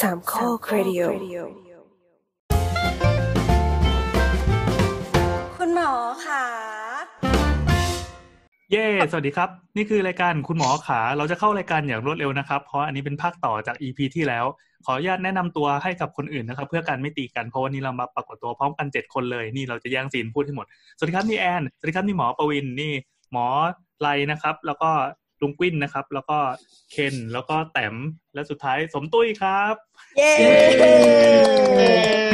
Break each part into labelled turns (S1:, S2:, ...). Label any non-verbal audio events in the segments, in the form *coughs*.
S1: สามข้อครดิโอ
S2: คุณหมอค่ะ
S3: เย้ สวัสดีครับ นี่คือรายการคุณหมอขา เราจะเข้ารายการอย่างรวดเร็วนะครับ เพราะอันนี้เป็นภาคต่อจาก EP ที่แล้ว ขออนุญาตแนะนำตัวให้กับคนอื่นนะครับ เพื่อการไม่ตีกัน เพราะวันนี้เรามาปรากฏตัวพร้อมกัน 7 คนเลย นี่เราจะแย่งซีนพูดให้หมด สวัสดีครับนี่แอน สวัสดีครับนี่หมอประวิน นี่หมอไลนะครับ แล้วก็ลุงกวิ้นนะครับ แล้วก็เคน แล้วก็แต้ม และสุดท้ายสมตุ้ยครับ
S2: เย้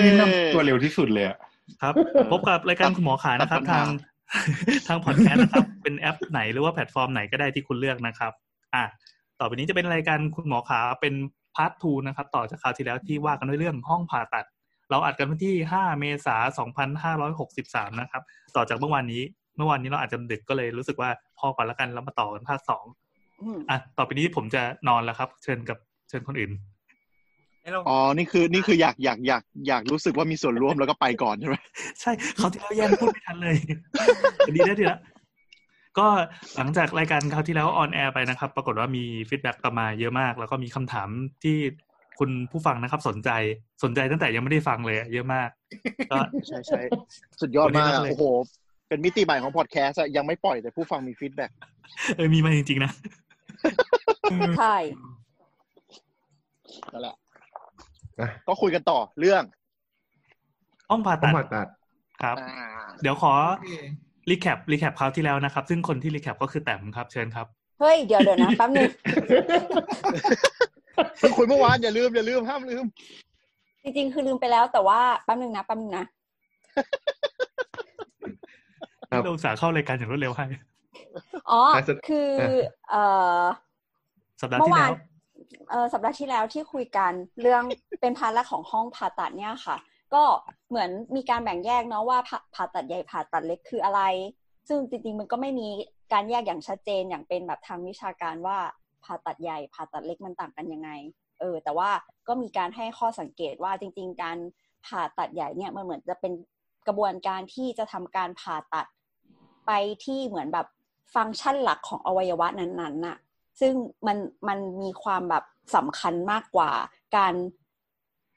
S4: นี่ทำตัวเร็วที่สุดเลยอะ
S3: ครับ พบกับรายการคุณหมอขานะครับ ทาง *laughs* ทางพอดแคสต์นะครับ เป็นแอปไหนหรือว่าแพลตฟอร์มไหนก็ได้ที่คุณเลือกนะครับ อ่ะต่อไปนี้จะเป็นรายการคุณหมอขาเป็นพาร์ททูนะครับ ต่อจากคราวที่แล้วที่ว่ากันด้วยเรื่องห้องผ่าตัด เราอัดกันวันที่ 5 เมษายน 2563 นะครับ ต่อจากเมื่อวานนี้ เมื่อวานนี้เราอาจจะดึกก็เลยรู้สึกว่าพอก่อนละกันแล้วมาต่อกันภาคสองอ่ะต่อไปนี้ผมจะนอนแล้วครับ เชิญกับเชิญคนอื่น
S5: อ๋อ นี่คือ นี่คืออยากอยากอยากอยากรู้สึกว่ามีส่วนร่วมแล้วก็ไปก่อนใช่ไหม
S3: ใช่เขาวที่แล้วแย่งพูดไม่ทันเลย
S4: *laughs*
S3: ดีได้วดีแล้วก็หลังจากรายการคราวที่แล้วออนแอร์ไปนะครับ ปรากฏว่ามีฟีดแบ็กกลับมาเยอะมาก แล้วก็มีคำถามที่คุณผู้ฟังนะครับ สนใจสนใจตั้งแต่ยังไม่ได้ฟังเลยอะเยอะมาก ก็
S5: ใช่ใช่สุดยอดมาก
S3: วันนี้เรา
S5: อะ
S3: เลย
S5: โอ้โห เป็นมิติใหม่ของพอดแคสต์อะยังไม่ปล่อยแต่ผู้ฟังมีฟีดแบ็ก
S3: เออมีมาจริง
S4: *laughs*
S3: ๆนะ
S2: ใช่
S5: นั่นแหละ
S4: นะ
S5: ก็คุยกันต่อเรื่อง
S3: ห้องผ่า
S4: ต้อ
S3: ตั
S4: ง
S3: ด
S4: มาตัด
S3: ครับ
S5: อ่า
S3: เดี๋ยวขอรีแคปรีแคปคราวที่แล้วนะครับ ซึ่งคนที่รีแคปก็คือแต้มครับ เชิญครับ
S2: เฮ้ย เดี๋ยวเดี๋ยวนะแป๊บนึง
S5: เพิ่งคุยเมื่อวานอย่าลืมอย่าลืมห้ามลืม
S2: จริง ๆ คือลืมไปแล้วแต่ว่าแป๊บนึงนะแป๊บนึงนะ
S4: ครับ
S3: เราอุตสาห์เข้ารายการอย่างรวดเร็วให้
S2: อ๋อ
S4: อ่ะสุด
S2: คือ
S4: เออ
S2: เอ่อ
S3: สัปดาห์
S2: เมื่
S3: ที่
S2: อวา
S3: แล้
S2: น
S3: ว
S2: เอ่อสัปดาห์ที่แล้วที่คุยกันเรื่อง *laughs* เป็นภาระของห้องผ่าตัดเนี่ยค่ะ ก็เหมือนมีการแบ่งแยกเนาะว่าผ่าผ่าตัดใหญ่ผ่าตัดเล็กคืออะไร ซึ่งจริงๆมันก็ไม่มีการแยกอย่างชัดเจนอย่างเป็นแบบทางวิชาการว่าผ่าตัดใหญ่ผ่าตัดเล็กมันต่างกันยังไง เออ แต่ว่าก็มีการให้ข้อสังเกตว่าจริง ๆ การผ่าตัดใหญ่เนี่ยมันเหมือนจะเป็นกระบวนการที่จะทำการผ่าตัดไปที่เหมือนแบบฟังก์ชันหลักของอวัยวะนั้นๆน่ะ ซึ่งมันมันมีความแบบสำคัญมากกว่าการ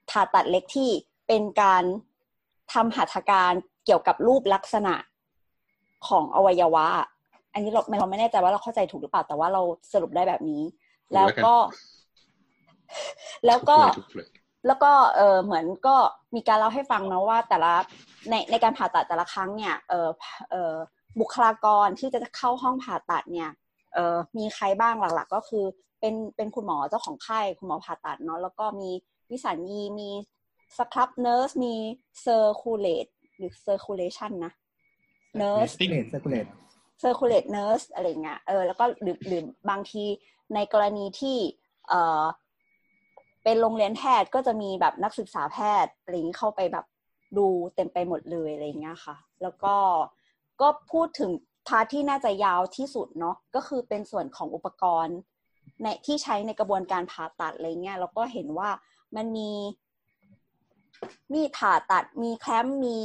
S2: ผ่าตัดเล็กที่เป็นการทำหัตถการเกี่ยวกับรูปลักษณะของอวัยวะ อันนี้เราเราไม่แน่ใจว่าเราเข้าใจถูกหรือเปล่า แต่ว่าเราสรุปได้แบบนี้ แล้วก็ แล้วก็
S4: ถูเลยถูเลย
S2: แล้วก็เออเหมือนก็มีการเล่าให้ฟังเนาะว่าแต่ละในในการผ่าตัดแต่ละครั้งเนี่ยเออเออบุคลากรที่จะเข้าห้องผ่าตัดเนี่ยเออมีใครบ้างหลักๆ ก็คือเป็นเป็นคุณหมอเจ้าของไข้คุณหมอผ่าตัดเนาะแล้วก็มีวิสัญญีมีสครับเนิร์สมีเซอร์คูเลตหรือเซอร์คูเลชันนะเนิร์ส
S6: เลตเซอร์คูลเลต
S2: circulate nurse อะไรเงี้ย เออ แล้วก็หรือหรือบางทีในกรณีที่ เออเป็นโรงเรียนแพทย์ก็จะมีแบบนักศึกษาแพทย์อะไรเงี้ยเข้าไปแบบดูเต็มไปหมดเลยอะไรเงี้ยค่ะ แล้วก็ก็พูดถึงพาร์ทที่น่าจะยาวที่สุดเนาะ ก็คือเป็นส่วนของอุปกรณ์ในที่ใช้ในกระบวนการผ่าตัดอะไรเงี้ย แล้วก็เห็นว่ามันมี มีดผ่าตัดมีแคลมป์มี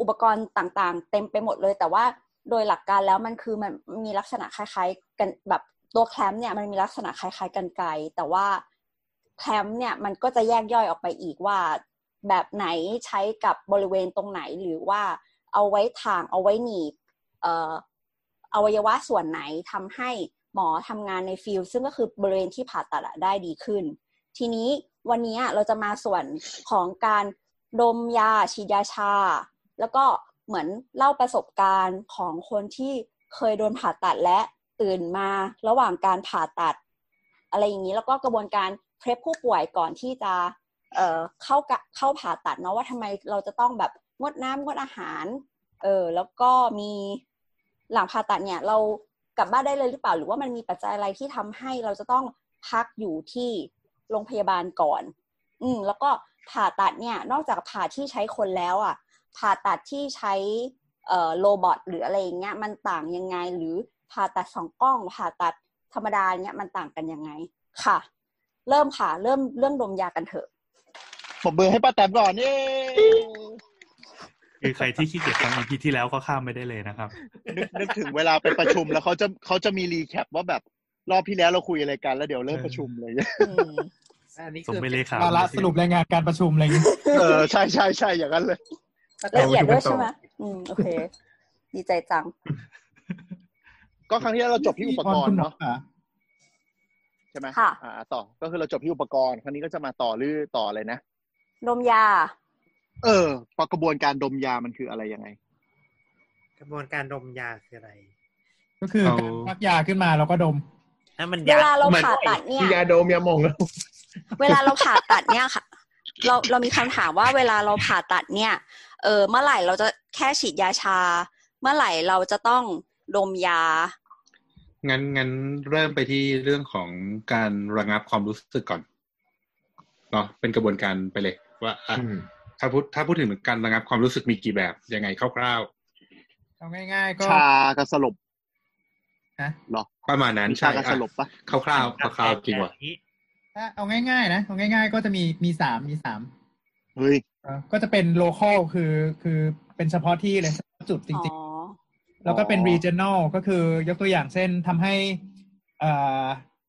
S2: อุปกรณ์ต่างๆ เต็มไปหมดเลย แต่ว่าโดยหลักการแล้วมันคือมันมีลักษณะคล้ายๆ กันแบบตัวแคลมป์เนี่ยมันมีลักษณะคล้ายๆกันไกลแต่ว่าแคลมป์เนี่ยมันก็จะแยกย่อยออกไปอีกว่า แบบไหนใช้กับบริเวณตรงไหนหรือว่าเอาไว้ถางเอาไว้หนีบเอ่ออวัยวะส่วนไหนทำให้หมอทำงานในฟิลด์ซึ่งก็คือบริเวณที่ผ่าตัดอะได้ดีขึ้น ทีนี้วันนี้เราจะมาส่วนของการดมยาฉีดยาชา แล้วก็เหมือนเล่าประสบการณ์ของคนที่เคยโดนผ่าตัดและตื่นมาระหว่างการผ่าตัด อะไรอย่างนี้แล้วก็กระบวนการเพรพผู้ป่วยก่อนที่จะเอ่อเข้ากะเข้าผ่าตัดเนาะว่าทำไมเราจะต้องแบบงดน้ำงดอาหาร เออแล้วก็มีหลังผ่าตัดเนี่ย เรากลับบ้านได้เลยหรือเปล่า หรือว่ามันมีปัจจัยอะไรที่ทำให้เราจะต้องพักอยู่ที่โรงพยาบาลก่อน อืม แล้วก็ผ่าตัดเนี่ย นอกจากผ่าที่ใช้คนแล้วอ่ะ ผ่าตัดที่ใช้เอ่อโรบอทหรืออะไรอย่างเงี้ยมันต่างยังไง หรือผ่าตัดสองกล้อง ผ่าตัดธรรมดาเนี่ยมันต่างกันยังไง ค่ะ เริ่มค่ะ เริ่มเรื่องดมยากันเถอะ
S5: ผมเบมือให้ป้าแตมก่อนเย้
S3: คือใครที่ขี้เกียจฟัง EP ที่แล้วก็ข้ามไปได้เลยนะครับ
S5: นึกนึกถึงเวลาไปประชุมแล้ว
S7: *laughs*
S5: เขาจะเขาจะมีรีแคปว่าแบบรอบที่แล้วเราคุยอะไรกันแล้วเดี๋ยวเริ่มประชุมเลย
S2: อืม
S1: อันนี้
S3: สม
S1: คือ
S3: ไปเลขา
S7: วาระสรุปรายงานการประชุมอะไรอย่างงี้
S5: เออใช่ใช่ใช่อย่างนั้นเลย
S2: ละเอียดด้วย
S7: เอาไว้ดูกันต่อ
S2: ใช่ไหมอืม โอเค ดีใจจัง
S5: ก็ครั้งที่แล้วเราจบที่อุปกร
S7: คุณ
S5: ณ์
S7: หมอ
S5: เนาะ
S7: ขา
S5: ใช่ไหม
S2: ค่ะ
S5: อ่าต่อก็คือเราจบที่อุปกรณ์ครั้งนี้ก็จะมาต่อเรืองต่ออะไรนะ
S2: นมยา
S5: เออปะกระบวนการดมยามันคืออะไรยังไง
S1: กระบวนการดมยาคืออะไร
S7: ก็คือ
S8: เอา
S7: การพักยาขึ้นมาเราก็ดม
S1: ถ้ามั
S2: เวย
S1: นา
S2: ลาเรา
S8: หมือน
S2: ผ่าตัดเนี่ย
S8: มียาดมยาหมองแล้ว
S2: เวลาเราผ่าตัดเนี่ย *laughs* ค่ะ เราเรามีคำถามว่าเวลาเราผ่าตัดเนี่ย เออเมื่อไหร่เราจะแค่ฉีดยาชา เมื่อไหร่เราจะต้องดมยา
S8: งั้นงั้นเริ่มไปที่เรื่องของการระงับความรู้สึกก่อนเนาะเป็นกระบวนการไปเลย ว่าอ่ะถ้าพูดถ้าพูดถึงการระงับความรู้สึกมีกี่แบบยังไงคร่าว
S7: เอาง่ายๆก็
S5: ชากระสลบ
S7: นะ
S8: ๆ ประมาณนั้น
S5: มี
S8: ใช่
S5: ชากระสลบปะ
S8: อ่ะคร่าวๆคร่าวๆจริงว่ะ
S7: ถ้าเอาง่ายๆนะเอาง่าย ๆ ก็จะมีมีสามมีสาม
S5: เฮ้ย
S7: เอ่อก็จะเป็น local คือคือเป็นเฉพาะที่เลยเฉพาะจุดจ
S2: อ๋อ
S7: ริง ๆ แล้วก็เป็น regional ก็คือยกตัวอย่างเช่นทำให้เอ่อ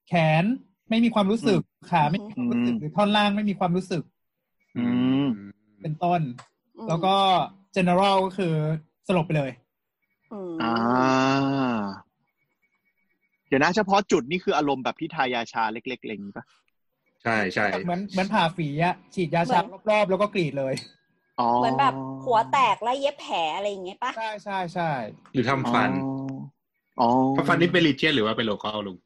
S7: แขนไม่มีความรู้สึกขาไม่มีความรู้สึกหรือท่อนล่างไม่มีความรู้สึก
S5: อืม
S7: เป็นต้น แล้วก็ general ก็คือสลบไปเลย
S2: อืม
S5: อ่า เดี๋ยวนะเฉพาะจุดนี่คืออารมณ์แบบพิทายาชาเล็กๆอะไรอย่างงี้ปะ
S8: ใช่ใช่
S7: เหมือนเหมือนผ่าฝีอะฉีดยาชารอบๆ แล้วก็กรีดเลย
S5: อ๋อ
S2: เหมือนแบบหัวแตกแล้วเย็บแผลอะไรอย่างเงี้ยปะ
S7: ใช่ใช่ใช่
S8: หรือทำฟัน
S5: อ๋อ
S8: เพราะฟันนี่เป็นรีเจียนหรือว่าเป็นโลคอลลุง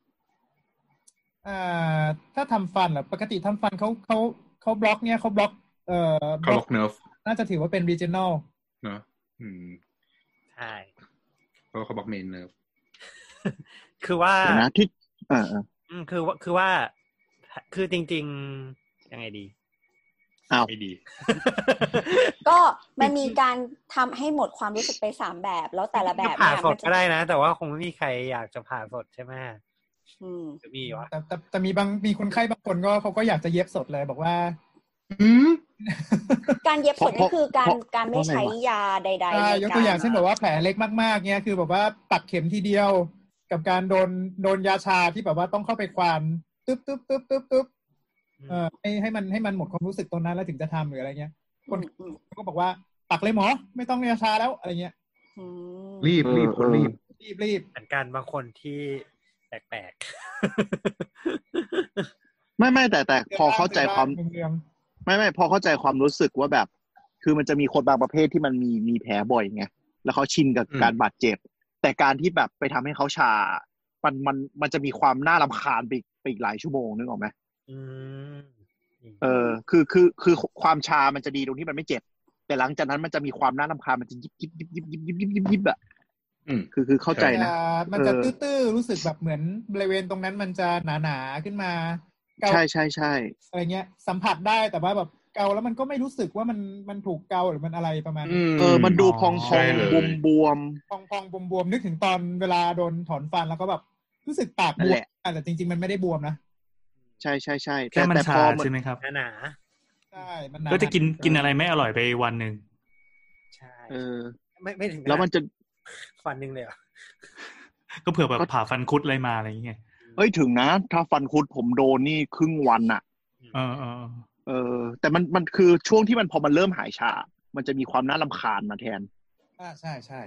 S7: เอ่อถ้าทำฟันเหรอปกติทำฟันเขาเขาเขาบล็อกเนี่ยเขาบล็อกเอ่อ
S8: เขาล็อกเนิร์ฟ
S7: น่าจะถือว่าเป็น regional
S8: เนาะอืม
S1: ใช่
S8: เพราะว่าเขาบล็อกเมนเนิร์ฟ
S1: คือว่า
S5: เดี๋ยวนะที่เออเออ
S1: อืมคือว่าคือว่า คือจริง ๆ ยังไงดี
S8: ไม่ดี
S2: ก็มันมีการทำให้หมดความรู้สึกไปสามแบบ แล้วแต่ละแบบ
S1: ผ่า
S2: เนี่ย
S1: ส
S2: มั
S1: ด
S2: น
S1: ก็ได้นะ แต่ว่าคงไม่มีใครอยากจะผ่าสดใช่ไหม
S2: อืม
S1: หรือมีวะ
S7: แต่แต่แต่มีบางมีคนไข้บางคนก็เขาก็อยากจะเย็บสดเลยบอกว่า
S2: การเย็บสดก็คือการการไม่ใช้ยาใดๆใน
S7: อ่ายกตัวอย่าง
S2: ร
S7: เช่นแบบว่าแผลเล็กมากๆเนี่ยคือแบบว่าปักเข็มทีเดียว กับการโดนโดนยาชาที่แบบว่าต้องเข้าไปควานตึ๊บตึ๊บตึ๊บตึ๊บตึ๊บเอ่อให้ให้มันให้มันหมดความรู้สึกตรงนั้นแล้วถึงจะทำหรืออะไรเงี้ย
S2: อืมอืม
S7: ก็บอกว่าปักเลยหมอไม่ต้องยาชาแล้วอะไรเงี้ย
S2: อืม
S8: รีบรีบคนรีบ
S7: รีบรีบ
S1: เหมือนกันบางคนที่แปลก
S5: ไม่ไม่แต่แต่พอเข้าใจความ
S7: เมือง
S5: ไม่ไม่พอเข้าใจความรู้สึกว่าแบบ คือมันจะมีคนบางประเภทที่มันมีมีแผลบ่อยไงแล้วเขาชินกับ
S8: อืม
S5: การบาดเจ็บ แต่การที่แบบไปทำให้เขาชา มันมันมันจะมีความน่ารำคาญไปอีกไปอีกหลายชั่วโมงนึกออกไหม
S1: ๆ *laughs* อืม
S5: เออคือคือคือความชามันจะดีตรงที่มันไม่เจ็บ แต่หลังจากนั้นมันจะมีความน่ารำคาญมันจะยิบยิบยิบยิบยิบยิบยิบยิบยิบอะ
S8: อืม
S5: คือคือเข้าใจนะ
S7: มันจะ
S5: เออ
S7: ตื้อๆรู้สึกแบบเหมือนบริเวณตรงนั้นมันจะหนาๆขึ้นมาเกา
S5: ใช่ใช่ใช่
S7: อะไรเงี้ย สัมผัสได้แต่ว่าแบบเกาแล้วมันก็ไม่รู้สึกว่ามันมันถูกเกาหรือมันอะไรประมาณนี้
S5: เออมันดูพองพ
S8: ใช่
S5: อง
S8: เลย
S5: บวมบวม
S7: พองๆบวมๆนึกถึงตอนเวลาโดนถอนฟันแล้วก็แบบรู้สึกปากบ
S5: นั่
S7: วน ม
S5: แหละ
S7: อ่ะแต่จริง ๆ มันไม่ได้บวมนะ
S5: ใช่ใช่ใช่
S3: แค่
S5: แต่
S3: มัน
S5: แต่
S3: ชา
S5: พอมัน
S3: ใช่ไหมครับ
S1: หนาหนา
S7: ใช่มันหนาๆ
S3: ก็จะกินกินอะไรไม่อร่อยไปวันหนึ่ง
S1: ๆใช่
S5: เออ
S1: ไม่ไม่ถึงขาด
S5: แล้วมันจะ
S1: ฟันหนึ่งเลยเหรอ
S3: ก็เผื่อแบบผ่าฟันคุดอะไรมาอะไรอย่างเงี้ย
S5: เอ้ยถึงนะ ถ้าฟันคุดผมโดนนี่ครึ่งวันอะ
S3: เออเออ
S5: เออแต่มันมันคือช่วงที่มันพอมันเริ่มหายชา มันจะมีความน่ารำคาญมาแทน
S7: อ่าใช่ใช่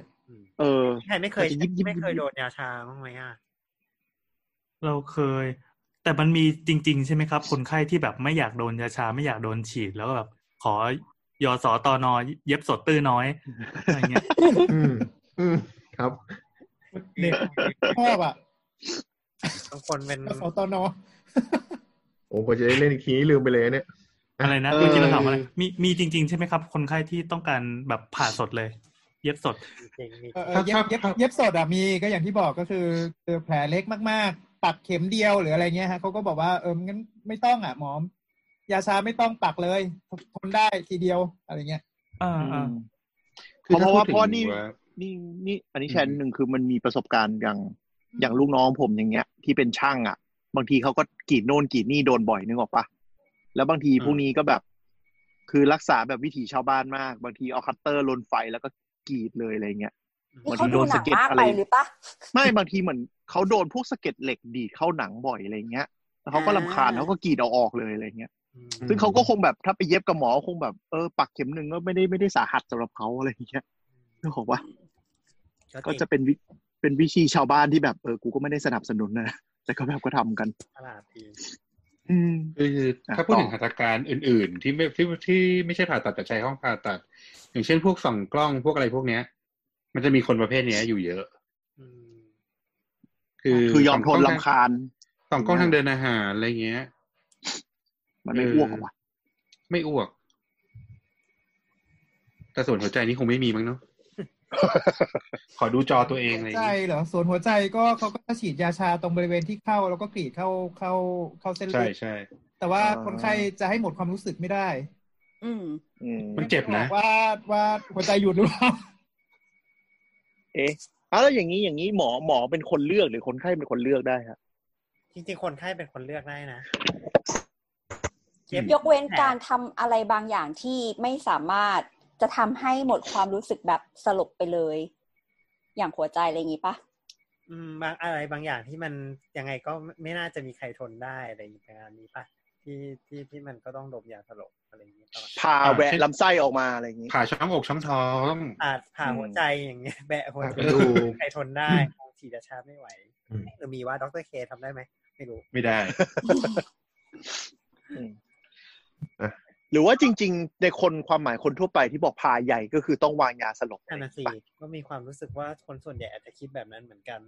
S1: ม
S5: เออ
S1: ใครไม่เคย
S5: มันจะยิบยิบ
S1: ไม่เคยโดนยาชาบ้างไหมอ่ะ
S3: เราเคย แต่มันมีจริง ๆ ใช่ไหมครับ คนไข้ที่แบบไม่อยากโดนยาชาไม่อยากโดนฉีดแล้วก็แบบขอยอสอตอนอเย็บสดตื้อน้อยอะไรเงี้ *laughs* ย
S8: อืมอืมครับ
S7: เด็กชอบอ่ะ
S1: บางคนเป็น
S7: สตนอ
S8: โอ้กว่าจะได้เล่นอีกทีนี่ลืมไปเลยเนี่ย
S3: อะไรนะ
S5: เออ
S3: เมื่อกี้เราถามอะไรมีมีจริง ๆ ใช่ไหมครับ คนไข้ที่ต้องการแบบผ่าสดเลย เย็บสด
S1: จริงๆมี
S7: เออเออเย็บเย็บเย็บสดอ่ะมีก็อย่างที่บอกก็คือเจอแผลเล็กมากๆ ปักเข็มเดียวหรืออะไรเงี้ยฮะเขาก็บอกว่าเอองั้นไม่ต้องอ่ะหมอมยาชาไม่ต้องปักเลยทนทนได้ทีเดียวอะไรเงี้ย
S3: อ่า
S5: อื
S3: อ่าม
S8: คือถ้
S5: เพราะว่า
S8: พู
S5: เพ
S8: ดถึง
S5: ราะนี่
S8: ว่า
S5: นี่นี่อันนี้
S8: อืม
S5: แชร์นิดหนึ่งคือมันมีประสบการณ์อย่างอย่างลูกน้องผมอย่างเงี้ย ที่เป็นช่างอ่ะ บางทีเขาก็กรีดโน่นกรีดนี่โดนบ่อยนึกออกปะแล้วบางทีพวกนี้ก็แบบ คือรักษาแบบวิถีชาวบ้านมาก บางทีเอาคัตเตอร์ลนไฟแล้วก็กรีดเลยอะไรเงี้ย
S2: นี่เขาดูหนังมากไปหรือปะ
S5: ไม่บางทีเหมือนเขาโดนพวกสะเก็ดเหล็กดีดเข้าหนังบ่อยอะไรเงี้ยเอ แล้วเขาก็ลำคาญ
S2: อ่า
S5: เขาก็กรีดเอาออกเลยอะไรเงี้ย
S1: อืม
S5: ซึ่งเขาก็คงแบบถ้าไปเย็บกับหมอคงแบบเออปักเข็มหนึ่งก็ไม่ได้ไม่ได้สาหัสสำหรับเขาอะไรเงี้ยนึกออกปะ ก็จะเป็นวิเป็นวิธีชาวบ้านที่แบบเออกูก็ไม่ได้สนับสนุนนะ แต่ก็แบบก็ทำกัน
S1: ฉลาดดี
S5: อืม
S8: คือ
S5: อ่ะ
S8: ถ้าพูด
S5: ต่อ
S8: ถึงหัตถการอื่น ๆ ที่ไม่ที่ที่ไม่ใช่ผ่าตัดแต่ใช้ห้องผ่าตัด อย่างเช่นพวกส่องกล้องพวกอะไรพวกเนี้ย มันจะมีคนประเภทเนี้ยอยู่เยอะ
S1: อืม
S8: คือ
S5: คือยอมทน
S8: ส่งกล้ง
S5: ลำคาญ
S8: ส่องกล้องทางเดินอาหารอะไรเงี้ย
S5: มันไม่
S8: เอออ้
S5: อ้วกหรอกว่ะ
S8: ไม่อ้วก แต่ส่วนหัวใจนี่คงไม่มีมั้
S5: *laughs*
S8: งเนาะ ขอดูจอตัวเองอะไรอ
S6: หัว
S8: ย่าง
S6: ใจ
S8: งี้
S6: เหรอส่วนหัวใจก็เขาก็ฉีดยาชาตรงบริเวณที่เข้า แล้วก็กรีดเข้าเข้าเข้าเส้น
S8: ใช่
S6: เลือด
S8: ใช่
S6: แต่ว่าคนไข้จะให้หมดความรู้สึกไม่ได้
S2: อืม
S5: อืม
S8: มันเจ็บนะ
S6: ไม่ได้อกว่าว่าหัวใจหยุดหรือเปล่า
S5: เอ๊ะอ่ะแล้วอย่างนี้อย่างนี้หมอหมอเป็นคนเลือกหรือคนไข้เป็นคนเลือกได้ครับ
S1: จริงๆ คนไข้เป็นคนเลือกได้นะ
S2: ยกเว้นการทำอะไรบางอย่างที่ไม่สามารถจะทำให้หมดความรู้สึกแบบสลบไปเลย อย่างหัวใจอะไรอย่างงี้ปะ
S1: อืมบางอะไรบางอย่างที่มันยังไงก็ไม่ไม่น่าจะมีใครทนได้อะไรอย่างเงี้ยนี้ป่ะที่ที่ที่มันก็ต้องดมยาสลบอะไรอย่างเงี้ยป่ะ
S5: พาแหวะลำไส้ออกมาอะไรอย่างนี้
S8: ผ่าช่องอกช่องท้อง
S1: อาจผ่าหัวใจอย่างเงี้ยแบะหัวใจ
S8: เออ
S1: ไม่มีใครทนได้คงฉีดยาชาไม่ไหว
S7: อืม
S1: หรือมีว่าดรเคทำได้ไหมไม่รู้
S8: ไม่ได้
S5: หรือว่าจริง ๆ ในคนความหมายคนทั่วไปที่บอกพาใหญ่ก็คือต้องวางยาสลบ
S1: อันนั้นสิ
S5: ป่ะ
S1: ก็มีความรู้สึกว่าคนส่วนใหญ่อาจจะคิดแบบนั้นเหมือนกัน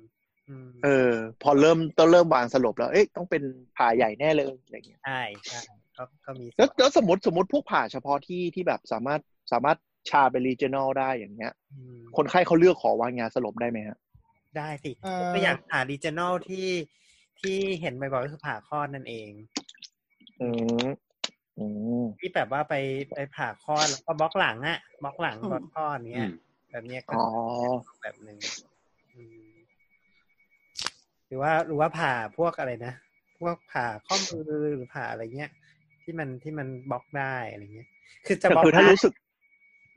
S1: อืม
S5: เออ พอเริ่มต้องเริ่มวางสลบแล้วเอ๊ะต้องเป็นพาใหญ่แน่เลยอะไรอย่างเงี้ย
S1: ใช่ใช่ก็ก็มีส่
S5: แล้ว
S1: น
S5: แล้วสมมติสมมติพวกผ่าเฉพาะที่ที่แบบสามารถสามารถชาเป็น regional ได้อย่างเงี้ย
S1: อืม
S5: คนไข้เขาเลือกขอวางยาสลบได้ไหมฮะ
S1: ได้สิยกตัวอย่างผ่าดิจิ n นลที่ที่เห็นบ่อยๆก็คือผ่าคลอดนั่นเอง
S5: อืมอืม
S1: ที่แบบว่าไปไปผ่าคลอดแล้วก็บล็อกหลังอะบล็อกหลังบล็อกคลอดเนี้ย
S8: อืม
S1: แบบเนี้ยก็
S5: อ๋อ
S1: แบบหนึ่งอืมหรือว่าหรือว่าผ่าพวกอะไรนะพวกผ่าข้อมือหรือผ่าอะไรเงี้ย ที่มันที่มันบล็อกได้อะไรเงี้ย คือจะ
S5: แต่
S1: บล็อก
S5: คือถ้า
S1: ได้
S5: รู้สึก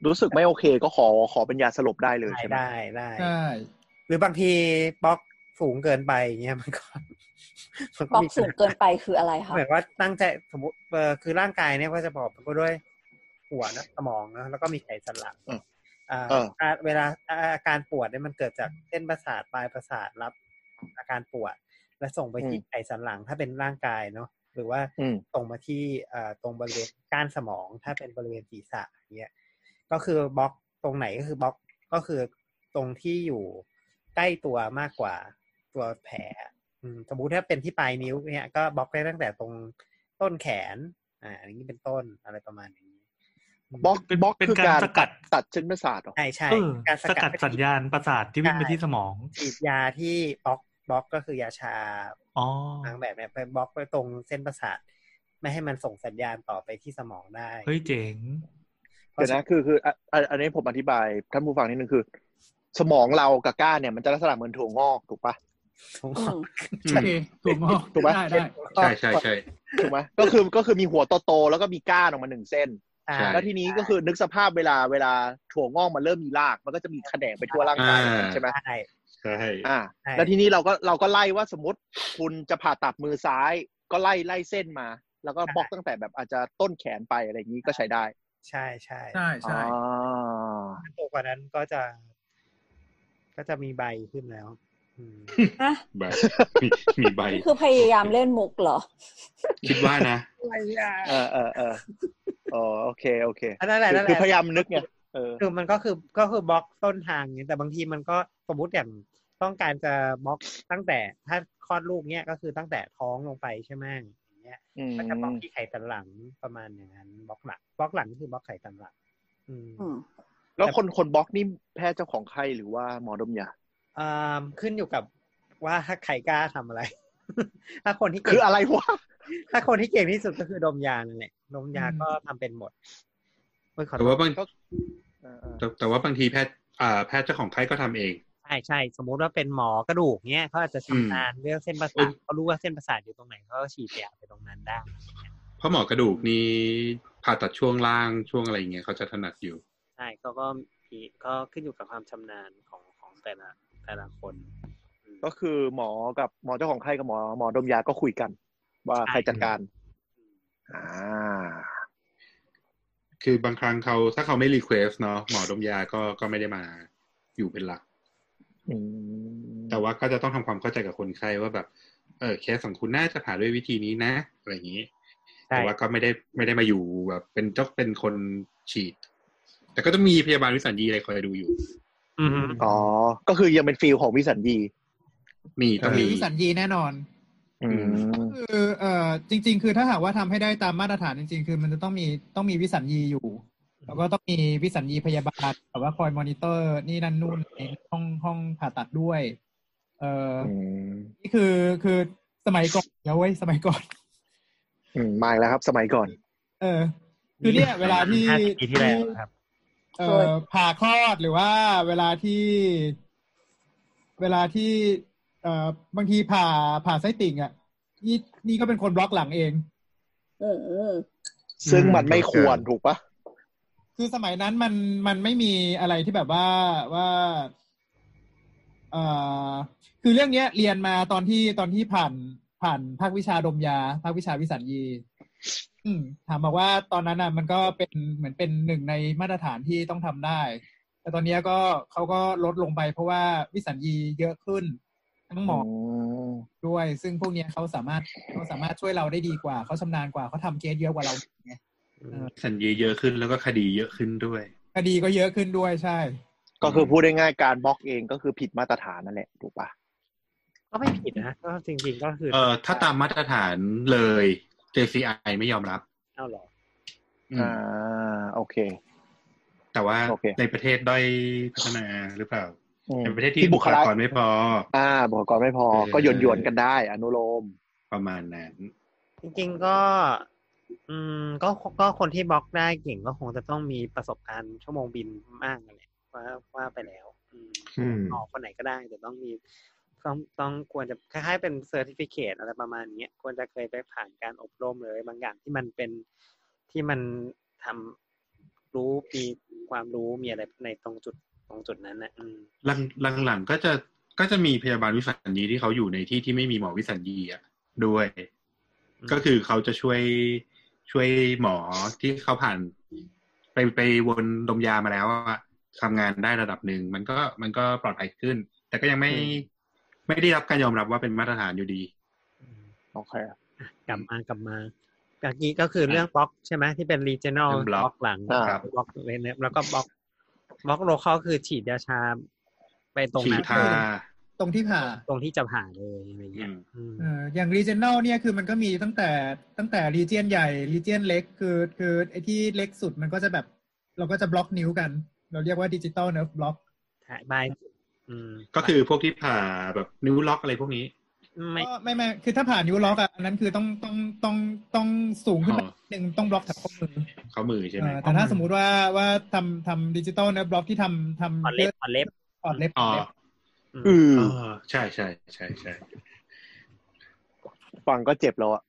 S5: รู้สึกไม่โอเคก็ขอขอเป็นยาสลบได้เลย
S1: ได้
S5: ใช่ไหม
S1: ได้ได้
S6: ใช่
S1: หรือบางทีบล็อกสูงเกินไปเงี้ย *laughs* มันก็มัน
S2: บอก
S1: มี
S2: สู
S1: ปั
S2: ง
S1: ญหา
S2: เกินไปคืออะไรคะ
S1: เหมือนว่าตั้งใจสมมติเออคือร่างกายเนี่ยก็จะประกอบไปด้วยหัวนะสมองนะแล้วก็มีไขสันหลังอ่า
S5: เออ
S1: อ่าเวลาอ่าอาการปวดเนี่ยมันเกิดจากเส้นประสาทปลายประสาทรับอาการปวด และส่งไปที่
S5: อืม
S1: ไขสันหลังถ้าเป็นร่างกายเนาะหรือว่า
S5: อืม
S1: ส่งมาที่อ่าตรงบริเวณก้านสมอง ถ้าเป็นบริเวณศีรษะอย่างเงี้ยก็คือบล็อกตรงไหนก็คือบล็อกก็คือตรงที่อยู่ใกล้ตัวมากกว่าตัวแผล อืมสมมุติถ้าเป็นที่ปลายนิ้วเนี่ยก็บล็อกได้ตั้งแต่ตรงต้นแขน อ่าอย่างนี้เป็นต้นอะไรประมาณนี้ม
S5: บล็อก
S3: เป็น
S5: บล็อก
S3: เป็น
S5: คือ
S3: การ
S5: การ
S3: สกัด
S5: ตัดเส้นประสาทเหรอ
S1: ใช่ใช่
S3: เออ
S1: การ
S3: สกัดสัญญาณประสาทที่วิ่งไปที่สมอง
S1: ฉีดยาที่บล็อกบล็อกก็คือยาชา
S3: อ๋อ
S1: ทางแบบเนี่ยไปบล็อกไปตรงเส้นประสาท ไม่ให้มันส่งสัญญาณต่อไปที่สมองได้
S3: เฮ้ยเจ๋ง
S1: เพ
S5: เดี๋ย
S1: ราะ
S5: ว
S1: ฉะ
S5: นะคือคืออ่ะอ่ะอันนี้ผมอธิบายท่านผู้ฟังนิดนึงคือ สมองเรากับก้านเนี่ยมันจะลักษณะเหมือนถั่วงอกถูกปะ
S1: ผม
S2: อืม
S6: โอ
S8: อืม
S6: เคถูกงอก
S5: ถูกไหม
S6: ได้ได้
S8: ใช่ใช่ใช่
S5: ถูกไหมก็คือก็คือมีหัวโตๆแล้วก็มีก้านออกมาหนึ่งเส้น
S1: อ่า
S8: ใช่
S5: แล้วทีนี้ก็คือนึกสภาพเวลาเวลาถั่วงอกมันเริ่มมีราก มันก็จะมีแขนงไปทั่วร่างกาย
S8: อ่า
S5: ใช่ไหม
S1: ใช่
S8: ใช่
S5: อ่า
S1: ใช่
S5: แล้วทีนี้เราก็เราก็ไล่ว่าสมมติคุณจะผ่าตัดมือซ้าย ก็ไล่ไล่เส้นมา แล้วก็บล็อกตั้งแต่แบบอาจจะต้นแขนไปอะไรอย่างนี้ก็ใช้ได้
S1: ใช่ใช่
S6: ใช่ใช่
S5: อ่า
S1: ถ้าโตกว่านั้นก็จะ ก็จะมีใบขึ้นแล้ว อื
S5: *laughs*
S1: ม
S2: ฮะ
S8: ใบมีมีใบ
S2: นี่คือพยายามเล่นมุกเหรอ
S8: คิดว่านะ
S5: เออเออเอออ๋อโอเคโอเค
S1: อันนั้นแหละ
S5: คือ
S1: นั่นแหละ
S5: คือพยายามนึกไงเออ
S1: คือมันก็คือก็คือบล็อกต้นทางอย่างนี้แต่บางทีมันก็สมมติอย่างต้องการจะบล็อกตั้งแต่ถ้าคลอดลูกเนี้ยก็คือตั้งแต่ท้องลงไปใช่ไหมอย่างเงี้ย
S5: อืม
S1: ก็จะบล็อกที่ไขสันหลังประมาณอย่างนั้นบล็อกหลังบล็อกหลังคือบล็อกไขสันหลังอืม
S2: อืม
S5: แล้วคนคนบล็อกนี่แพทย์เจ้าของไข้หรือว่าหมอดมยา
S1: อ่าขึ้นอยู่กับว่าใครกล้าทำอะไร *laughs* ถ้าคนที่เก่ง
S5: คืออะไรวะ
S1: ถ้าคนที่เก่งที่สุดก็คือดมยานั่นแหละดมยาก็ทำเป็นหมดเฮ้ยขอ
S8: แต่
S1: โท
S8: ว่า
S1: ษ
S8: บาง
S5: เออเออ
S8: แต่แต่ว่าบางทีแพทย์อ่าแพทย์เจ้าของไข้ก็ทำเอง
S1: ใช่ใช่สมมุติว่าเป็นหมอกระดูกเนี้ยเขาอาจจะชำนาญเรื่องเส้นประสาทเขารู้ว่าเส้นประสาทอยู่ตรงไหนเขาก็ฉีดยาไปตรงนั้นได้
S8: เพราะหมอกระดูกนี่ผ่าตัดช่วงล่างช่วงอะไรอย่างเงี้ยเขาจะถนัดอยู่
S1: ใช่ก็ก็มีก็ขึ้นอยู่กับความชำนาญของของแต่ละแต่ละคนอืม
S5: ก็คือหมอกับหมอเจ้าของไข้กับหมอหมอดมยาก็คุยกัน ว่าใครจัดการ อ่า
S8: คือบางครั้งเขาถ้าเขาไม่รีเควสเนาะหมอดมยาก็ก็ไม่ได้มาอยู่เป็นหลัก
S5: อืม
S8: แต่ว่าก็จะต้องทำความเข้าใจกับคนไข้ว่าแบบ เออเคสของคุณน่าจะผ่าด้วยวิธีนี้นะอะไรอย่างนี้
S1: ใช่
S8: แต่ว่าก็ไม่ได้ไม่ได้มาอยู่แบบเป็นเจ้าเป็นคนฉีด แต่ก็ต้องมีพยาบาลวิสัญญีอะไรคอยดูอยู่
S3: อืม
S5: อ๋อ ก็คือยังเป็นฟิลของวิสัญญี
S8: มีต้อง
S7: มี
S8: มี
S7: วิสัญญีแน่นอน
S5: อืม
S7: คือเอ่อจริง ๆ คือถ้าหากว่าทำให้ได้ตามมาตรฐานจริง ๆ คือมันจะต้องมีต้องมีวิสัญญีอยู่ แล้วก็ต้องมีวิสัญญีพยาบาลแต่ว่าคอยมอนิเตอร์นี่นั่นนู่นในห้องห้องผ่าตัดด้วย เอ่อ
S5: อืม
S7: นี่คือคือสมัยก่อนเดี๋ยวเว้ยสมัยก่อน
S5: อืมมาอีกแล้วครับ สมัยก่อน
S7: เออ คือเนี่ยเวลาที่
S1: ห้าสิบปีที่แล้วนะครับ
S7: เอ่อผ่าคลอดหรือว่าเวลาที่ เวลาที่ เอ่อบางทีผ่าผ่าไส้ติ่งอ่ะนี่นี่ก็เป็นคนบล็อกหลังเอง
S2: อืมอืม
S5: ซึ่งมันไม่ควร
S4: อืม
S5: ถูกปะ
S7: คือสมัยนั้นมันมันไม่มีอะไรที่แบบว่าว่าเอ่อคือเรื่องเนี้ย เรียนมาตอนที่ตอนที่ผ่านผ่านภาควิชาดมยา ภาควิชาวิสัญญี อืมถามมาว่าตอนนั้นอ่ะ มันก็เป็นเหมือนเป็นหนึ่งในมาตรฐานที่ต้องทำได้ แต่ตอนเนี้ยก็เขาก็ลดลงไปเพราะว่าวิสัญญีเยอะขึ้น ทั้งหมอ
S5: ม
S7: ด้วย ซึ่งพวกเนี้ยเขาสามารถเขาสามารถช่วยเราได้ดีกว่าเขาชำนาญกว่าเขาทำเคสเยอะกว่าเราไง
S8: สัญญีเยอะขึ้นแล้วก็คดีเยอะขึ้นด้วย
S7: คดีก็เยอะขึ้นด้วยใช่
S5: ก็คือพูดได้ง่ายๆการบล็อกเองก็คือผิดมาตรฐานนั่นแหละถูกปะ
S1: ก็ไม่ผิดนะก็จริง ๆ ก็คือ
S8: เอ่อถ้าตามมาตรฐานเลย JCI ไม่ยอมรับ
S1: เอาเหรอ
S8: อื
S5: อ่าม โอเค
S8: แต่ว่า
S5: โอเค
S8: ในประเทศด้อยพัฒนาหรือเปล่า
S5: อืม
S8: ในประเทศที่บุคลากรไม่พอ
S5: อ่าบุคลากรไม่พอ
S8: เออ
S5: ก็หยวนหยวนๆกันได้ อนุโลม
S8: ประมาณนั้น
S1: จริง ๆก็ อืมก็ก็คนที่บล็อกได้เก่งก็คงจะต้องมีประสบการณ์ชั่วโมงบินมากนั่นแหละว่าว่าไปแล้วอืม
S4: อืม
S1: หมอคนไหนก็ได้แต่ต้องมีต้องต้องควรจะคล้ายๆเป็นเซอร์ติฟิเคตอะไรประมาณเนี้ยควรจะเคยไปผ่านการอบรมเลยบางอย่างที่มันเป็นที่มันทำรู้มีความรู้มีอะไรในตรงจุดตรงจุดนั้นนะอืม
S8: หลังหลังหลังก็จะก็จะมีพยาบาลวิสัญญีที่เขาอยู่ในที่ที่ไม่มีหมอวิสัญญีอะด้วย ก็คือเขาจะช่วยช่วยหมอที่เขาผ่านไปไปวนดมยามาแล้วอะทำงานได้ระดับหนึ่งมันก็มันก็ปลอดภัยขึ้น แต่ก็ยังไม่ไม่ได้รับการยอมรับว่าเป็นมาตรฐานอยู่ดี
S5: โอเค
S1: กลับมากลับมาเมื่อกี้ก็คือเรื่องบล็อกใช่ไหมที่เป็น regional
S8: เป็
S1: บบ
S8: นล็
S1: ล็
S8: อก
S1: อกหลัง
S5: อ่า
S1: บล็อกเลยเนี่ยแล้วก็บล็อกบล็อกโลคอลคือฉีดยาชาไปตรง
S8: ฉีด
S1: นั้น
S8: ทา
S7: ตรงที่ผ่า
S1: ตรงที่จะผ่าเลยอะไรเงี้ย
S8: อืม
S1: อืม
S7: เอ่ออย่าง regional เนี่ยคือมันก็มีตั้งแต่ตั้งแต่ region ใหญ่ region เล็กคือคือไอ้ที่เล็กสุดมันก็จะแบบ เราก็จะบล็อกนิ้วกัน เราเรียกว่าดิจิตอลเนิร์ฟบล็อก
S1: ถ่ายบายอืม
S8: ก็คือพวกที่ผ่าแบบนิ้วล็อกอะไรพวกนี้
S1: ไม่
S7: ก็ไม่ไม่คือถ้าผ่านนิ้วล็อกอ่ะอันนั้นคือต้องต้องต้องต้องสูงขึ้นไป
S8: อ๋อ
S7: นิดนึงต้องบล็อกแถบข้อมือ
S8: เขามือใช่
S7: เอ่
S8: ไหม
S7: อแต่ถ้าสมมุติว่าว่าทำทำดิจิตอลเนิร์ฟบล็อกที่ทำทำ
S1: ถอดเล็บถอดเล็บ
S7: ถอดเล็บ
S8: อ๋อ
S5: อื
S1: ม
S5: อ
S8: เออใช่ใช่ใช่ใช่
S5: ฟังก็เจ็บแล้วอะ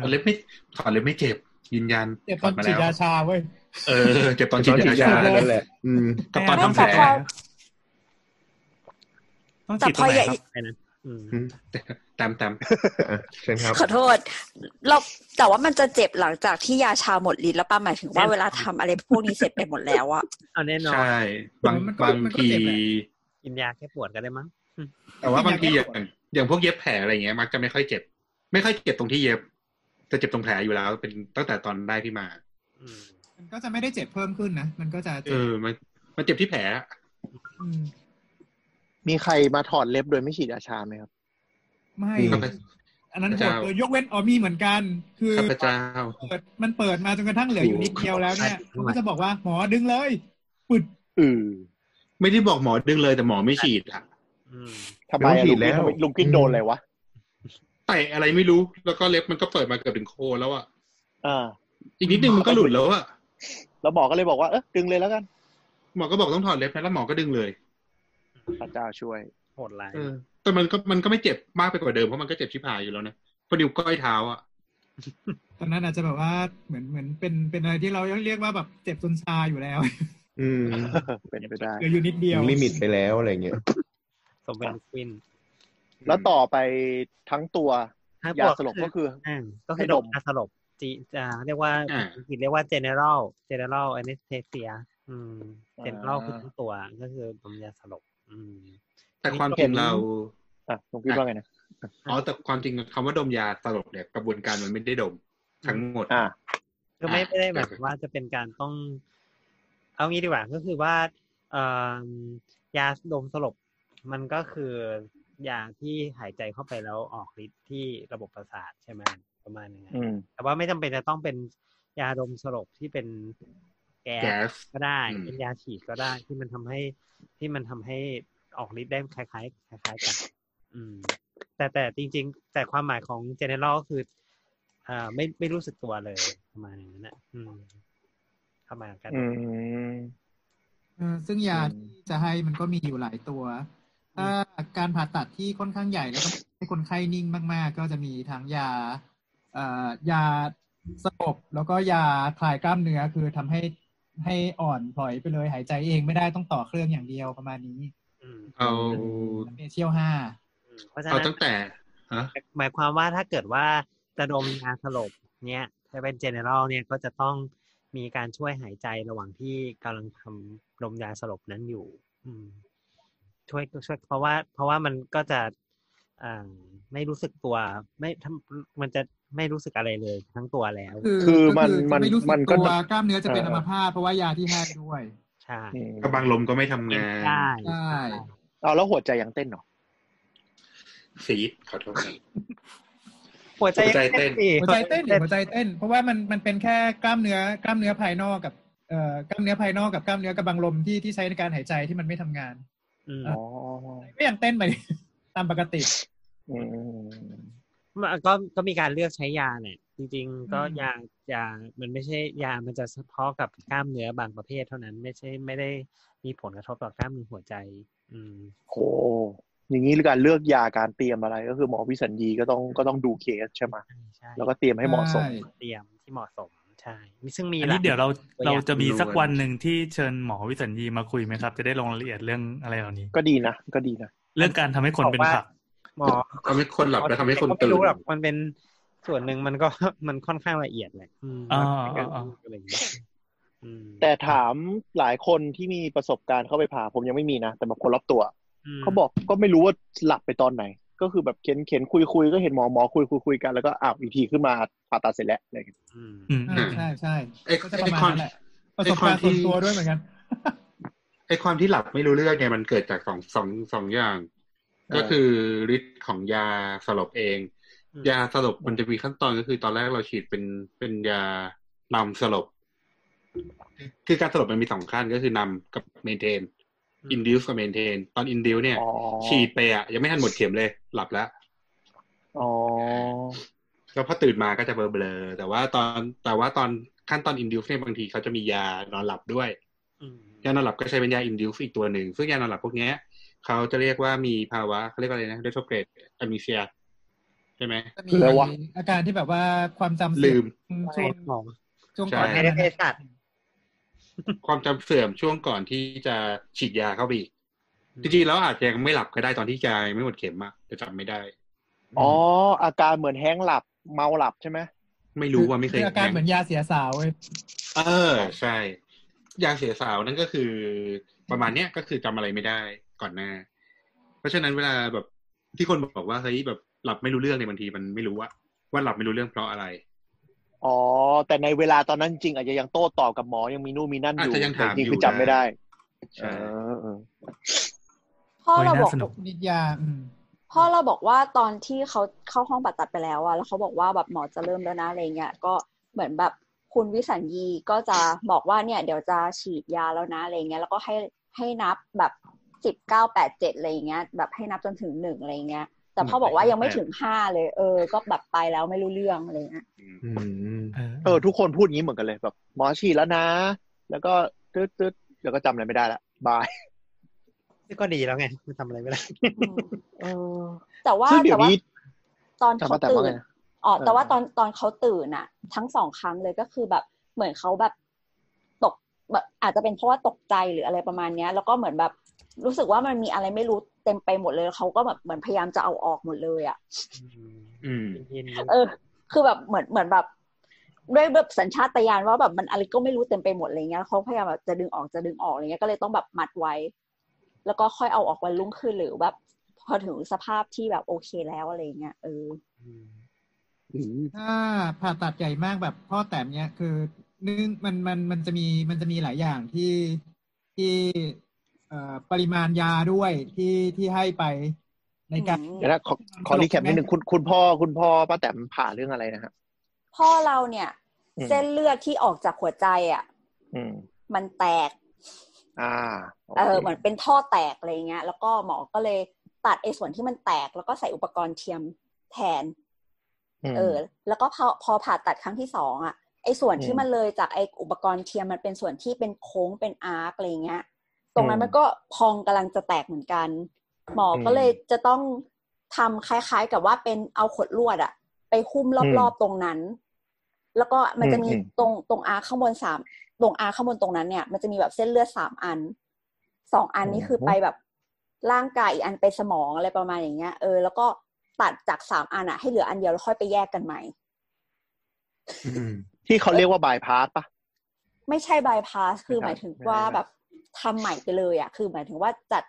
S8: ถอดเล็บไม่ถอดเล็บไม่เจ็บ ยืนยัน
S7: เจ็บ
S8: ถ
S7: ตอ
S8: ด
S7: น
S8: มา
S7: ฉีด
S8: แล้ว
S7: ยาชาเว้ย
S8: เออเจ็บตอนฉีดยาชา
S4: เจ็บตอนฉีดยาชานั่นแหละ
S8: อืมกับตอนทำแผ
S2: แต่
S8: ล
S2: พอ
S3: ต้อง
S2: แต่พอง
S3: ฉีดตรไห
S2: ให
S3: น
S2: ญ่
S3: ครับ
S1: ไปนะอืม
S4: อืม
S8: แตามแตาม
S4: อ่ะเชิญครับ
S2: ขอโทษ เราแต่ว่ามันจะเจ็บหลังจากที่ยาชาหมดฤทธิ์แล้วป้าหมายถึงว่าเวลาทำอะไรพวกนี้เสร็จไปหมดแล้วอะ
S1: เอาแน่นอน
S8: ใช่ บางบางที
S1: กินยาแค่ปวดก็ได้มั้ง
S8: แต่ว่าบางทีอย่างอย่างพวกเย็บแผลอะไรเงี้ยมักจะไม่ค่อยเจ็บ ไม่ค่อยเจ็บตรงที่เย็บ จะเจ็บตรงแผลอยู่แล้ว เป็นตั้งแต่ตอนได้พี่มา
S1: อืม
S7: มันก็จะไม่ได้เจ็บเพิ่มขึ้นนะ มันก็จะ
S8: เออ มันมันเจ็บที่แผลอะ
S7: ม
S5: มีใครมาถอดเล็บโดยไม่ฉีดอาชาไหมครับ
S7: ไม่
S8: ข้าพเจ
S7: อันนั้น
S8: พระ
S7: โหด
S8: เจ้า
S7: เลยยกเว้นออมีเหมือนกัน คือ
S8: ข้าพเจ้า
S7: เปิดมันเปิดมาจนกระทั่งเหลืออยู่นิดเดียวแล้วเนี่ยมันก็จะบอกว่าหมอดึงเลยปุด
S5: อือ
S8: ไม่ได้บอกหมอดึงเลยแต่หมอไม่ฉีดอะ
S1: อืม
S5: ทำไมอะลุงพี่ทำไมลุงพี่โดนอะไรวะ
S8: ไต่อะไรไม่รู้ แล้วก็เล็บมันก็เปิดมาเกือบถึงโคนแล้วอะ
S5: อ่า
S8: อีกนิดนึงมันก็หลุดแล้วอะ
S5: แล้วหมอก็เลยบอกว่าเออดึงเลยแล้วกัน
S8: หมอก็บอกต้องถอดเล็บนะแล้วหมอก็ดึงเลย
S5: พระเจ้าช่วย
S1: โหดร้าย
S8: เออแต่มันก็มันก็ไม่เจ็บมากไปกว่าเดิมเพราะมันก็เจ็บชิบหายอยู่แล้วนะเพอดิวก้อยเท้าอะ
S7: ตอนนั้นอาจจะแบบว่าเหมือนเหมือนเป็นเป็นอะไรที่เราเรียกว่าแบบเจ็บจนชาอยู่แล้ว
S4: อืม
S5: เป็นไปได้
S7: เหลืออยู่นิดเดียว
S4: ลิมิตไปแล้วอะไรเงี้ย
S1: สมเป็นควิน
S5: แล้วต่อไปทั้งตัว
S1: ถ้าย
S5: าสลบก็คือ
S1: าก็คือ
S5: ให้
S1: ด
S5: ด
S1: ม
S5: ม
S1: ยาสลบจีอ่าเรียกว่า
S8: อ่า
S1: อังกฤษเรียกว่า general general anesthesia อืม general คือทั้งตัวก็คือดมยาสลบ อืม
S8: แต่ความจริงเรา
S5: อ่ะผมคิดว่าไงนะ
S8: อ๋อแต่ความจริงคำว่าดมยาสลบเนี่ยกระบวนการมันไม่ได้ดมทั้งหมด
S5: อ่า
S1: คือไม่
S8: อ่ะ
S1: ไม่ได้หมาย
S8: ก็
S1: ถึ
S8: คื
S1: ง
S8: อ
S1: ว่าจะเป็นการต้อง เอางี้ดีกว่าก็คือว่าเอ่อยาดมสลบมันก็คือยาที่หายใจเข้าไปแล้วออกฤทธิ์ที่ระบบประสาทใช่ไหมประมาณนึงอะ
S5: อืม
S1: แต่ว่าไม่จำเป็นจะต้องเป็นยาดมสลบที่เป็นแก๊
S8: แก๊
S1: ส
S8: ส
S1: ก็ได้
S8: อืม
S1: เป็นยาฉีดก็ได้ที่มันทำให้ที่มันทำให้ออกฤทธิ์ได้คล้ายๆคล้ายๆกัน อืม แต่แต่จริง ๆ แต่ความหมายของ general ก็คืออ่าไม่ไม่รู้สึกตัวเลยประมาณอย่างนั้นนะอืมเข้ามากัน
S5: อืม
S6: เออซึ่งยา
S5: อืม
S6: ที่จะให้มันก็มีอยู่หลายตัว ถ้าการผ่าตัดที่ค่อนข้างใหญ่แล้วก็ให้คนไข้นิ่งมาก ๆ ก็จะมีทั้งยาเอ่อยาสลบแล้วก็ยาคลายกล้ามเนื้อคือทำให้ให้อ่อนพลอยไปเลยหายใจเองไม่ได้ต้องต่อเครื่องอย่างเดียวประมาณนี้
S1: อืม
S8: เอา
S6: เมเชียลห้า
S1: อืมเพราะฉะ
S8: เอา
S1: นั้น
S8: ตั้งแต่ฮะ
S1: หมายความว่าถ้าเกิดว่าจะดมยาสลบเนี้ยถ้าเป็น general เนี่ยก็จะต้องมีการช่วยหายใจระหว่างที่กำลังทำดมยาสลบนั้นอยู่ อืม ช่วยช่วยเพราะว่า เพราะว่ามันก็จะอ่าไม่รู้สึกตัว ไม่ทำมันจะไม่รู้สึกอะไรเลยทั้งตัวแล้ว
S6: คือ
S5: คือมัน
S6: ก็
S5: มัน
S6: จะไม่รู้สึก
S5: มันก็
S6: ตัวกล้ามเนื้อจะเป็น
S5: เอ่
S6: อั
S5: อ
S6: มพาตเพราะว่ายาที่ให้ด้วย
S1: ใช่
S5: อืม
S8: กระบังลมก็ไม่ทำงาน
S1: ใช่
S6: ใช่
S5: เอาแล้วหัวใจยังเต้นเหรอ
S8: สีดขอโทษครับ
S1: หัวใจยัง
S8: หัวใจเต้น
S1: สิ
S6: หัวใจเต้นหัวใจเต้น เพราะว่ามันมันเป็นแค่กล้ามเนื้อกล้ามเนื้อภายนอกกับเอ่อกล้ามเนื้อภายนอกกับกล้ามเนื้อกำบังลมที่ที่ใช้ในการหายใจที่มันไม่ทำงาน
S1: อืม
S5: อ๋อ
S6: ก็ยังเต้นไป *laughs* ตามปกติ
S5: อืม
S1: มันก็ก็มีการเลือกใช้ยาเนี่ย จริง ๆ ก็
S6: อืม
S1: ยายามันไม่ใช่ยามันจะเฉพาะกับกล้ามเนื้อบางประเภทเท่านั้น ไม่ใช่ไม่ได้มีผลกระทบต่อกล้ามเนื้อหัวใจ อืม
S5: โอ้อย่างนี้การเลือกยาการเตรียมอะไร ก็คือหมอวิสัญญีก็ต้องก็ต้องดูเคสใช่ไหม
S1: ใช่ใช่
S5: แล้วก็เตรียมให้เหมาะสม
S6: ใช่
S1: เตรียมที่เหมาะสมใช่มีซึ่งมี
S3: อัน
S1: หล
S3: นี้เดี๋ยวเรา
S1: ตัวอย่
S3: เรา
S1: ง
S3: จะมีสักวันหนึ่งที่เชิญหมอวิสัญญีมาคุยไหมครับ จะได้ลงรายละเอียดเรื่องอะไรเหล่านี้
S5: ก็ดีนะ ก็ดีนะ
S3: เรื่องการทำให้คนเป็น
S1: บอกว่า
S3: ผัก
S1: หมอ
S8: ทำให้คน
S1: *laughs*
S8: หลับและทำให้คน
S1: ก็ไม่
S8: ตื่น
S1: รู้หรอกมันเป็นส่วนหนึ่งมันก็ *laughs* มันค่อนข้างละเอียดแหละอืม
S3: อ่า
S1: แล้วก็เป็นการ
S3: อ่า
S1: พูดอะไรอย่างเงี้ยอืม
S5: แต่ถามหลายคนที่มีประสบการณ์เข้าไปผ่าผมยังไม่มีนะ แต่แบบคนรอบตัว
S1: ม
S5: เขาบอกก็ไม่รู้ว่าหลับไปตอนไหน ก็คือแบบเข็นเข็นคุยคุยก็เห็นหมอหมอคุยคุยคุยกันแล้วก็อ้าวอีกทีขึ้นมาผ่าตัดเสร็จแล้วอะไรอย่างเงี้ย
S1: อืม
S3: อืม
S6: ใช่ใช่ใช่
S8: ไอ้
S6: ก็จะป
S8: ไอ้
S6: ระมาณ
S8: ความ
S6: นั้นแหละประสบการณ์ส่วนตัวด้วยเหมือนกัน
S8: ไอ้ความที่หลับไม่รู้เรื่องเนี่ยมันเกิดจากสองสองสองอย่าง ก็คือฤทธิ์ของยาสลบเอง
S1: อืม
S8: ยาสลบมันจะมีขั้นตอนก็คือตอนแรกเราฉีดเป็นเป็นยานำสลบ คือการสลบมันมีสองขั้นก็คือนำกับเมนเทน
S1: อืม
S8: อินดิวกับเมนเทนตอนอินดิวเนี่ย
S5: อ๋อ
S8: ฉีดไปอ่ะยังไม่ทันหมดเข็มเลย หลับแล้ว
S5: อ๋อ
S8: แล้วพอตื่นมาก็จะเบลอเบลอๆแต่ว่าตอนแต่ว่าตอนขั้นตอนอินดิวเนี่ยบางทีเขาจะมียานอนหลับด้วย
S1: อืม
S8: ยานอนหลับก็ใช้เป็นยาอินดิวอีกตัวหนึ่ง ซึ่งยานอนหลับพวกเนี้ยเขาจะเรียกว่ามีภาวะเขาเรียกว่าอะไรนะเดทเกรดอะมิเซียใช่ไหม
S6: จะมีอาการที่แบบว่าความจำเสื่อ
S8: ลืม
S1: ใช่
S6: ช่วง
S1: หมอ
S6: ช่วงก่อน
S8: ใช่
S6: หน้านั้น
S1: ไม่ได้เภสัช
S8: ความจำเสื่อมช่วงก่อนที่จะฉีดยาเข้าไปอีกจริงๆแล้วอาจจะยังไม่หลับก็ได้ตอนที่ยายังไม่หมดเข็มอะแต่จำไม่ได้
S5: อ๋ออาการเหมือนแห้งก์หลับเมาหลับใช่ไหม
S8: ไม่รู้ว่าไม่เคย
S6: ออาการเหมือนยาเสียสาวเว้ย
S8: เออ ใช่ ยาเสียสาวนั่นก็คือ ประมาณเนี้ยก็คือจำอะไรไม่ได้ก่อนหน้า เพราะฉะนั้นเวลาแบบที่คนบอกว่าเฮ้ยแบบหลับไม่รู้เรื่องในยบางทีมันไม่รู้ว่าว่าหลับไม่รู้เรื่องเพราะอะไร
S5: อ๋อแต่ในเวลาตอนนั้นจริงๆอาจจะยังโต้ตอบกับหมอยังมีนู่นมีนั่นอยู่
S8: อาจจะยังถาม
S5: แต่จริงๆคือ
S8: อยู่นะ
S5: จำไม่ได้
S8: ใช่
S5: เออเออ
S2: พ่อ
S3: โอ้ย
S2: เราบ
S3: น่า
S2: อก
S3: สนุก
S6: นิดยาอืม
S2: พ่อเราบอกว่าตอนที่เขาเข้าห้องผ่าตัดไปแล้วอะแล้วเขาบอกว่าแบบหมอจะเริ่มแล้วนะอะไรเงี้ยก็เหมือนแบบคุณวิสัญญีก็จะบอกว่าเนี่ยเดี๋ยวจะฉีดยาแล้วนะอะไรเงี้ยแล้วก็ให้ให้นับแบบสิบเก้าแปดเจ็ดอะไรเงี้ยแบบให้นับจนถึงหนึ่งอะไรเงี้ย แต่พ่อบอกว่ายังไม่ถึงห้าเลย เออ ก็แบบไปแล้วไม่รู้เรื่องอะไรเงี้ย
S8: อืม
S4: อืม
S5: เออทุกคนพูดอย่างนี้เหมือนกันเลยแบบหมอฉีดแล้วนะ แล้วก็ตืดตืดแล้วก็จำอะไรไม่ได้ละบาย
S1: ก็ดีแล้วไงมันทำอะไรไม่ได้
S2: อืมแต่ว่า
S5: ซึ่ง
S2: แต่
S5: เดี๋ยว
S2: ว่า
S5: นี้
S2: ตอนเขา
S5: แต่ว่า
S2: ตื่
S5: ไง
S2: น
S5: นะ
S2: อ๋อแต่ว่า
S5: เออ
S2: ตอนตอนเขาตื่นอะทั้งสองครั้งเลยก็คือแบบเหมือนเขาแบบตกแบบอาจจะเป็นเพราะว่าตกใจหรืออะไรประมาณเนี้ย แล้วก็เหมือนแบบ รู้สึกว่ามันมีอะไรไม่รู้เต็มไปหมดเลยเขาก็แบบเหมือนพยายามจะเอาออกหมดเลยอ่ะ
S8: อืม
S1: เย็น
S2: เออ คือแบบเหมือนเหมือนแบบด้วยแบบสัญชาตญาณว่าแบบมันอะไรก็ไม่รู้เต็มไปหมดอะไรเงี้ยเขาพยายามแบบจะดึงออกจะดึงออกอะไรเงี้ยก็เลยต้องแบบมัดไว้ แล้วก็ค่อยเอาออกวันรุ่งขึ้นหรือแบบพอถึงสภาพที่แบบโอเคแล้วอะไรเงี้ยเออ
S1: ๆ
S7: ถ้าผ่าตัดใหญ่มากแบบข้อแต้มเนี้ยคือหนึ่งมันมันมันจะมีมันจะมีหลายอย่างที่ที่เอ่อปริมาณยาด้วยที่ที่ให้ไปในการ
S2: อืม
S5: เดี๋ยวนะขอขอรีแคปนิดนึงคุณคุณพ่อคุณพ่อป้าแตมผ่าเรื่องอะไรนะฮะ
S2: พ่อเราเนี่ย
S5: อืม
S2: เส้นเลือดที่ออกจากหัวใจอ่ะ
S5: อืม
S2: มันแตก
S5: อ่าโค
S2: เออเหมือนเป็นท่อแตกอะไรเงี้ย แล้วก็หมอก็เลยตัดไอ้ส่วนที่มันแตก แล้วก็ใส่อุปกรณ์เทียมแทน
S5: ม
S2: เออ แล้วก็พอพอผ่าตัดครั้งที่สองอ่ะไอ้ส่วน
S5: อืม
S2: ที่มันเลยจากไอ้อุปกรณ์เทียมมันเป็นส่วนที่เป็นโค้งเป็นอาร์กอะไรเงี้ย ตรงนั้น
S5: อืม
S2: มันก็พองกำลังจะแตกเหมือนกัน หมอก็
S5: อืม
S2: เลยจะต้องทำคล้ายๆกับว่าเป็นเอาขดลวดอ่ะ ไปหุ้มรอบๆตรงนั้น แล้วก็มันจะมี
S5: อืมอืม
S2: ตรงตรงอาร์คข้างบนสามตรงอาร์คข้างบนตรงนั้นเนี่ยมันจะมีแบบเส้นเลือดสามอันสองอันนี้คือไปแบบร่างกายอีกอันไปสมองอะไรประมาณอย่างเงี้ยเออแล้วก็ตัดจากสามอันอ่ะให้เหลืออันเดียวแล้วค่อยไปแยกกันใหม่
S8: อืม
S5: ที่เขาเรียกว่าบายพาสปะ
S2: ไม่ใช่บายพาสคือห
S5: ไม่ได้
S2: มายถึงว่า
S5: ไม่ได้
S2: แบบทำใหม่ไปเลยอ่ะ คือหมายถึงว่าจัด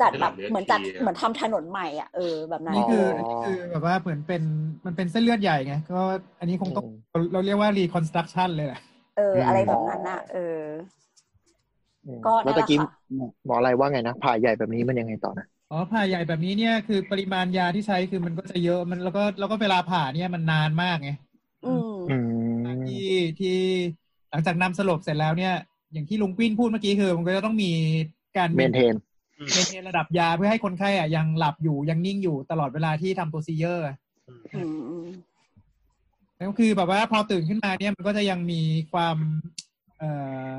S2: จัดแบบ
S8: ไม่ได้หลับเยอะ
S2: เหมือนจัด
S8: ทีอะ
S2: เหมือนทำถนนใหม่อ่ะเออแบบนั้น
S7: นี่คือ
S5: อ๋
S7: อัน
S5: อ
S7: นี้คือแบบว่าเหมือนเป็นมันเป็นเส้นเลือดใหญ่ไงก็อันนี้คงต้อง
S5: อืม
S7: เราเราเรียกว่า reconstruction เลยแหละ
S2: เอออะไรแบบนั้นอ่ะเออ
S5: อืม
S2: ก็นั่น
S5: แล้ว
S2: แหละ
S5: ตะกี้
S2: ค่ะ
S5: หมออะไรว่าไงนะผ่าใหญ่แบบนี้มันยังไงต่อนะ
S7: อ๋อผ่าใหญ่แบบนี้เนี่ยคือปริมาณยาที่ใช้คือมันก็จะเยอะมันแล้วก็แล้วก็เวลาผ่าเนี่ยมันนานมากไง
S2: อืม
S5: อืม
S7: ที่ที่หลังจากนำสลบเสร็จแล้วเนี่ย อย่างที่ลุงปิ้นพูดเมื่อกี้คือมันก็จะต้องมีการ
S5: เมนเทน
S7: เมนเทนระดับยาเพื่อให้คนไข้อะยังหลับอยู่ยังนิ่งอยู่ตลอดเวลาที่ทำโปรซีเจอร์
S2: อืมอืม
S7: แล้วคือแบบว่าพอตื่นขึ้นมาเนี่ยมันก็จะยังมีความเอ่อ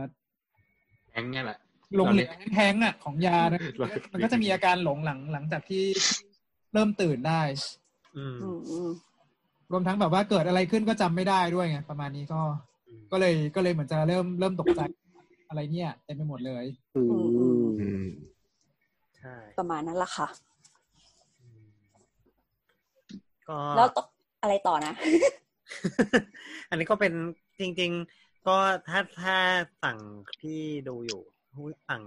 S8: แองเนี่ยแหละ
S7: หลงเหลือแท้งๆอ่ะของยานะ
S8: เราเรียก
S7: มันก็จะมีอาการหลงหลังหลังจากที่เริ่มตื่นได้
S1: อืม
S2: อืมอืม
S7: รวมทั้งแบบว่าเกิดอะไรขึ้นก็จำไม่ได้ด้วยไงประมาณนี้ก็ ก็เลยก็เลยเหมือนจะเริ่มเริ่มตกใจอะไรเนี่ยเต็มไปหมดเลย
S5: อืม
S4: อืม
S1: ใช่
S2: ประมาณนั้นละค่ะ
S1: ก็
S2: แล้วต้องอะไรต่อนะ
S1: *laughs* อันนี้ก็เป็นจริง ๆ ก็ถ้าถ้าฝั่งที่ดูอยู่หูฝั่ง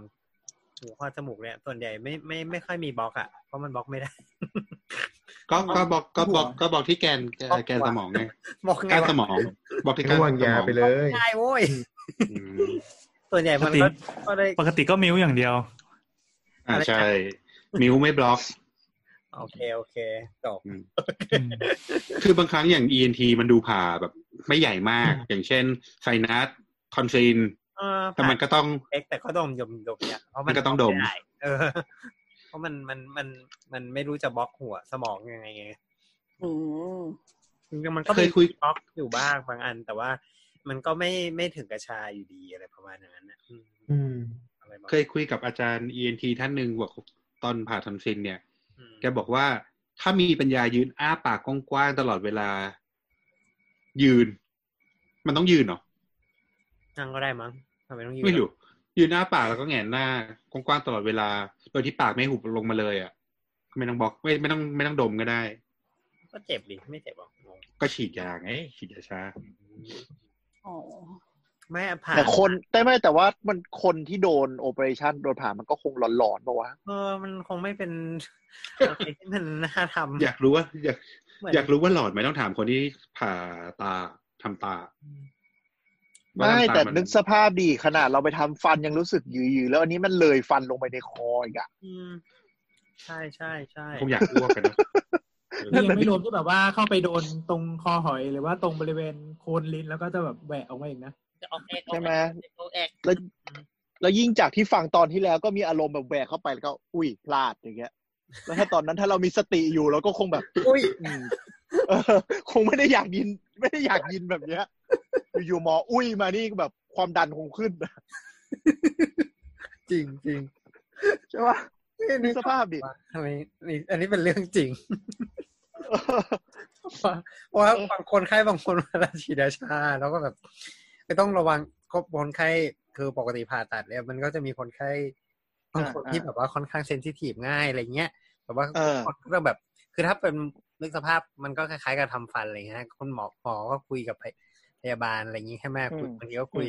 S1: หูคอจมูกเนี่ยส่วนใหญ่ไม่ไม่ไม่ค่อยมีบล็อกอ่ะเพราะมันบล็อกไม่ได้ *laughs*
S8: ก็ก็บอกก็บอกก็บอกที่แกนเอ่อแกนสมองไง
S1: บอกไง
S8: ก้าน
S1: วะ
S8: สมอง บอกที่
S4: ก็
S8: ก้านสม
S4: วาง
S8: อง
S4: ยาไปเลย
S1: ได้โว้ย
S8: อืม
S1: ส่วนใหญ่มันก็ก็ได้
S3: ปกติก็มิวอย่างเดียว
S8: อ่าใช่นิ้วไม่บล็อก
S1: โอเค โอเคจบ
S8: คือบางครั้งอย่าง ENT มันดูผ่าแบบไม่ใหญ่มาก อย่างเช่นไซนัสคอนซีน
S1: เออ
S8: แต่มันก็ต้อง
S1: เล็กแต่ก็ดมยมดมเนี่ยเพราะมัน
S8: มันก็ต้องดม
S1: ไไเออ เพราะมันมันมันมันไม่รู้จะบล็อกหัวสมองยังไงไง
S2: อืม
S1: จริงๆมันก็
S8: เค
S1: มี
S8: ยคุย
S1: บล็อกอยู่บ้างบางอัน แต่ว่ามันก็ไม่ไม่ถึงกระชาอยู่ดีอะไรประมาณอย่างนั้นนะอืม
S4: อืม
S1: อะไรประมาณ
S8: เคยคุยกับอาจารย์ ENT ท่านหนึ่งบอกตอนผ่าทอนซินเนี่ย
S1: อืม
S8: แกบอกว่าถ้ามีปัญญายืนอ้าปากกว้างๆตลอดเวลา ยืน มันต้องยืนเหรอ
S1: นั่งก็ได้มั้งทำไมต้องยืน
S8: ไม่รู้ยืนอ้าปากแล้วก็แหงนหน้ากว้างๆตลอดเวลา โดยที่ปากไม่หุบลงมาเลยอ่ะไม่ต้องบล็อกไม่ไม่ต้องไม่ต้องดมก็ได้
S1: ก็เจ็บดิไม่เจ็บหรอกงง
S8: ก็ฉีดยาไงฉีดยาชา
S2: อ๋อ
S1: ไม่อะผ่าน
S5: แต่คนแต่ไม่แต่ว่ามันคนที่โดนโอเปอเรชั่นโดนผ่ามันก็คงหลอนๆปะวะ
S1: เออมันคงไม่
S8: *laughs*
S1: เป็นอะไรที่มันน่าทำ
S8: อยากรู้ว่าอยาก
S1: เหมืน
S8: อยากรู้ว่าหลอดไหมต้องถามคนที่ผ่าตาทำตาว่า
S5: ไม่
S8: ทำา
S5: แต่
S8: มั
S5: นึกสภาพดีขนาดเราไปทำฟันยังรู้สึกหยืดๆแล้วอันนี้มันเลยฟันลงไปในคออีกอะ
S1: อืมใช่ใช่ใช่
S8: คงอยากอ้วกกัน
S5: *laughs*
S8: นะ
S7: นี่ยังไม่รวมที่แบบว่าเข้าไปโดนตรงคอหอย หรือว่าตรงบริเวณโคนลิ้นแล้วก็จะแบบแหวะออกมาอีกนะ
S1: จะออกแอกออก
S5: ใช่ไหม
S1: แอก
S5: แล้วแล้วยิ่งจากที่ฟังตอนที่แล้วก็มีอารมณ์แบบแหวกเข้าไปแล้วก็ อุ้ยพลาดอย่างเงี้ย แล้วถ้าตอนนั้นถ้าเรามีสติอยู่เราก็คงแบบ
S1: อุ้ย
S5: อืม *laughs* เออคงไม่ได้อยากยิน ไม่ได้อยากยินแบบเนี้ย อยู่ๆหมออุ้ยมานี่แบบความดันคงขึ้น *laughs* จริงจริงใช่ปะนึกสภาพดิ *laughs*
S1: อันนี้นี่อันนี้เป็นเรื่องจริงเพราะว่าบางคนไข้บางคนเวลาฉีดยาชา แล้วก็แบบก็ต้องระวังคนไข้คือปกติผ่าตัดเนี่ยมันก็จะมีคนไข้ บางคน
S5: อ่า
S1: ที่แบบว่าค่อนข้างเซนซิทีฟง่ายอะไรเงี้ยแต่ว่า
S5: เออ
S1: คนก็ต้องแบบ คือถ้าเป็นนึกสภาพมันก็คล้ายๆกับทำฟันอะไรเงี้ยคุณหมอหมอก็คุยกับพยพยาบาลอะไรอย่างงี้ใช่ไหมคุย
S5: อืม
S1: บางทีก็คุย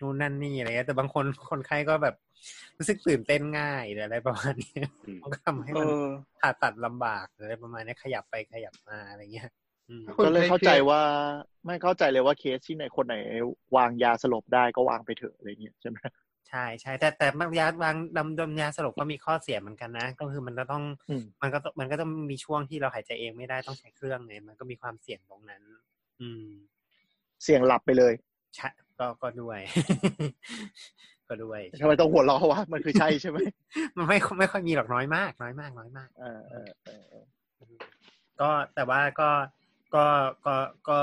S1: นู่นนั่นนี่อะไรเงี้ยแต่บางคนคนไข้ก็แบบรู้สึกตื่นเต้นง่ายหรืออะไรประมาณเนี้ย
S8: อืม
S1: มันก็ทำให้
S5: เอ
S1: มัน
S5: อ
S1: ผ่าตัดลำบากหรืออะไรประมาณเนี้ยขยับไปขยับมาอะไรเงี้ยอืม
S5: ก็เลยเข้าใจว่าไม่เข้าใจเลยว่าเคสที่ไหนคนไหนวางยาสลบได้ก็วางไปเถอะอะไรเงี้ยใช่ไหม
S1: ใช่ใช่แต่แต่มันยาวางดำดมยาสลบก็มีข้อเสียเหมือนกันนะ ก็คือมันก็ต้อง
S5: อืม
S1: มันก็ต้องมันก็ต้องมีช่วงที่เราหายใจเองไม่ได้ต้องใช้เครื่องไงมันก็มีความเสี่ยงตรงนั้น อืม
S5: เสี่ยงหลับไปเลย
S1: ใช่ก็ก็ด้วย *laughs* ก็ด้วย
S5: ทำไมต้องหัวเราะวะมันคือใช่ใช่ไหม
S1: มันไม่ไม่ค่อยมีหรอกน้อยมากน้อยมากน้อยมาก
S5: เออเออเออเออ
S1: ก็แต่ว่าก็ก็ก็ก็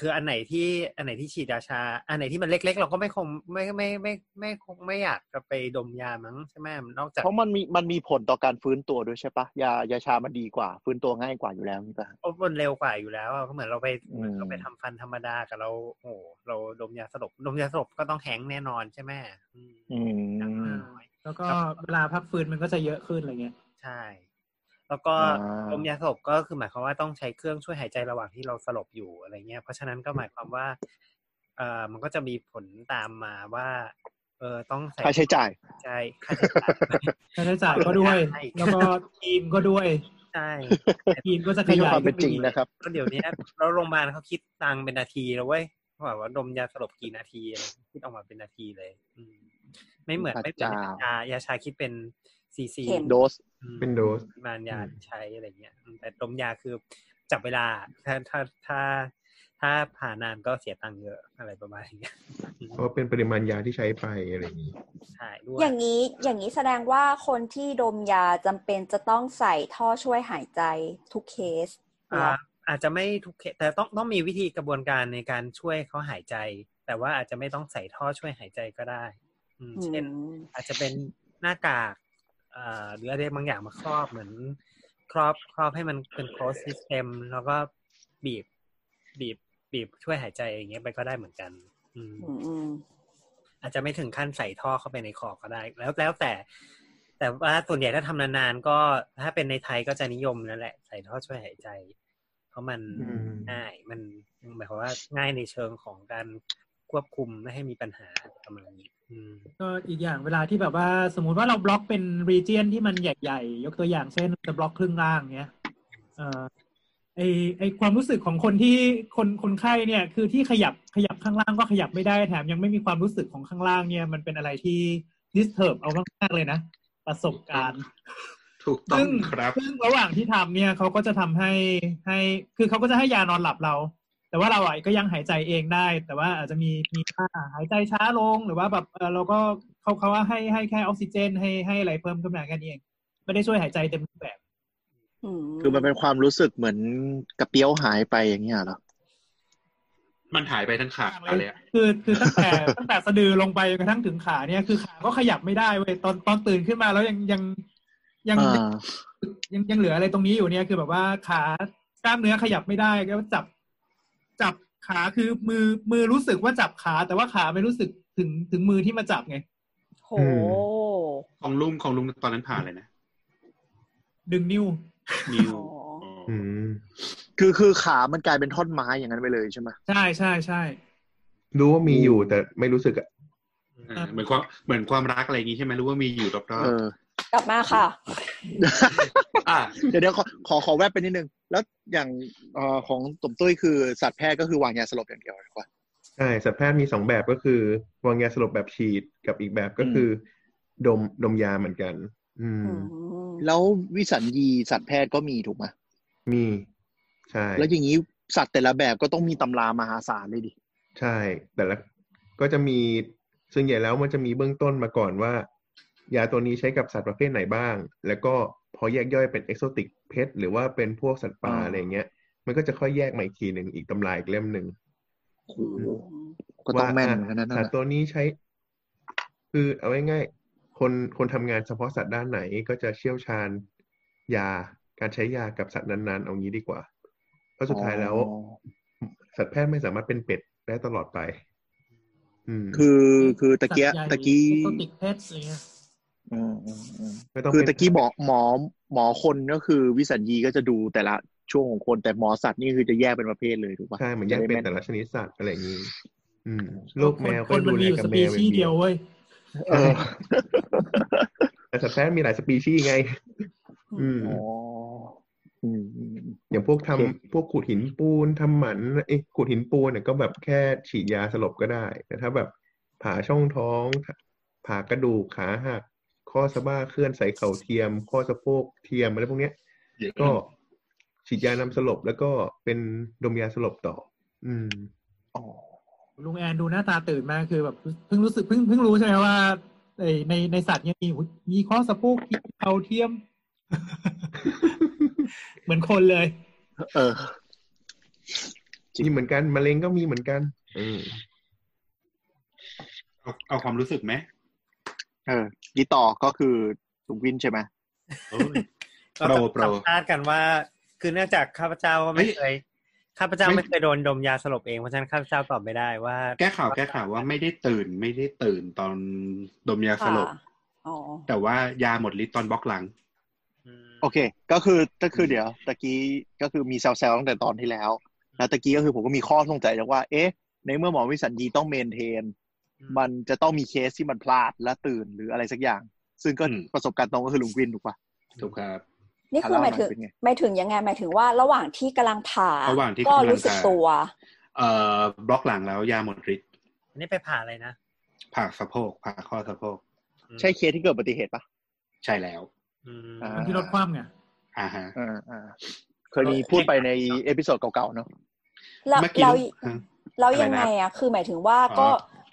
S1: คืออันไหนที่อันไหนที่ฉีดยาชา อันไหนที่มันเล็ก ๆ เราก็ไม่คงไม่ไม่ไม่ไม่คงไม่อยากจะไปดมยามั้งใช่ไหมนอกจาก
S5: เพราะมันมีมันมีผลต่อการฟื้นตัวด้วยใช่ปะยายาชามันดีกว่า ฟื้นตัวง่ายกว่าอยู่แล้วนี่ปะ
S1: เพราะมันเร็วกว่าอยู่แล้วอะก็เหมือนเราไป
S5: อืม
S1: เหมือนเราไปทำฟันธรรมดากับเรา โอ้โหเราดมยาสลบดมยาสลบก็ต้องแห้งก์แน่นอนใช่ไหมอืม
S5: อืม
S7: แล้วก็เวลาพักฟื้นมันก็จะเยอะขึ้นอะไรเงี้ย
S1: ใช่ แล้วก็
S5: อ่า
S1: ดมยาสลบก็คือหมายความว่าต้องใช้เครื่องช่วยหายใจระหว่างที่เราสลบอยู่อะไรเงี้ยเพราะฉะนั้นก็หมายความว่าเอ่อมันก็จะมีผลตามมาว่า เออต้องใส่
S5: ค่าใช้จ่าย
S1: ใช่ค่าใช้จ่าย *laughs*
S7: ค่าใช้จ่ายก็ด้วย
S1: ใช่
S7: แล้วก็ทีมก็ด้วย
S1: ใช่
S7: ทีมก็จะ
S5: นี่คือย
S7: ขาย
S5: ความ
S7: ขึ้
S5: เป็น
S7: ไป
S5: จริง
S7: อีก
S5: นะครับ
S1: ก็เดี๋ยว *laughs* นี้เราโรงพยาบาลเขาคิดตังค์เป็นนาทีแล้วเว้ยเขาบอกว่าดมยาสลบกี่นาทีอะไรคิดออกมาเป็นนาทีเลย อืม ไม่เหมือน
S5: พ
S1: ไม่
S5: ระ
S1: เหมือน
S5: เจ้า
S1: ยายาชาคิดเป็นซีซี
S2: เข็ม
S5: โดส
S4: เป็นโดส
S1: มานยาที่ใช้อะไรเงี้ยอืมแต่ดมยาคือจับเวลา ถ้าถ้าถ้า ถ้าผ่านานก็เสียตังค์เยอะอะไรประมาณอย่างเงี้ *laughs* ย
S4: เพราะเป็นปริมาณยาที่ใช้ไปอะไรอย่างนี้
S1: ใช่ด้วย
S2: อย่างนี้อย่างนี้แสดงว่าคนที่ดมยาจำเป็นจะต้องใส่ท่อช่วยหายใจทุกเคส
S1: อ่าอาจจะไม่ทุกเคสแต่ต้องต้องมีวิธีกระบวนการในการช่วยเขาหายใจ แต่ว่าอาจจะไม่ต้องใส่ท่อช่วยหายใจก็ได้ อืม
S2: อื
S1: เช่น
S2: ม
S1: อาจจะเป็นหน้ากากเอ่อหรืออะไรบางอย่างมาครอบเหมือน ครอบครอบให้มันเป็น close system แล้วก็บีบบีบบีบช่วยหายใจอย่างเงี้ยไปก็ได้เหมือนกัน อืม
S2: อืมอืม
S1: อาจจะไม่ถึงขั้นใส่ท่อเข้าไปในคอก็ได้ แล้วแล้วแต่ แต่ว่าส่วนใหญ่ถ้าทำนานๆก็ถ้าเป็นในไทยก็จะนิยมนั่นแหละ ใส่ท่อช่วยหายใจ เพราะมัน
S5: อืม
S1: ง่ายมันหมายความว่าง่ายในเชิงของการควบคุมไม่ให้มีปัญหาประมาณนี้อืม
S7: ก็อีกอย่างเวลาที่แบบว่าสมมุติว่าเราบล็อกเป็นรีเจียนที่มันใหญ่ๆ ยกตัวอย่างเช่นจะบล็อกครึ่งล่างเนี้ยเอ่อไอไอความรู้สึกของคนที่คนคนไข้เนี่ย คือที่ขยับขยับข้างล่างก็ขยับไม่ได้แถมยังไม่มีความรู้สึกของข้างล่างเนี่ย มันเป็นอะไรที่ disturb เอามากๆเลยนะ ประสบการณ์
S8: ถูกต้องครับ
S7: ซึ่งระหว่างที่ทำเนี่ยเขาก็จะทำให้ให้ คือเขาก็จะให้ยานอนหลับเรา แต่ว่าเราอ่ะก็ยังหายใจเองได้ แต่ว่าอาจจะมีมีค่าหายใจช้าลงหรือว่าแบบเออเราก็เขาเขาว่าให้ให้แค่ออกซิเจน ให้ให้อะไรเพิ่มขึ้นมาแค่นี้เอง ไม่ได้ช่วยหายใจเต็มรูปแบบ
S2: อืม
S5: คือมันเป็นความรู้สึกเหมือนกระเปี้ยวหายไปอย่างเงี้ยเหรอ
S8: มันหายไปทั้งขาอะไรอะ
S7: คือคือตั้งแต่ *laughs* ตั้งแต่สะดือลงไปจนกระทั่งถึงขาเนี่ยคือขาก็ขยับไม่ได้เว้ยตอนตอนตื่นขึ้นมาแล้วยังยังยัง
S5: อ่า
S7: ยังยังเหลืออะไรตรงนี้อยู่เนี่ยคือแบบว่าขากล้ามเนื้อขยับไม่ได้ก็จับ จับขาคือมือมือรู้สึกว่าจับขา แต่ว่าขาไม่รู้สึกถึงถึงมือที่มาจับไง
S2: โห
S4: อื
S8: ของลุงของลุงตอนนั้นผ่านเลยนะ
S7: ดึงนิ้ว
S8: นิว
S2: อ๋อ
S8: อ๋อ
S4: อืม
S5: คือคือขามันกลายเป็นท่อนไม้อย่างนั้นไปเลยใช่ไหม
S7: ใช่ใช่ใช่
S4: รู้ว่ามีอยู่แต่ไม่รู้สึกอะ
S8: อ่าเหมือนความเหมือนความรักอะไรอย่างงี้ใช่ไหมรู้ว่ามีอยู่รอบ
S5: เออ
S2: กลับมาค่ะ
S8: ๆอ่า
S5: เดี๋ยวเดี๋ยวขอขอขอแวบไปนิดนึง แล้วอย่างเอ่อของตุ่มตุ้ยคือสัตวแพทย์ก็คือวางยาสลบอย่างเดียวเหรอวะ
S4: ใช่สัตวแพทย์มีสองแบบก็คือ วางยาสลบแบบฉีดกับอีกแบบก็คือ ดมดมยาเหมือนกัน อืม
S2: อืม
S5: แล้ววิสัญญีสัตวแพทย์ก็มีถูกไหม
S4: มี ใช่
S5: แล้วอย่างนี้สัตว์แต่ละแบบก็ต้องมีตำรามหาศาลเลยดิ
S4: ใช่ แต่ละก็จะมีส่วนใหญ่แล้วมันจะมีเบื้องต้นมาก่อนว่า ยาตัวนี้ใช้กับสัตว์ประเภทไหนบ้าง แล้วก็พอแยกย่อยเป็นเอกโซติกเพชหรือว่าเป็นพวกสัตว์ป่า
S5: อ่า
S4: อะไรเงี้ย มันก็จะค่อยแยกมาอีกทีหนึ่งอีกตำรายอีกเล่มหนึ่ง
S5: โอ้โห
S2: อืม
S5: ก็ต้องแม่นเหมือนกัน
S4: ว่า
S5: นะนั่น
S4: สัต
S5: น่ะ
S4: ว์ตัวนี้ใช้ คือเอาง่ายๆคนคนทำงานเฉพาะสัตว์ด้านไหนก็จะเชี่ยวชาญยาการใช้ยากับสัตว์นั้นๆ เอางี้ดีกว่า เพราะสุดท้ายแล้ว
S5: อ๋อ
S4: สัตวแพทย์ไม่สามารถเป็นเป็ดได้ตลอดไป อืม
S5: คือคือตะเกีย
S7: สัตว์ใหญ่
S5: ตะกี้
S7: เอ็กโซติกเพชอะไรเงี้ย
S5: อืมอืมอืม
S4: ไม่ต้อง
S5: คือ
S4: เป็น
S5: ตะกี้หมอหมอหมอคนก็คือวิสัญญีก็จะดูแต่ละช่วงของคนแต่หมอสัตว์นี่คือจะแยกเป็นประเภทเลยถูกปะ
S4: ใช่เหมือนแยกเป็นแต่ละชนิดสัตว์อะไรอย่างนี้อืมโรคแมว
S7: ค
S4: ก็
S7: น
S4: ดู
S7: มัน
S4: แล
S7: มีอยู่
S4: กับ
S7: ส
S4: แม
S7: ปี
S4: วอ
S7: ชีส์
S4: ย่าง
S7: เดี
S4: เดี
S7: ย
S4: ยว ว
S7: เว้ย
S5: เออ
S4: แต่สัตว์แพทย์มีหลายสปีชีส์ไง อืม
S5: อ๋ออืมอืมอืม
S4: อย่างพวกทำ
S5: โอเค
S4: พวกขูดหินปูนทำหมันเอ้ยขูดหินปูนเนี่ยก็แบบแค่ฉีดยาสลบก็ได้ แต่ถ้าแบบผ่าช่องท้อง ผ่ากระดูกขาหัก ข้อสะบ้าเคลื่อนใส่เข่าเทียม ข้อสะโพกเทียมอะไรพวกเนี้ย ก็ฉีดยานำสลบแล้วก็เป็นดมยาสลบต่อ อืม
S5: อ๋อ
S7: ลุงแอนดูหน้าตาตื่นมากคือแบบเพิ่งรู้สึกเพิ่งเพิ่งรู้ใช่ไหมว่าไอ้ในในสัตว์เนี่ยมีมีข้อสะโพกเทียมเขาเทียม *laughs* เหมือนคนเลย
S5: เออ
S4: มีเหมือนกันมะเร็งก็มีเหมือนกัน อืม
S8: เอาเอาความรู้สึกไหม
S5: เออนี่ต่อก็คือลุงวินใช่ไหม
S8: โอ้ย
S1: เราจะ
S8: เราเรา
S1: สัมภาษณ์กันว่า คือเนื่องจากข้าพเจ้าไม่เคย ข้าพเจ้า
S8: ไม่
S1: ไม่เคยโดนดมยาสลบเอง เพราะฉะนั้นข้าพเจ้าตอบไม่ได้ว่า
S8: แก้ข่าวแก้ข่าวว่าไม่ได้ตื่นไม่ได้ตื่นตอนดมยาสลบ
S2: ค่ะอ๋อ
S8: แต่ว่ายาหมดฤทธิ์ตอนบล็อกหลัง
S5: โอเค ก็คือก็คือเดี๋ยวตะกี้ก็คือมีแซวๆตั้งแต่ตอนที่แล้ว แล้วตะกี้ก็คือผมก็มีข้อสงสัยจากว่า เอ๊ะ ในเมื่อหมอวิสัญญีต้องเมนเทน มันจะต้องมีเคสที่มันพลาดและตื่นหรืออะไรสักอย่าง ซึ่งก็
S8: อืม
S5: ประสบการณ์ตรงก็คือลุงวินถูกปะ
S8: ถูกครับ
S2: นี่คือหมายถึง
S5: เป็นไง
S2: หมายถึงยังไงหมายถึงว่าระหว่างที่กำลังผ่า
S8: ระหว่างที่
S2: ก็
S8: กำลัง
S2: รู้สึก
S8: ผ่า
S2: ตัว
S8: เอ่อบล็อกหลังแล้วยาหมดฤทธิ์
S1: อันนี้ไปผ่าอะไรนะ
S8: ผ่าสะโพกผ่าข้อสะโพก
S5: ใช่เคสที่เกิดอุบัติเหตุปะ
S8: ใช่แล้ว
S1: อืม
S5: อ่า
S7: มันที่รถคว่ำไง
S8: อ่าฮะ
S5: อ่าอ่าเคยมีพูดไปในเอพิโซดเก่าๆเนาะ
S2: แล้ว
S8: เมื่อกี้
S2: เรา
S8: ฮะ
S2: เรา
S8: อะไรนะ
S2: ยังไงอะคือหมายถึงว่า
S8: อ๋อ
S2: ก็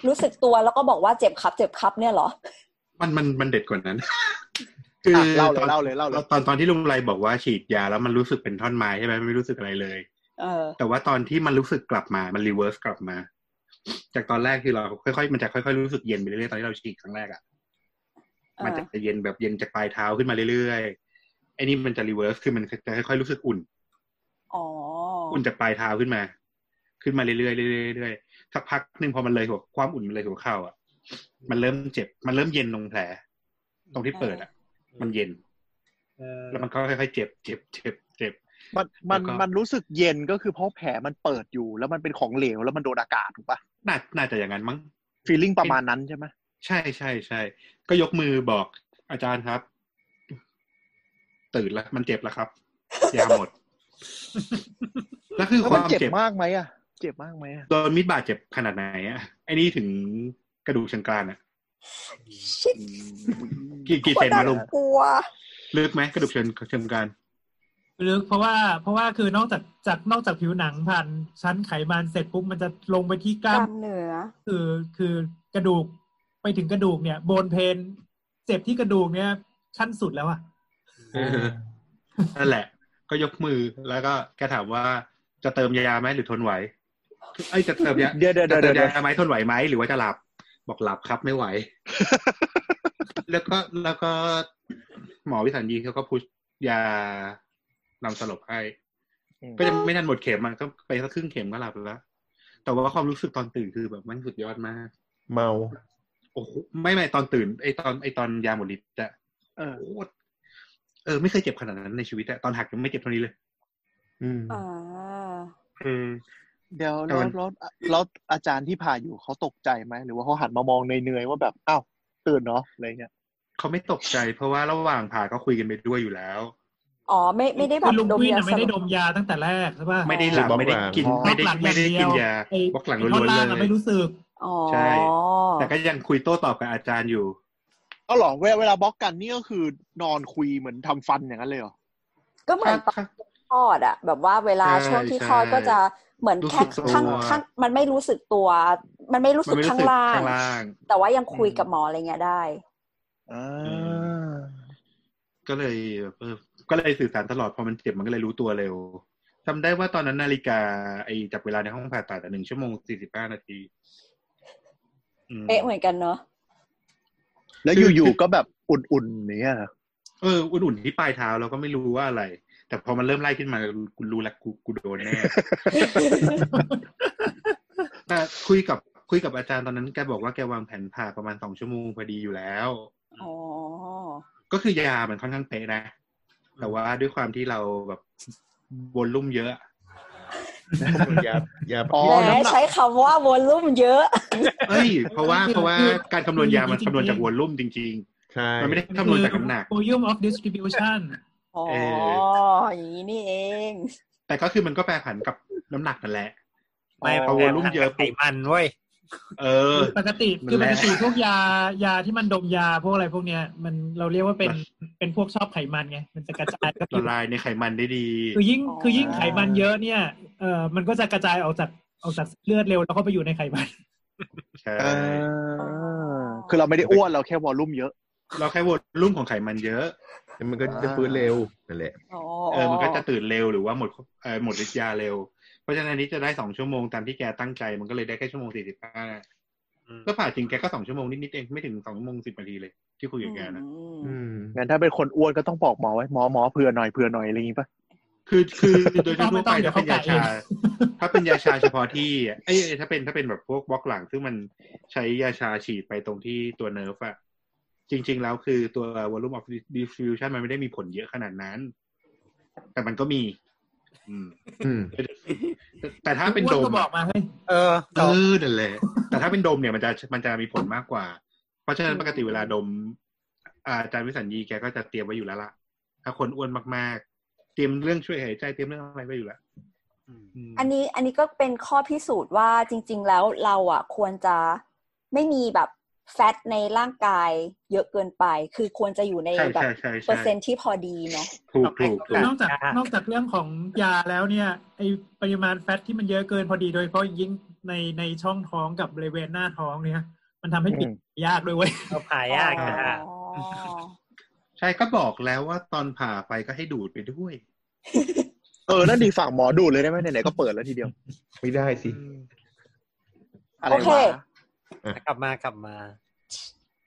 S2: รู้สึกตัวแล้วก็บอกว่าเจ็บครับ เจ็บครับเนี่ยเหรอ
S8: มันมันมันเด็ดกว่า
S5: *laughs*
S8: นั้น คือ
S5: เล่าเลย
S8: ตอน
S5: เล่าเลยเล่าเลย
S8: ตอนตอนที่ลุงไรบอกว่าฉีดยาแล้วมันรู้สึกเป็นท่อนไม้ใช่ไหมไม่รู้สึกอะไรเลย
S2: เออ
S8: แต่ว่าตอนที่มันรู้สึกกลับมา มันรีเวิร์สกลับมา จากตอนแรกคือเราค่อยๆ มันจะค่อยๆ รู้สึกเย็นไปเรื่อยๆ ตอนที่เราฉีดครั้งแรกอ่ะ
S2: อ่ามั
S8: มันจะเย็นแบบเย็นจากปลายเท้าขึ้นมาเรื่อยๆ ไอ้นี่มันจะรีเวิร์ส คือมันจะค่อยๆ รู้สึกอุ่น
S2: อ๋อ
S8: อุ่นจากปลายเท้าขึ้นมา ขึ้นมาเรื่อยๆเรื่อยๆเรื่อยๆสักพักหนึ่งพอมันเลยหัวความอุ่นมันเลยหัวเข่าอ่ะ มันเริ่มเจ็บ มันเริ่มเย็นลงแผล ตรงที่เปิดอ่ะ มันเย็น
S1: เออ
S8: แล้วมันก็ค่อยๆ เจ็บ เจ็บ เจ็บ เจ็บ
S5: มันมัน
S8: แล้วก็
S5: มันรู้สึกเย็นก็คือเพราะแผลมันเปิดอยู่ แล้วมันเป็นของเหลวแล้วมันโดนอากาศถูกปะ
S8: น่า น่าจะอย่างนั้นมั้ง
S5: ฟีลลิ่งประมาณนั้นใช่ไหม
S8: ใช่ใช่ใช่ก็ยกมือบอกอาจารย์ครับ ตื่นแล้ว มันเจ็บแล้วครับ ยาหมด *laughs* แล้วคือ
S5: แล้ว
S8: ค
S5: มัน
S8: วาม
S5: เจ็บ
S8: เจ็บ
S5: มากไหมอ่ะ เจ็บมากไหมอ่ะ
S8: โดนมิดบาดเจ็บขนาดไหนอ่ะไอ้นี่ถึงกระดูกเชิงกรานอ่ะ
S2: ชิบ
S8: กี่กี่
S2: โค
S8: เซ
S2: ตร
S8: น
S2: น่า
S8: มาลุง
S2: กลัว
S8: ลึกไหมกระดูกเชิงเชิงกราน
S7: ลึกเพราะว่าเพราะว่าคือนอกจากจากนอกจากผิวหนังผ่านชั้นไขมันเสร็จปุ๊บมันจะลงไปที่ก
S2: ก
S7: ล้า
S2: ล้าม มเนื้อ
S7: คือคือกระดูกไปถึงกระดูกเนี่ย โบนเพนเจ็บที่กระดูกเนี่ยขั้นสุดแล้วอะ
S8: นั่นแหละ ก็ยกมือแล้วก็แกถามว่าจะเติมยาไหมหรือทนไหวไอ้ยจะเติมยา
S5: เดี๋ยวเดี๋ยว
S8: จะ
S5: เดี๋ยว
S8: เติ
S5: เดี๋ยวย
S8: มาไหมทนไหวไหมหรือว่าจะหลับ บอกหลับครับไม่
S5: *laughs*
S8: ไหว แล้วก็แล้วก็หมอวิสัญญีเขาก็พุชยานำสลบให้ ก็ยังไม่นานหมดเข็มอะก็ไปสักครึ่งเข็มก็หลับแล้ว แต่ว่าความรู้สึกตอนตื่นคือแบบมันสุดยอดมาก
S4: เมา
S8: โอ้โหไม่ไม่ตอนตื่นไอตอนไอตอนยาหมดฤทธิ์อะ
S5: เออ
S8: โคตรเออ ไม่เคยเจ็บขนาดนั้นในชีวิตอะตอนหักยังไม่เจ็บเท่านี้เลย
S4: อืม
S2: อ่า
S8: อืม
S5: เดี๋ยว
S8: แต่
S5: แล้ว
S8: มัน
S5: แล้วแล้วอาจารย์ที่ผ่าอยู่เขาตกใจไหมหรือว่าเขาหันมามองเหนื่อยๆว่าแบบอ้าวตื่นเนาะอะไรเงี้ย
S8: เขาไม่ตกใจ เพราะว่าระหว่างผ่าก็คุยกันไปด้วยอยู่แล้ว
S2: อ๋อไม่ไม่ได้แบ
S7: คื
S2: บ
S7: อลุงวิน
S2: ยา
S7: น่ะไม่ได้
S2: สล
S7: ด
S2: บ
S7: มยาตั้งแต่แรกใช่ป่ะ
S8: ไม่ได้หลับ
S4: คือบล็อ
S8: ไม่ได้
S4: หง
S8: กินไม่ได้ไม่ได้กินยา
S7: ไอ้
S8: บล็อกหลัง
S7: ไอ้
S8: ล้
S7: ท่อน
S8: วน
S7: ล่าง
S8: ๆ
S7: อะ
S8: เล
S7: ไม่
S8: ย
S7: รู้สึก
S2: อ๋อ
S8: ใช่ แต่ก็ยังคุยโต้ตอบกับอาจารย์อยู่
S5: ก็หรอเวลาเวลาบล็อกกันนี่ก็คือนอนคุยเหมือนทำฟันอย่างนั้นเลยเหรอ
S2: ก็เหมือนตอนคลอดอะแบบว่าเวลา
S8: ใช่
S2: ช่วงที่คลอดก็จะเหมือนแค่
S8: รู้สึกตัว
S2: ข้างข้างมันไม่รู้สึกตัว มันไม่รู้
S8: มัน
S2: สึก
S8: ไม่รู้
S2: ข้าง
S8: สึก
S2: ล่าง
S8: ข้างล่าง
S2: แต่ว่ายังคุยกับหมออะไรเงี้ยได้
S5: อ่า
S8: ก็เลยแบบเออก็เลยสื่อสารตลอดพอมันเจ็บมันก็เลยรู้ตัวเร็วจำได้ว่าตอนนั้นนาฬิกาไอ้จับเวลาในห้องผ่าตัดหนึ่งชั่วโมงสี่สิบห้านาทีม
S2: เอ๊ะเหมือนกันเนอะ
S5: แล้ว
S8: คือ
S5: อ
S8: อ
S5: ยู่ๆก็แบบอุ่นๆอย่างเนี้ยเหรอ
S8: เอออุ่นๆที่ปลายเท้าเราก็ไม่รู้ว่าอะไร แต่พอมันเริ่มไล่ขึ้นมากูรู้แล้วกูกูโดนแน่ *laughs* แต่คุยกับคุยกับอาจารย์ตอนนั้นแกบอกว่าแกวางแผนผ่าประมาณสองชั่วโมงพอดีอยู่แล้ว
S2: อ๋อ
S8: ก็คือยามันค่อนข้างเป๊ะนะ แต่ว่าด้วยความที่เราแบบวอลลุ่มเยอะ
S4: ยายา
S5: อ๋อ
S2: แหม
S5: น้ำหนัก
S2: ใช้คำว่าวอลลุ่มเยอะ
S8: เอ้ย เพราะว่าเพราะว่า
S7: คือ
S8: การคำนวณยามัน
S7: จริงๆ
S8: คำนวณจากวอลลุ่มจริง
S4: ใช่
S8: ๆ มันไม่ได้คำนวณจากน้ำหนัก
S7: volume of distribution
S2: อ๋อ
S8: เอ
S2: อย่างนี้นี่เอง
S8: แต่ก็คือมันก็แปรผันกับน้ำหนักนั่นแหละ
S1: ไม่
S8: พอวอลลุ่มเยอะ
S1: ไข
S8: ปุ๊บ
S1: มันเว้ย
S8: เออ
S7: ปกติ
S8: มัน
S7: คือป
S8: แรง
S7: กติพวกยายาที่มันดมยาพวกอะไรพวกเนี้ย มันเราเรียกว่า
S1: *laughs*
S7: เป็นเป็นพวกชอบไขมันไงมันจะกระจายก็
S8: ละลายในไขมันได้ดี
S7: คือยิ่ง
S2: อ๋อ
S7: คือยิ่งไขมันเยอะเนี่ยเออมันก็จะกระจายออกจากออกจากเลือดเร็วแล้วก็ไปอยู่ในไขมัน
S8: ใช่
S5: เออคือเราไม่ได้อ้วนเราแค่วอลลุ่มเยอะ
S8: เราแค่วอลลุ่มของไขมันเยอะ
S4: แล้วมันก็จะฟื้นเร็วนั่นแหละ
S2: อ๋อ
S8: เออ มันก็จะตื่นเร็วหรือว่าหมดเออหมดฤทธิ์ยาเร็ว เพราะฉะนั้นอันนี้จะได้สองชั่วโมงตามที่แกตั้งใจ มันก็เลยได้แค่ชั่วโมงสี่สิบห้า
S1: อืม
S8: ก็ผ่าจริงแกก็สองชั่วโมงนิดๆเองไม่ถึงสองชั่วโมงสิบนาทีเลยที่คุยกับแกนะ
S4: อืม
S5: งั้นถ้าเป็นคนอ้วนก็ต้องบอกหมอไว้หมอหมอเผื่อหน่อยเผื่อหน่อยอะไรอย่างงี้ป่ะ
S8: คือคือโดยทั่
S7: ไม่
S8: วๆ
S7: ต้
S8: ไป
S7: องเดี๋ย
S8: ถ้าว เป็นยา
S7: เขาจ่ายเอ
S8: ชา
S7: ง
S8: *laughs* ถ้าเป็นยาชาเฉพาะที่เอ้ยถ้าเป็นถ้าเป็นแบบพวกบล็อกหลังซึ่งมันใช้ยาชาฉีดไปตรงที่ตัวเนิร์ฟอะจริง ๆ แล้วคือตัว volume of diffusion มันไม่ได้มีผลเยอะขนาดนั้น แต่มันก็มี อืม
S4: อืม
S8: แต่แต่ถ้าเป็นโด
S7: อ้ว
S8: ม
S7: ก็บอ
S8: อะ
S7: กมาเฮ้ย
S1: เออ
S8: เออนั่นแหละ
S2: *laughs*
S8: แต่ถ้าเป็นโดมเนี่ยมันจะมันจะมีผลมากกว่า เพราะฉะนั้นปกติเวลาดม อาจารย์วิสัญญีแกก็จะเตรียมไว้อยู่แล้วล่ะ ถ้าคนอ้วนมากๆ เตรียมเรื่องช่วยหายใจเตรียมเรื่องอะไรไว้อยู่แล้วม
S2: อันนี้อันนี้ก็เป็นข้อพิสูจน์ว่าจริง ๆ แล้วเราอ่ะควรจะไม่มีแบบแฟตในร่างกายเยอะเกินไป คือควรจะอยู่ใน
S8: ใช่
S2: แบบ
S8: ใช่ใช่
S2: เปอ
S8: ใช่
S2: ร์เซ็นต์ที่พอดีเนาะ
S8: ถูกถูกถูก
S7: นอกจากนอกจากเรื่องของยาแล้วเนี่ยไอปริมาณแฟตที่มันเยอะเกินพอดีโดยเฉพาะยิ่งในในช่องท้องกับบริเวณหน้าท้องเนี่ย มันทำให้ปิด
S5: อืม
S7: ยากด้วยเว้ย
S1: เราผ่ายากนะฮะ
S2: อ๋อ
S8: ใช่ก็บอกแล้วว่าตอนผ่าไปก็ให้ดูดไปด้วย
S5: เออนั่นดีฝากหมอดูดเลยได้ไหมไหนๆก็เปิดแล้วทีเดียว
S4: ไม่ได้สิ
S5: อะไร
S2: โอเค
S5: วะ
S1: กลับมากลับมา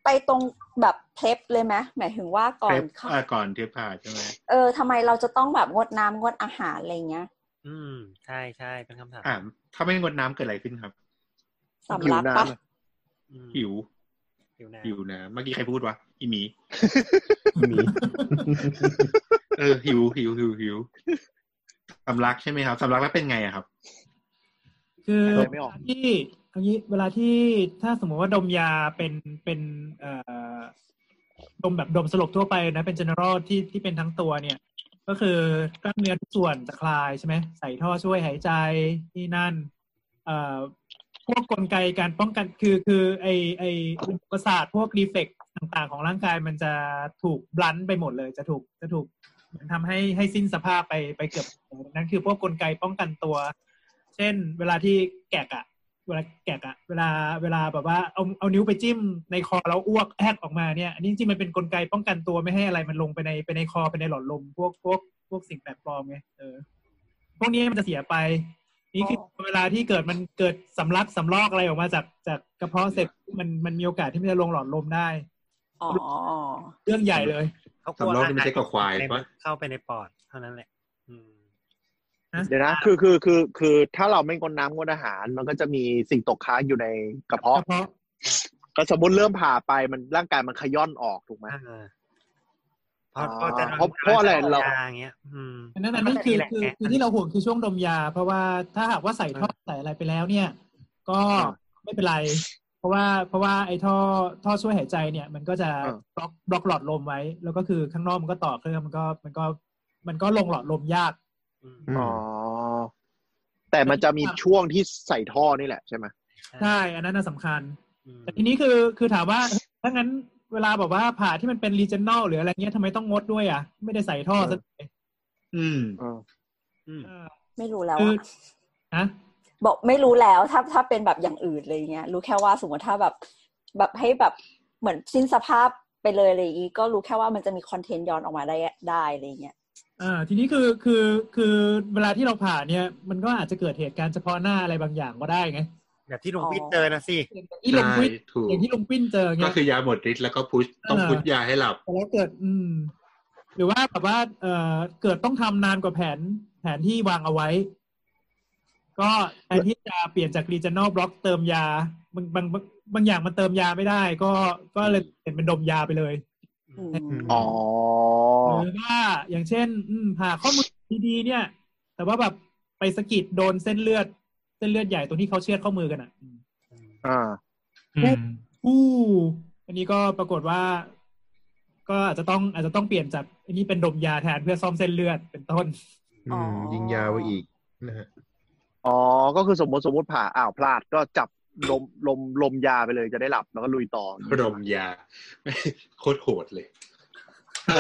S2: ไปตรงแบบเพลฟเลยไหมหมายถึงว่าก่อน
S8: เทป
S2: เข้า
S8: เอ่อก่อนเทปผ่าใช่ไหม
S2: เออทำไมเราจะต้องแบบงดน้ำงดอาหารอะไรเงี้ย
S1: อืมใช่ใช่เป็นคำถาม
S8: อ่าถ้าไม่งดน้ำเกิดอะไรขึ้นครับ
S2: สำลักปะ
S1: อืม
S8: หิว
S1: หิวน้
S8: หิวนะเมื่อกี้ใครพูดวะอีหมี
S4: มี
S8: เออหิวหิวหิวหิวสำลักใช่ไหมครับสำลักแล้วเป็นไงอะครับ
S7: คือ
S5: อะไรไม่ออก
S7: เวลาที่เอางี้เวลาที่ถ้าสมมติว่าดมยาเป็นเป็นเอ่อดมแบบดมสลบทั่วไปนะ เป็น general ที่ที่เป็นทั้งตัวเนี่ย ก็คือกล้ามเนื้อทุกส่วนจะคลายใช่ไหมใส่ท่อช่วยหายใจนี่นั่น เอ่อพวกกลไกการป้องกันคือคือไอไออุปสรรคพวกรีเฟกต่างๆ ของร่างกายมันจะถูกบลันไปหมดเลยจะถูกจะถูกมันทำให้ให้สิ้นสภาพไปไปเกือบนั่นคือพวกกลไกป้องกันตัว เช่น เวลาที่แกะอะเวลาแกะอะเวลาเวลาแบบว่าเอาเอานิ้วไปจิ้มในคอแล้วอ้วกแอกออกมาเนี่ยอันนี้จริงๆมันเป็นกลไกป้องกันตัวไม่ให้อะไรมันลงไปในไปในคอไปในหลอดลม พวกพวกพวกสิ่งแปลกปลอมไงเออ พวกนี้มันจะเสียไป นี่คือเวลาที่เกิดมันเกิดสำลักสำลอกอะไรออกมาจากจากกระเพาะเสร็จมันมันมีโอกาสที่มันจะลงหลอดลมได้
S2: อ๋อ
S7: เรื่องใหญ่เลย
S1: ำเขากลัว
S8: สำรองนี่ไม่ใช่กับควาย
S1: ใน
S8: ปะ
S1: เข้าไปในปอดเท่านั้นแหละ อืม
S7: นะ
S5: เดี๋ยวนะคือคือคือคือถ้าเราไม่งดน้ำงดอาหาร มันก็จะมีสิ่งตกค้างอยู่ในกระ
S7: ก
S5: เพาะ
S7: ระเพาะ
S5: ก็สมมติเริ่มผ่าไปมันร่างกายมันขย้อนออกถูกไหม
S1: อ่าเพ
S5: อ่า
S1: ราะก็จะ
S5: เพราะเพราะอะไรเรา
S1: ยอย่างเงี้ย อืม
S7: อันนั้นอันนั้นคือคือคือที่เราห่วงคือช่วงดมยา เพราะว่าถ้าหากว่าใส่ท่อใส่อะไรไปแล้วเนี่ย ก็
S5: อ่า
S7: ไม่เป็นไร เพราะว่าเพราะว่าไอ้ท่อท่อช่วยหายใจเนี่ย มันก็จะ
S5: อ่า
S7: บล็อกบล็อกหลอดลมไว้ แล้วก็คือข้างนอกมันก็ต่อเครื่องมันก็มันก็มันก็ลงหลอดลมยาก
S4: ม
S5: อ๋อแต่มันจะมีช่วงที่ใส่ท่อนี่แหละใช่ไหม
S7: ใช่ อันนั้นน่ะสำคัญ แต่ทีนี้คือคือถามว่าถ้างั้นเวลาแบบว่าผ่าที่มันเป็นรีเจน a ลหรืออะไรเงี้ยทำไมต้องงดด้วยอ่ะ ไม่ได้ใส่ท่อซะเลย
S8: อืม
S5: เออ
S7: เออ
S2: ไม่รู้แล้ว
S7: คือ
S2: อะ
S7: ฮะ
S2: บอกไม่รู้แล้วถ้าถ้าเป็นแบบอย่างอื่นเลยเงี้ยรู้แค่ว่าสมมติถ้าแบบแบบให้แบบเหมือนสิ้นสภาพไปเลยอะไรอย่างงี้ก็รู้แค่ว่ามันจะมีคอนเทนต์ย้อนออกมาได้ได้อะไรเงี้ย
S7: เอ่าทีนี้คือคือคือเวลาที่เราผ่าเนี่ย มันก็อาจจะเกิดเหตุการณ์เฉพาะหน้าอะไรบางอย่างก็ได้ไง
S1: แบบที่ลุงพี่เจอนะสิ
S7: อย่างที่ลงวิน
S8: ใช่ถูก
S7: อย่างที่ลงวินเจอไง
S8: ก็คือยาหมดฤทธิ์แล้วก็พุชต้อง
S7: เออ
S8: พุชยาให้หลับ
S7: แต่แล้วเกิด อืม หรือว่าแบบว่า เออเกิดต้องทำนานกว่าแผน แผนที่วางเอาไว้ ก็แทนที่จะเปลี่ยนจาก regional block เติมยาบางบาง บางอย่างมันเติมยาไม่ได้ ก็ก็เลยเป็นเป็นดมยาไปเลย
S2: อืม
S5: อ๋อ
S7: หรือว่าอย่างเช่น อืมหาข้อมูลดีๆเนี่ย แต่ว่าแบบไปสะกิดโดนเส้นเลือด เส้นเลือดใหญ่ตรงที่เขาเชือดข้อมือกันอ่ะอืม
S5: อ่า
S3: อืม
S7: อู้อันนี้ก็ปรากฏว่า ก็อาจจะต้องอาจจะต้องเปลี่ยนจากอันนี้เป็นดมยาแทนเพื่อซ่อมเส้นเลือดเป็นต้น
S4: อืมยิงยาวไปอีกนะฮะ
S5: อ๋อ ก็คือสมมติสมมติผ่าอ้าวพลาดก็จับลมลมลมยาไปเลยจะได้หลับแล้วก็ลุยต่อ
S8: ดมยา *laughs* โคตรโหดเลย เอ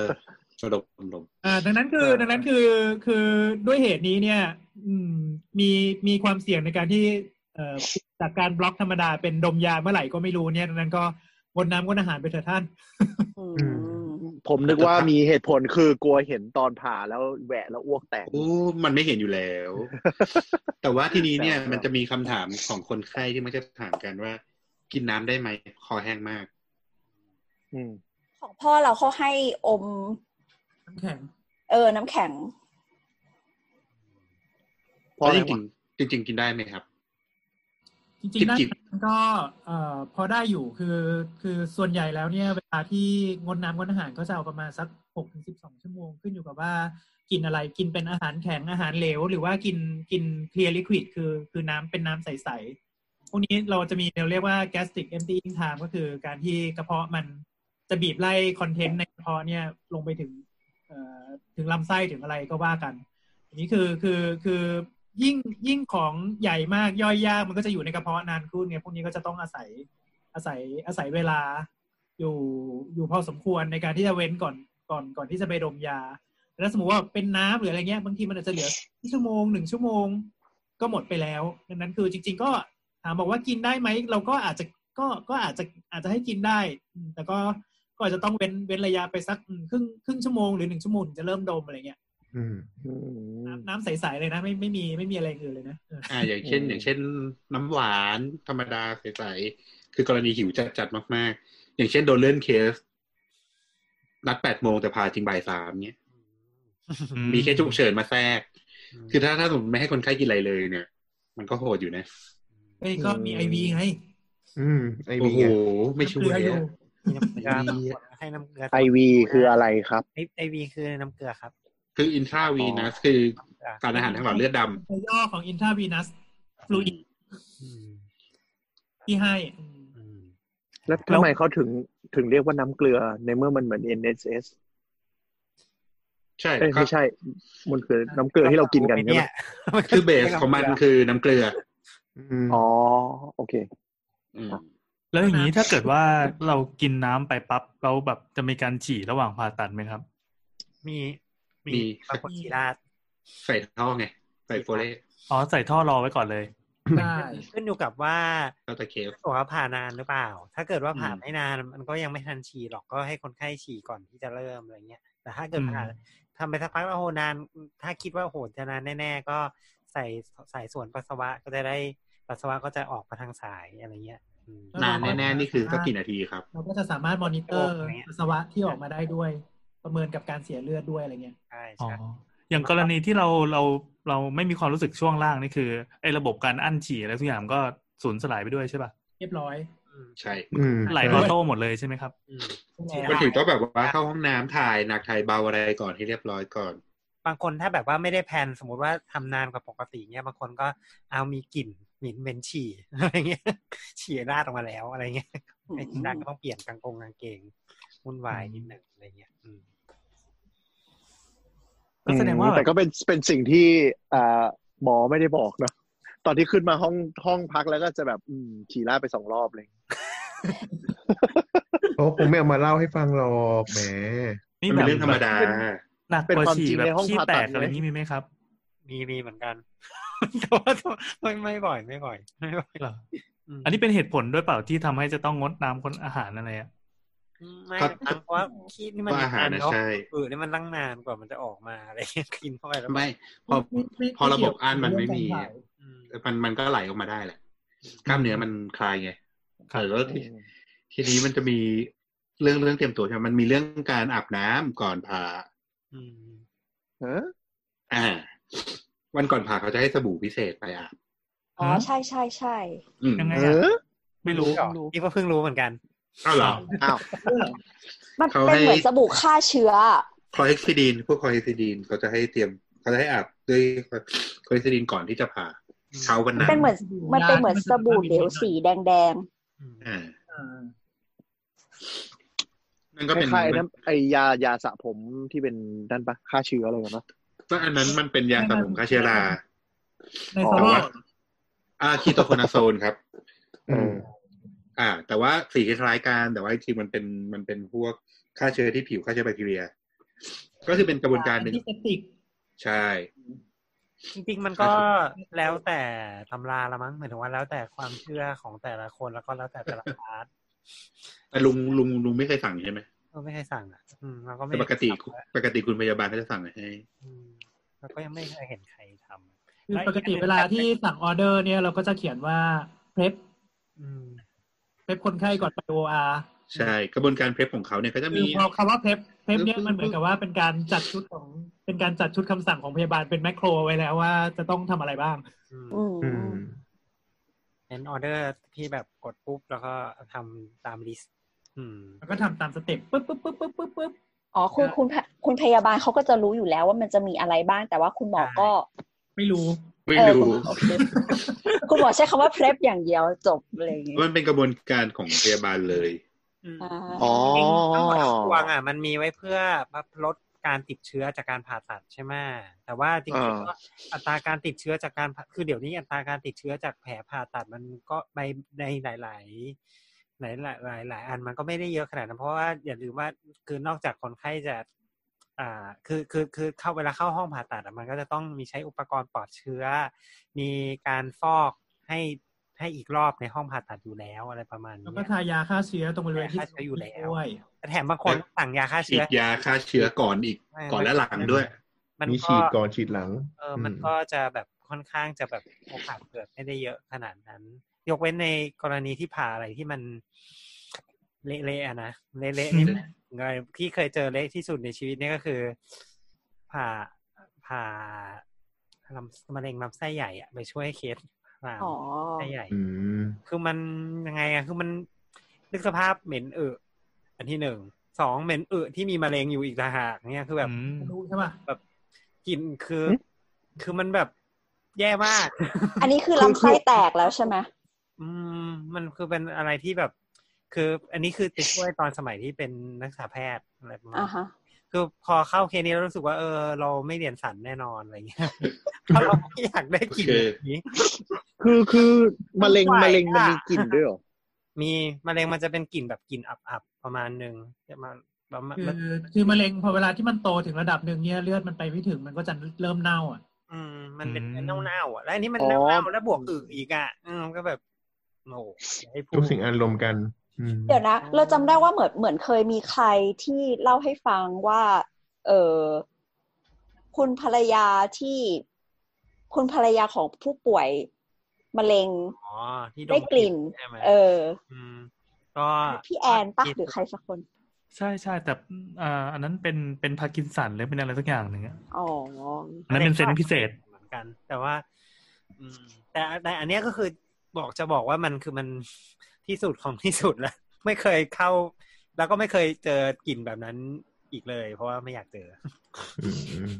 S8: อดมดม
S7: อ่าดังนั้นคือ
S8: เออ
S7: ดังนั้นคือคือด้วยเหตุนี้เนี่ย อืมมีมีความเสี่ยงในการที่เอ่อจากการบล็อกธรรมดาเป็นดมยาเมื่อไหร่ก็ไม่รู้เนี่ยดังนั้นก็งดน้ำงดอาหารไปเถอะท่าน
S2: อืม
S5: ผมนึกว่ามีเหตุผลคือกลัวเห็นตอนผ่าแล้วแหวะแล้วอ้วกแตก
S8: โอ้มันไม่เห็นอยู่แล้ว *laughs* แต่ว่าที่นี้เนี่ย
S5: แต่ว่ามั
S8: มันจะมีคำถามของคนไข้ที่มักจะถามกันว่า กินน้ำได้ไหมคอแห้งมาก
S5: อืม
S2: ของพ่อเราเขาให้อม
S7: น้ำแข็ง
S2: เออ น้ำแข็ง
S5: พอ
S8: แล้
S5: แล้ว ว
S8: จริงๆจริง ๆ กินได้ไหมครับ
S7: จริงๆนะ
S8: จิบ
S7: ก็เอ่อพอได้อยู่คือคือส่วนใหญ่แล้วเนี่ย เวลาที่งดน้ำงดอาหารก็จะเอาประมาณสักหกถึงสิบสองชั่วโมงขึ้นอยู่กับว่า กินอะไรกินเป็นอาหารแข็งอาหารเหลว หรือว่ากินกินเคลียร์ลิควิดคือคือน้ำเป็นน้ำใสๆพวกนี้เราจะมีเราเรียกว่า gastric emptying time ก็คือการที่กระเพาะมันจะบีบไล่คอนเทนต์ในกระเพาะเนี่ยลงไปถึงเอ่อถึงลำไส้ถึงอะไรก็ว่ากัน อันนี้คือคือคือยิ่งยิ่งของใหญ่มากย่อยยากมันก็จะอยู่ในกระเพาะนานขึ้นไงพวกนี้ก็จะต้องอาศัยอาศัยอาศัยเวลาอยู่อยู่พอสมควรในการที่จะเว้นก่อนก่อนก่อนที่จะไปดมยา แล้วสมมติว่าเป็นน้ำหรืออะไรเงี้ยบางทีมันอาจจะเหลือชั่วโมงหนึ่งชั่วโมงก็หมดไปแล้วดังนั้นคือจริง ๆ ก็ถามบอกว่ากินได้ไหมเราก็อาจจะก็ก็อาจจะอาจจะให้กินได้อืมแต่ก็ก็อาจจะต้องเว้นเว้นระยะไปสักอืมครึ่งครึ่งชั่วโมงหรือหนึ่งชั่วโมงถึงจะเริ่มดมอะไรเงี้ย
S4: อืม
S5: อืม
S7: น้ำน้ำใส ๆ เลยนะ ไม่ไม่มีไม่มีอะไรอื่นเลยนะเออ
S8: อ่า อย่างเช่น
S5: อืม
S8: อย่างเช่น น้ำหวานธรรมดาใสๆคือกรณีหิวจัดๆมากๆ อย่างเช่นโดนเลื่อนเคส นัดแปดโมงแต่พาจริงบ่ายสามเนี่ยมีแค่ฉุกเฉินมาแทรก คือถ้าถ้าสมมติไม่ให้คนไข้กินอะไรเลยเนี่ย มันก็โหดอยู่นะ
S7: เอ้ยก็มีไอวีไง
S4: อืม ไอ
S8: โอ้
S4: บี
S8: โห
S4: ไง
S8: ไม่ช่วย
S7: เกลืออยู่
S8: อะ
S1: มีน้ำเกลือ
S8: ไอ้เหี้ย
S1: ให้น้ำเกลือ
S5: ไอวีคืออะไรครับ
S1: ไอ้ไอวีคือน้ำเกลือครับ
S8: คืออินทราวีนัส
S5: อ๋อ
S8: คือ
S1: น้ำเกลือ
S8: สารอาหารทางหลอดเลือดด
S7: ตัวย่อของอินทาวีนัสฟลูอิด
S8: ำ
S1: อืม
S7: ที่ให้อืม
S1: อืม
S5: แล้วทำไมเขาถึงถึงเรียกว่าน้ำเกลือในเมื่อมันเหมือน NSS
S8: ใช่
S5: เอ้ย
S8: ก็
S5: ไม่ใช่ มันคือน้ำเกลือที่เรากินกันใช่ไหม
S1: เย
S8: คือเบสของ
S1: *laughs*
S8: มันคือน้ำเกลือ
S4: อืม
S5: อ๋อ โอเค
S8: อืม
S3: แล้วอย่างนี้ถ้าเกิดว่าเรากินน้ำไปปั๊บเราแบบจะมีการฉี่ระหว่างผ่าตัดไหมครับ
S1: มีมี
S8: มี
S1: บางคนฉีดราด
S8: ใส่ท่อไง ใส่โฟเลต
S3: อ๋อใส่ท่อรอไว้ก่อนเลย
S7: ได้
S1: ขึ้นอยู่กับว่า
S8: แล้วแต่เคส
S1: ส่งเขาผ่านานหรือเปล่า ถ้าเกิดว่าผ่า
S8: อืม
S1: ไม่นานมันก็ยังไม่ทันฉี่หรอกก็ให้คนไข้ฉี่ก่อนที่จะเริ่มอะไรเงี้ย แต่ถ้าเกิดผ่า
S3: อืม
S1: ทำไปสักพักแล้วโหนาน ถ้าคิดว่าโหจะนานแน่ๆก็ใส่ใส่ส่วนปัสสาวะก็จะได้ปัสสาวะก็จะออกมาทางสายอะไรเงี้ยอืม
S8: นานแน่ๆนี่คือสักกี่นาทีครับ
S7: เราก็จะสามารถมอนิเตอร์
S1: อะไรเงี้ย
S7: ปัสสาวะที่ออกมาได้ด้วย ประเมินกับการเสียเลือดด้วยอะไรเงี้ย
S1: ใช่
S3: อ๋อ
S1: ใช่
S3: อย่างกรณีที่เราเราเราไม่มีความรู้สึกช่วงล่างนี่คือไอ้ระบบการอั้นฉี่อะไรทุกอย่างมันก็สูญสลายไปด้วยใช่ป่ะ
S7: เรียบร้อย
S1: อืม
S8: ใช่
S4: อืม
S3: ไหลออโต้หมดเลยใช่ไหมครับ
S1: อืม
S7: ใช่ไหม
S8: มันถึงต้องแบบว่าเข้าห้องน้ำถ่ายหนักถ่ายเบาอะไรก่อนให้เรียบร้อยก่อน
S1: บางคนถ้าแบบว่าไม่ได้แพลนสมมติว่าทำนานกว่าปกติเนี่ยบางคนก็เอามีกลิ่นเหม็นเหม็นฉี่ อะไรเงี้ย *laughs* ฉี่ราดออกมาแล้วอะไรเงี้ยไอ้ที่ราดก็ต้องเปลี่ยนกางกงกางเกงวุ่นวายนิดหนึ่งอะไรเงี้ยอืม
S3: ก็แสดงว่า
S5: อืมแต่ก็เป็นเป็นสิ่งที่อ่าหมอไม่ได้บอกเนอะตอนที่ขึ้นมาห้องห้องพักแล้วก็จะแบบอืมขี่ล่าดไปสองรอบเลย
S4: เขาคงไม่เอามาเล่าให้ฟังหรอกแหม
S3: นี่
S8: มัน
S3: แบบ
S8: เป็นเรื่องธรรมดา
S3: หนักกว่าฉี่แบบขี้แตกอะไรอย่างนี้มีไหมครับ
S1: มีมีเหมือนกัน *laughs* แต่ว่าไม่ไม่บ่อยไม่บ่อยไม่บ่อย
S3: เหรอ
S1: ม
S3: อันนี้เป็นเหตุผลด้วยเปล่าที่ทำให้จะต้องงดน้ำคนอาหารอะไรอ่ะ
S1: ไม่
S8: ก็
S1: นะครับเพราะว่าขี้นี่มัน
S8: ก็อาหารนะ
S1: เนาะ
S8: ใช่
S1: เออนี่มันตั้งนานกว่ามันจะออกมาอะไรเงี้ยกินเข้าไปแล้ว
S8: ไม่พอ
S7: ไม่ไม่
S8: พอระบบอั้นมันไม่มี
S7: เกี่ยวกับเรื่องการถ่าย
S1: อืม
S8: มันมันก็ไหลออกมาได้แหละ กล้ามเนื้อมันคลายไงแต่แล้วทีทีนี้มันจะมีเรื่องเรื่องเตรียมตัวใช่ไหมมันมีเรื่องการอาบน้ำก่อนผ่า
S1: อืม
S5: เออ
S8: อ่า วันก่อนผ่าเขาจะให้สบู่พิเศษไปอาบ
S2: อ๋อ ใช่ใช่ใช่
S8: อืม
S3: ยังไง
S5: เอ
S3: อ่ะ
S5: อ
S3: ไม่รู้
S1: หรอนี่ก็เพิ่งรู้เหมือนกัน
S8: อ้าวเหรอ
S5: อ้าว
S2: มัน
S8: เขา
S2: เป็น
S8: ให้
S2: เหมือนสบู่ฆ่าเชื้อ
S8: คอเฮกซิดีนพวกคอเฮกซิดีนเขาจะให้เตรียมเขาจะให้อาบด้วยคอเฮกซิดีนก่อนที่จะผ่าเช้าวันนั้น
S2: เป็นเหมือนมันเป็นเหมือนสบู่เหลวสีแดง
S8: อ่า
S7: อ่า
S8: นั่นก็เป็น
S5: คล้ายๆไอ้น้ำไอยายาสระผมที่เป็นด้านปะฆ่าเชื้ออะไรกันปะ
S8: ก็อันนั้นมันเป็นยาสระผมฆ่าเชื้อรา
S7: ใน
S5: อ๋อ
S7: ซา
S8: แต่
S7: ร่า
S8: ว่าอ่าคีโตโคนาโซนครับ
S4: อืม
S8: อ่า แต่ว่าสีคล้ายๆกันแต่ว่าจริงๆมันเป็นมันเป็นพวกฆ่าเชื้อที่ผิวฆ่าเชื้อแบคทีเรีย ก็คือเป็นกระบวนการหนึ่ง
S7: ที่เซปติก
S8: ใช่
S1: จริงๆ มันก็แล้วแต่ตำราละมั้งหมายถึงว่าแล้วแต่ความเชื่อของแต่ละคนแล้วก็แล้วแต่แต่ละพาร์ท
S8: แต่ลุงลุงลุงไม่เคยสั่งใช่ไหม
S1: ก็ไม่เคยสั่งอ่ะ อืมเราก็ไม่
S8: แต่ปกติปกติคุณพยาบาลเขาจะสั่งให้
S1: เราก็ยังไม่เคยเห็นใครทำ
S7: คือปกติเวลาที่สั่งออเดอร์เนี่ยเราก็จะเขียนว่าเพลฟ
S1: อืม
S7: เพลฟคนไข้ก่อนไปโออาร์
S8: ใช่กระบวนการเพลฟของเขาเนี่ยก็จะ
S7: คื
S8: มี
S7: อพอคำว่าเพลฟเพลฟเนี่ย
S8: คือ
S7: มันเหมือนกับว่าเป็นการจัดชุดของเป็นการจัดชุดคำสั่งของพยาบาลเป็นแมคโครไว้แล้วว่าจะต้องทำอะไรบ้าง
S1: อืม
S2: ๆ อืม
S4: อืม
S1: เน้นออเดอร์ที่แบบกดปุ๊บแล้วก็ทำตามลิสต์อืม
S7: แล้วก็ทำตามสเต็ปปึ๊บปึ๊บปึ๊บปึ๊บปึ๊บปึ๊บ
S2: อ๋อคือคุณพะคุณพยาบาลเขาก็จะรู้อยู่แล้วว่ามันจะมีอะไรบ้าง แต่ว่าคุณหมอก็
S7: ไม่รู้
S8: ไม่
S2: เออคุ
S8: รู้
S2: ณโอเคคุณหมอใช้คำว่าเพลฟอย่างเดียวจบอะไรอย่างเงี้ย
S8: มันเป็นกระบวนการของพยาบาลเลย
S2: อ่า
S5: อ๋อ
S1: จริงๆทั้งหมดทั้งปวงอ่ะมันมีไว้เพื่อลดการติดเชื้อจากการผ่าตัดใช่ไหมแต่ว่าจริง
S5: อ่า
S1: ๆก็อัตราการติดเชื้อจากการผ่าคือเดี๋ยวนี้อัตราการติดเชื้อจากแผลผ่าตัดมันก็ไปในหลาย ๆ หลายหลายๆหลาย ๆ อันมันก็ไม่ได้เยอะขนาดนั้นเพราะว่าอย่าลืมว่าคือนอกจากคนไข้จะ อ่าคือคือคือเข้าเวลาเข้าห้องผ่าตัดอะมันก็จะต้องมีใช้อุปกรณ์ปลอดเชื้อ มีการฟอกให้ให้อีกรอบในห้องผ่าตัดอยู่แล้วอะไรประมาณเนี้ย
S7: แล้วก็ทายาฆ่าเชื้อตรงบริเวณที่
S1: ยาฆ่าเชื้ออยู่แล้ว
S7: ด้วย
S1: แต่แถมบางคนสั่งยาฆ่า
S8: ฉี
S1: เชื้อ
S8: ดยาฆ่าเชื้อก่อนอีก
S1: ใช่
S8: ก่อนและหลังด้วย
S1: มัน
S4: มี
S1: ก็
S4: ฉีดก่อนฉีดหลัง
S1: เออมันก็จะแบบค่อนข้างจะแบบโอกาสเกิดไม่ได้เยอะขนาดนั้น ยกเว้นในกรณีที่ผ่าอะไรที่มันเละๆอะนะเละๆนี่มันไงที่เคยเจอเละที่สุดในชีวิตเนี่ยก็คือ ผ่าผ่าลำมะเร็งลำไส้ใหญ่อะไปช่วยเคสผ่า
S2: อ๋อ
S1: ลำไส้ใหญ่
S4: อืม
S1: คือมันยังไงอะคือมันนึกสภาพเหม็นอึอันที่หนึ่งสองเหม็นอึที่มีมะเร็งอยู่อีกต่างหากเนี่ยคือแบบ
S3: อืม
S7: รู้ใช่ป่ะ
S1: แบบกลิ่นคือ
S5: หึ
S1: คือมันแบบแย่มาก *laughs*
S2: อันนี้คือลำไส้แตกแล้วใช่ไหม
S1: อืมมันคือเป็นอะไรที่แบบ คือ อันนี้คือไปช่วยตอนสมัยที่เป็นนักศึกษาแพทย์อะไรประมาณ
S2: อ่าฮะ
S1: คือพอเข้าเคสนี้แล้วรู้สึกว่าเออ เราไม่เรียนสันแน่นอนอะไรเงี้ยเพราะเราไม่อยากได้กลิ่นแบบนี้
S5: คือคือมะเร็ง
S1: ไม่ไหว
S5: มะเร็งมัน
S1: อะ
S5: มีกลิ่นด้วยเหรอ
S1: มีมะเร็งมันจะเป็นกลิ่นแบบกลิ่นอับๆประมาณหนึ่งจะมาประมาณ
S7: คือคือมะเร็งพอเวลาที่มันโตถึงระดับหนึ่งเนี่ยเลือดมันไปไม่ถึงมันก็จะเริ่มเน่าอ่ะ
S1: อืมมันเป็น
S3: อืม
S1: เน่าเน่าๆอ่ะ แล้วอันนี้มัน
S5: อ๋อ
S1: เน่าเน่าๆแล้วบวกอึอีกอ่ะอืมก็แบบโอ้โหอย่าให้พู
S4: ทุ
S1: ด
S4: กสิ่งอันรวมกัน อืม
S2: เดี๋ยวนะ เราจำได้ว่าเหมือนเหมือนเคยมีใครที่เล่าให้ฟังว่า เออคุณภรรยาที่คุณภรรยาของผู้ป่วยมะเร็ง
S1: อ๋อที่
S2: ได้กลิ่น
S1: ใช่ไหม
S2: เออ
S1: มก็
S2: พี่แอนปักหรือใครสักคน
S3: ใช่ใช่แต่อ่าอันนั้นเป็นเป็นพาร์กินสันหรือเป็นอะไรสักอย่างหนึ่งอะ
S2: อ๋อ
S3: อันนั้นเป็นเซนส์พิเศษ
S1: เหมือนกัน แต่ว่า อืม แต่แต่อันเนี้ยก็คือบอกจะบอกว่ามันคือมันที่สุดของที่สุดแล้ว *laughs* ไม่เคยเข้า แล้วก็ไม่เคยเจอกลิ่นแบบนั้นอีกเลย เพราะว่าไม่อยากเจอ
S4: อืม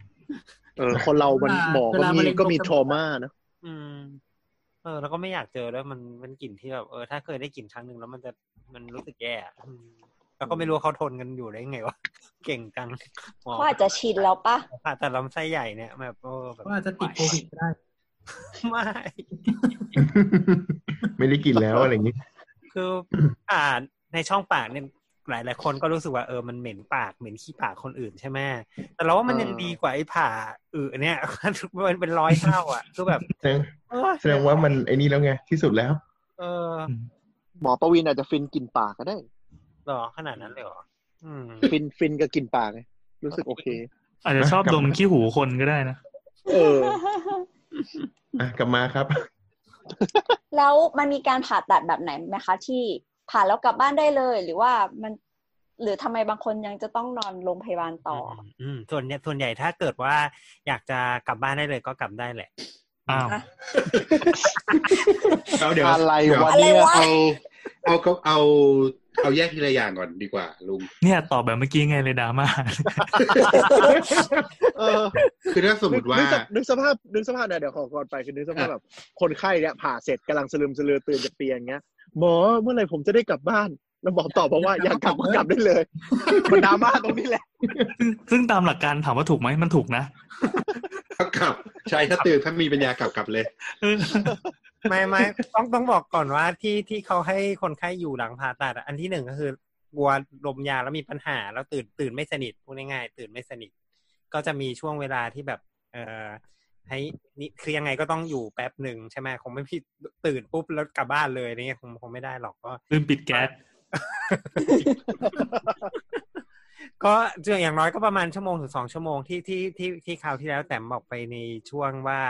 S4: *laughs*
S5: เออ คนเรามันหมอก็มีก็มีทรมานะ
S1: อืม เออ แล้วก็ไม่อยากเจอแล้วยมันมันกลิ่นที่แบบเออถ้าเคยได้กลิ่นครั้งหนึ่งแล้วมันจะมันรู้สึกแย่อะอืมแล้วก็ไม่รู้ว่าเขาทนกันอยู่ได้ยังไงวะ *laughs* เก่งจังหมอ
S2: เขาอาจจะชินแล้วปะ
S1: ผ่าตัดลำไส้ใหญ่เนี่ยแบบโอ้แบบ
S7: ก็อาจจะติดโควิดก็ได้
S1: ไม่
S4: ไม่ได้กินแล้วอะไรอย่างนี้
S1: คืออ่าในช่องปากเนี่ยหลายหลายๆคนก็รู้สึกว่าเออมันเหม็นปากเหม็นขี้ปากคนอื่นใช่ไหมแต่เราว่ามันยัง
S5: เออ
S1: ดีกว่าไอ้ผ่าอือเนี่ย *laughs* มันเป็นร้อยเท่าอ่ะคือแบบ
S4: แสดง
S1: เออ
S4: แสดงว่ามันไอ้นี่แล้วไงที่สุดแล้ว
S1: เออ
S5: หมอประวินอาจจะฟินกลิ่นปากก็ได้
S1: หรอขนาดนั้นเลยเหรออืม
S5: ฟินฟินกับกลิ่นปากไงรู้สึกโอเค
S3: อาจจะชอบดมขี้หูคนก็ได้นะ
S5: เออ
S4: อ่ะกลับมาครับ
S2: แล้วมันมีการผ่าตัดแบบไหนไหมคะ ที่ผ่าแล้วกลับบ้านได้เลย หรือว่ามัน หรือทำไมบางคนยังจะต้องนอนโรงพยาบาลต่อ
S1: มอืมส่วนเนี่ยส่วนใหญ่ถ้าเกิดว่าอยากจะกลับบ้านได้เลยก็กลับได้แหละ
S3: อ้าว
S8: เอาเดี๋ยว
S5: อะไร
S8: เดี๋ยว
S5: วะ
S2: อะไร
S5: เนี่ยว
S2: ะ
S8: เอาเอาเอาเอาเอาแยกทีละอย่างก่อนดีกว่า ลุง
S3: เนี่ยตอบแบบเมื่อกี้ไงเลยดรา *laughs* ม่า
S5: เออ
S8: คือถ้าสมมติว่า
S5: นึกสภนึกสภาพนึกสภาพนะเดี๋ยวขอก่อนไปคือนึกสภาพแบบคนไข้เนี่ยผ่าเสร็จกำลังสลืมสลือตื่นจากเตียงเงี้ยหมอเมื่อไหร่ผมจะได้กลับบ้านแล้วหมอตอบบอกว่าอยากกลับก็กลับได้เลย มันดราม่าตรงนี้แหละ
S3: ซึ่งซึ่งตามหลักการถามว่าถูกไหมมันถูกนะ
S8: กลับใช่ถ้าตื่นถ้ามีปัญญากลับกลับเลย
S3: เอ *laughs* อ
S1: ไม่ไม่ต้องต้องบอกก่อนว่าที่ที่เขาให้คนไข้อยู่หลังผ่าตัดอะอันที่หนึ่งก็คือกลัวลมยาแล้วมีปัญหา แล้วตื่นตื่นไม่สนิทพูดง่ายๆตื่นไม่สนิท ก็จะมีช่วงเวลาที่แบบ เออให้นี่คือยังไงก็ต้องอยู่แป๊บหนึ่งใช่ไหมคงไม่พี่ตื่นปุ๊บแล้วกลับบ้านเลยอะไรเงี้ยคงคงไม่ได้หรอกก็
S3: ลืมปิดแก๊ส
S1: ก็อย่างน้อยก็ประมาณชั่วโมงถึงสองชั่วโมงที่ที่ที่ที่คราวที่แล้วแต้มบอกไปในช่วงว่า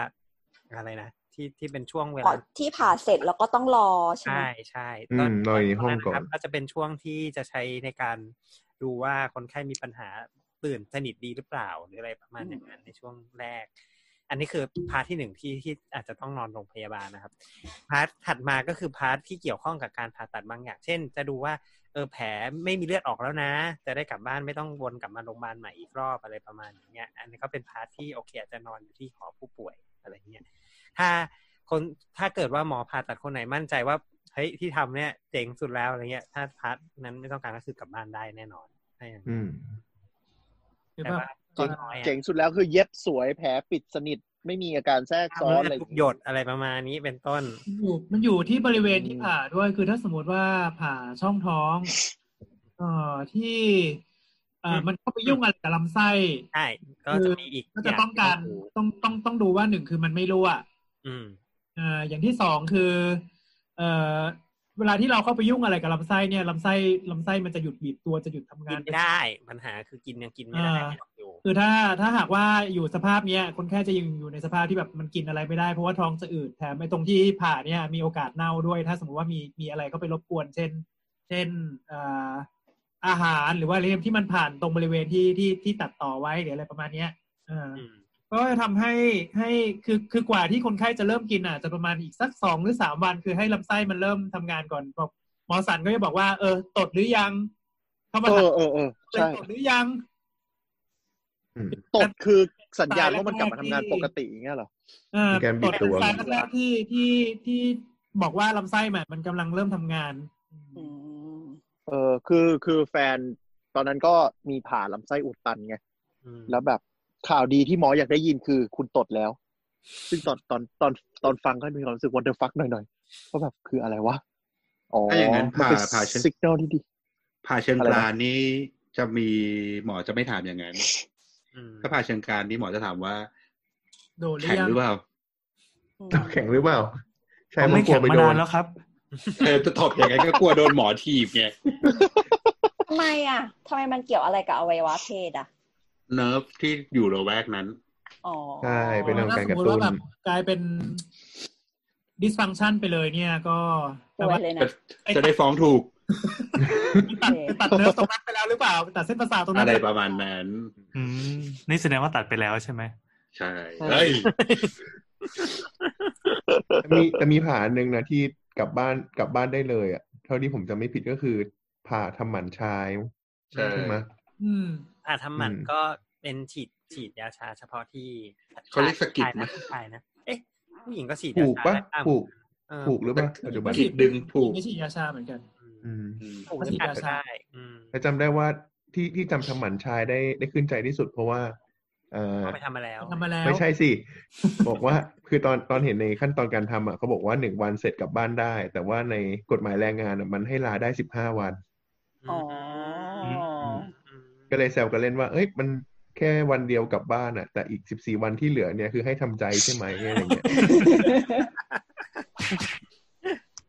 S1: อะไรนะที่ที่เป็นช่วงเว
S2: ก่
S1: ลา
S2: อนที่ผ่าเสร็จแล้วก็ต้องรอใช่ไหม
S1: ใช่ใช่
S4: อืมรออยู่ในห้องก่อน
S1: ครับก็จะเป็นช่วงที่จะใช้ในการดูว่าคนไข้มีปัญหาตื่นสนิทดีหรือเปล่าหรืออะไรประมาณอย่างนั้นในช่วงแรก อันนี้คือพาร์ทที่หนึ่งที่ที่อาจจะต้องนอนโรงพยาบาลนะครับ พาร์ทถัดมาก็คือพาร์ทที่เกี่ยวข้องกับการผ่าตัดบางอย่าง เช่น จะดูว่าเออแผลไม่มีเลือดออกแล้วนะ จะได้กลับบ้านไม่ต้องวนกลับมาโรงพยาบาลใหม่อีกรอบอะไรประมาณอย่างเงี้ย อันนี้ก็เป็นพาร์ทที่โอเคอาจจะนอนอยู่ที่หอผู้ป่วยอะไรเงี้ย ถ้าคนถ้าเกิดว่าหมอผ่าตัดคนไหนมั่นใจว่าเฮ้ยที่ทำเนี่ยเจ๋งสุดแล้วอะไรเงี้ย ถ้าพาร์ทนั้นไม่ต้องการก็คือกลับบ้านได้แน่นอนใช่
S4: อืม
S7: หรือ
S1: แต่
S7: ว่า
S1: ว่า
S5: เจ๋ง
S1: ก็น้อยอะ
S5: เจ๋งสุดแล้วคือเย็บสวยแผลปิดสนิท ไม่มีอาการแทรก
S1: ห้าม
S5: ซ้อ
S1: เลือด
S5: นอะไรอ
S1: ทุ
S5: ย่าก ง
S1: หย
S5: งี้
S1: ดอะไรประมาณนี้เป็นต้น
S7: มันอยู่มันอยู่ที่บริเวณที่ผ่าด้วยคือถ้าสมมติว่าผ่าช่องท้อง เอ่อที่เอ่อมันเข้าไปยุ่งอะไรกับลำไส้
S1: ใช่ก็จะมีอีก
S7: ก็จะต้องการ
S1: ย่ที่ดู
S7: ต้องต้องต้องดูว่าหนึ่งคือมันไม่รั่ว
S1: อืม
S7: เอ่ออย่างที่สองคือเอ่อเวลาที่เราเข้าไปยุ่งอะไรกับลำไส้เนี่ยลำไส้ลำไส้มันจะหยุดบีบตัวจะหยุดทำ
S1: กิ
S7: งาน น
S1: ไม่ได้ปัญหาคือกินยังกินไม่ได้
S7: อ่า
S1: ยังอยู่
S7: คือถ้าถ้าหากว่าอยู่สภาพเนี้ยคนแค่จะยังอยู่ในสภาพที่แบบมันกินอะไรไม่ได้เพราะว่าท้องจะอืดแถมไอ้ตรงที่ผ่าเนี่ยมีโอกาสเน่าด้วย ถ้าสมมติว่ามีมีอะไรเข้าไปรบกวน เช่น เช่นเอ่ออาหารหรือว่าอะไรที่มันผ่านตรงบริเวณที่ที่ที่ตัดต่อไว้หรืออะไรประมาณเนี้ยเอ่า
S1: อืม
S7: ก็จะทำให้ให้คือคือกว่าที่คนไข้จะเริ่มกินอ่ะจะประมาณอีกสักสองหรือสามวัน คือให้ลำไส้มันเริ่มทำงานก่อนบอกหมอสันก็จะบอกว่าเออตดหรือยัง เข้ามา
S5: เอ
S7: ถาม
S5: อเออเออ
S7: เป็
S5: ใช่
S7: นตดหรือยัง
S4: อืม
S5: ตดคือสัญญาณว่ามันกลับมาทำงานปกติอย่างเงี้ยเหรอ
S7: เออ
S4: มีการบีบตัว
S7: ตดเป็นสายแรกๆที่ที่ที่บอกว่าลำไส้มันมันกำลังเริ่มทำงาน
S2: อืม
S5: เออคือคือแฟนตอนนั้นก็มีผ่าลำไส้อุดตันไง
S1: อืม
S5: แล้วแบบข่าวดีที่หมออยากได้ยินคือคุณตดแล้ว ซึ่งตอนตอนตอนตอนฟังก็มีความรู้สึกวันเดอร์ฟักหน่อยๆว่าแบบคืออะไรวะอ๋อ
S8: ถ้าอย่างนั้น
S5: มั
S8: ผ่า
S5: เป็น
S8: ผ่าเชิญ
S5: สัญญาณที่ดี
S8: ผ่าเชิง
S5: อะไร
S8: ก
S5: นะ
S8: รานนี่จะมีหมอจะไม่ถามอย่างนั้น
S1: อืม
S8: ถ้าผ่าเชิงกรานนี่หมอจะถามว่า
S7: โดนหรื
S8: แข็ง
S7: อยัง
S8: หรือเปล่า
S4: แข็งหรือเปล่า ใช่
S3: ผม
S4: น
S3: ไม่
S4: กลั
S3: แข็
S4: ว
S3: ง
S4: ไป
S3: มา
S4: โด
S3: นาน นแล้วครับ
S8: เออจะตอบอย่างไงก็กลัวโดนหมอทีบไง
S2: ทำไมอ่ะทำไมมันเกี่ยวอะไรกับอวัยวะเพศอ่ะ
S8: เนิร์ฟที่อยู่ระแวกนั้น
S2: อ๋อ
S4: ใช่เป็นเรื่องของ
S7: ถ้า
S4: การ
S7: สมม
S4: กระ
S7: ติ
S4: ตุ้
S7: ว่าน แบบกลายเป็น disfunction ไปเลยเนี่ย ก็
S2: ส
S7: แปล
S2: วย
S7: ว่า
S2: เลย
S8: จะ
S2: นะ
S8: จะได้ฟ้องถูก
S7: ตัดคือตัดเนื้อตรงนั้นไปแล้วหรือเปล่าตัดเส้นประสาทตรงนั้
S8: อะ
S7: น
S8: ไร
S7: ปแล้ว
S8: ประมาณนั้น
S3: อืมนี่แสดงว่าตัดไปแล้วใช่ไหม
S8: ใช่
S5: ใช่
S8: เฮ้ย
S4: แต่มีแต่มีผ่าอันหนึ่งนะที่กลับบ้านกลับบ้านได้เลยอ่ะ เท่าที่ผมจะไม่ผิดก็คือผ่าทำหมันชาย
S8: ใช่
S4: ใช่ไหม
S7: อืม
S1: อาทำหมัน
S4: อืม
S1: ก็เป็นฉีดฉีดยาชาเฉพาะที่
S8: เขาเรียกสะกิด
S1: ชาย
S8: มา
S1: นะผู้ชายนะเอ๊ะผู้หญิงก็ฉีด
S4: ผู
S1: ยาก ชา
S4: ปะ
S1: ได้ตาม
S4: ผูก
S1: เออ
S4: ผูกหรือปะปัจจุบัน
S7: ฉี
S8: กิดดึงผูก
S7: ไม่ฉีดยาชาเหมือนกัน
S1: อืม
S4: อืม
S8: อืม
S1: ผูกหรือ
S7: ฉีด
S1: กัด
S7: ยาชา
S1: ก็ได้ อืม
S4: แต่จำได้ว่าที่ที่จำทำหมันชายได้ได้ขึ้นใจที่สุดเพราะว่าเออ
S1: เขาไปทำมาแล้ว
S7: ทำมาแล้ว
S4: ไม่ใช่สิ บอกว่าคือตอนตอนเห็นในขั้นตอนการทำอ่ะเขาบอกว่าหนึ่งวันเสร็จกลับบ้านได้ แต่ว่าในกฎหมายแรงงานอ่ะมันให้ลาได้สิบห้าวัน
S2: อ๋อ
S1: อืม
S4: ก็เลยแซวกันเล่นว่า เอ้ยมันแค่วันเดียวกลับบ้านอ่ะ แต่อีกสิบสี่วันที่เหลือเนี่ยคือให้ทำใจใช่ไหมอะไรเงี้ย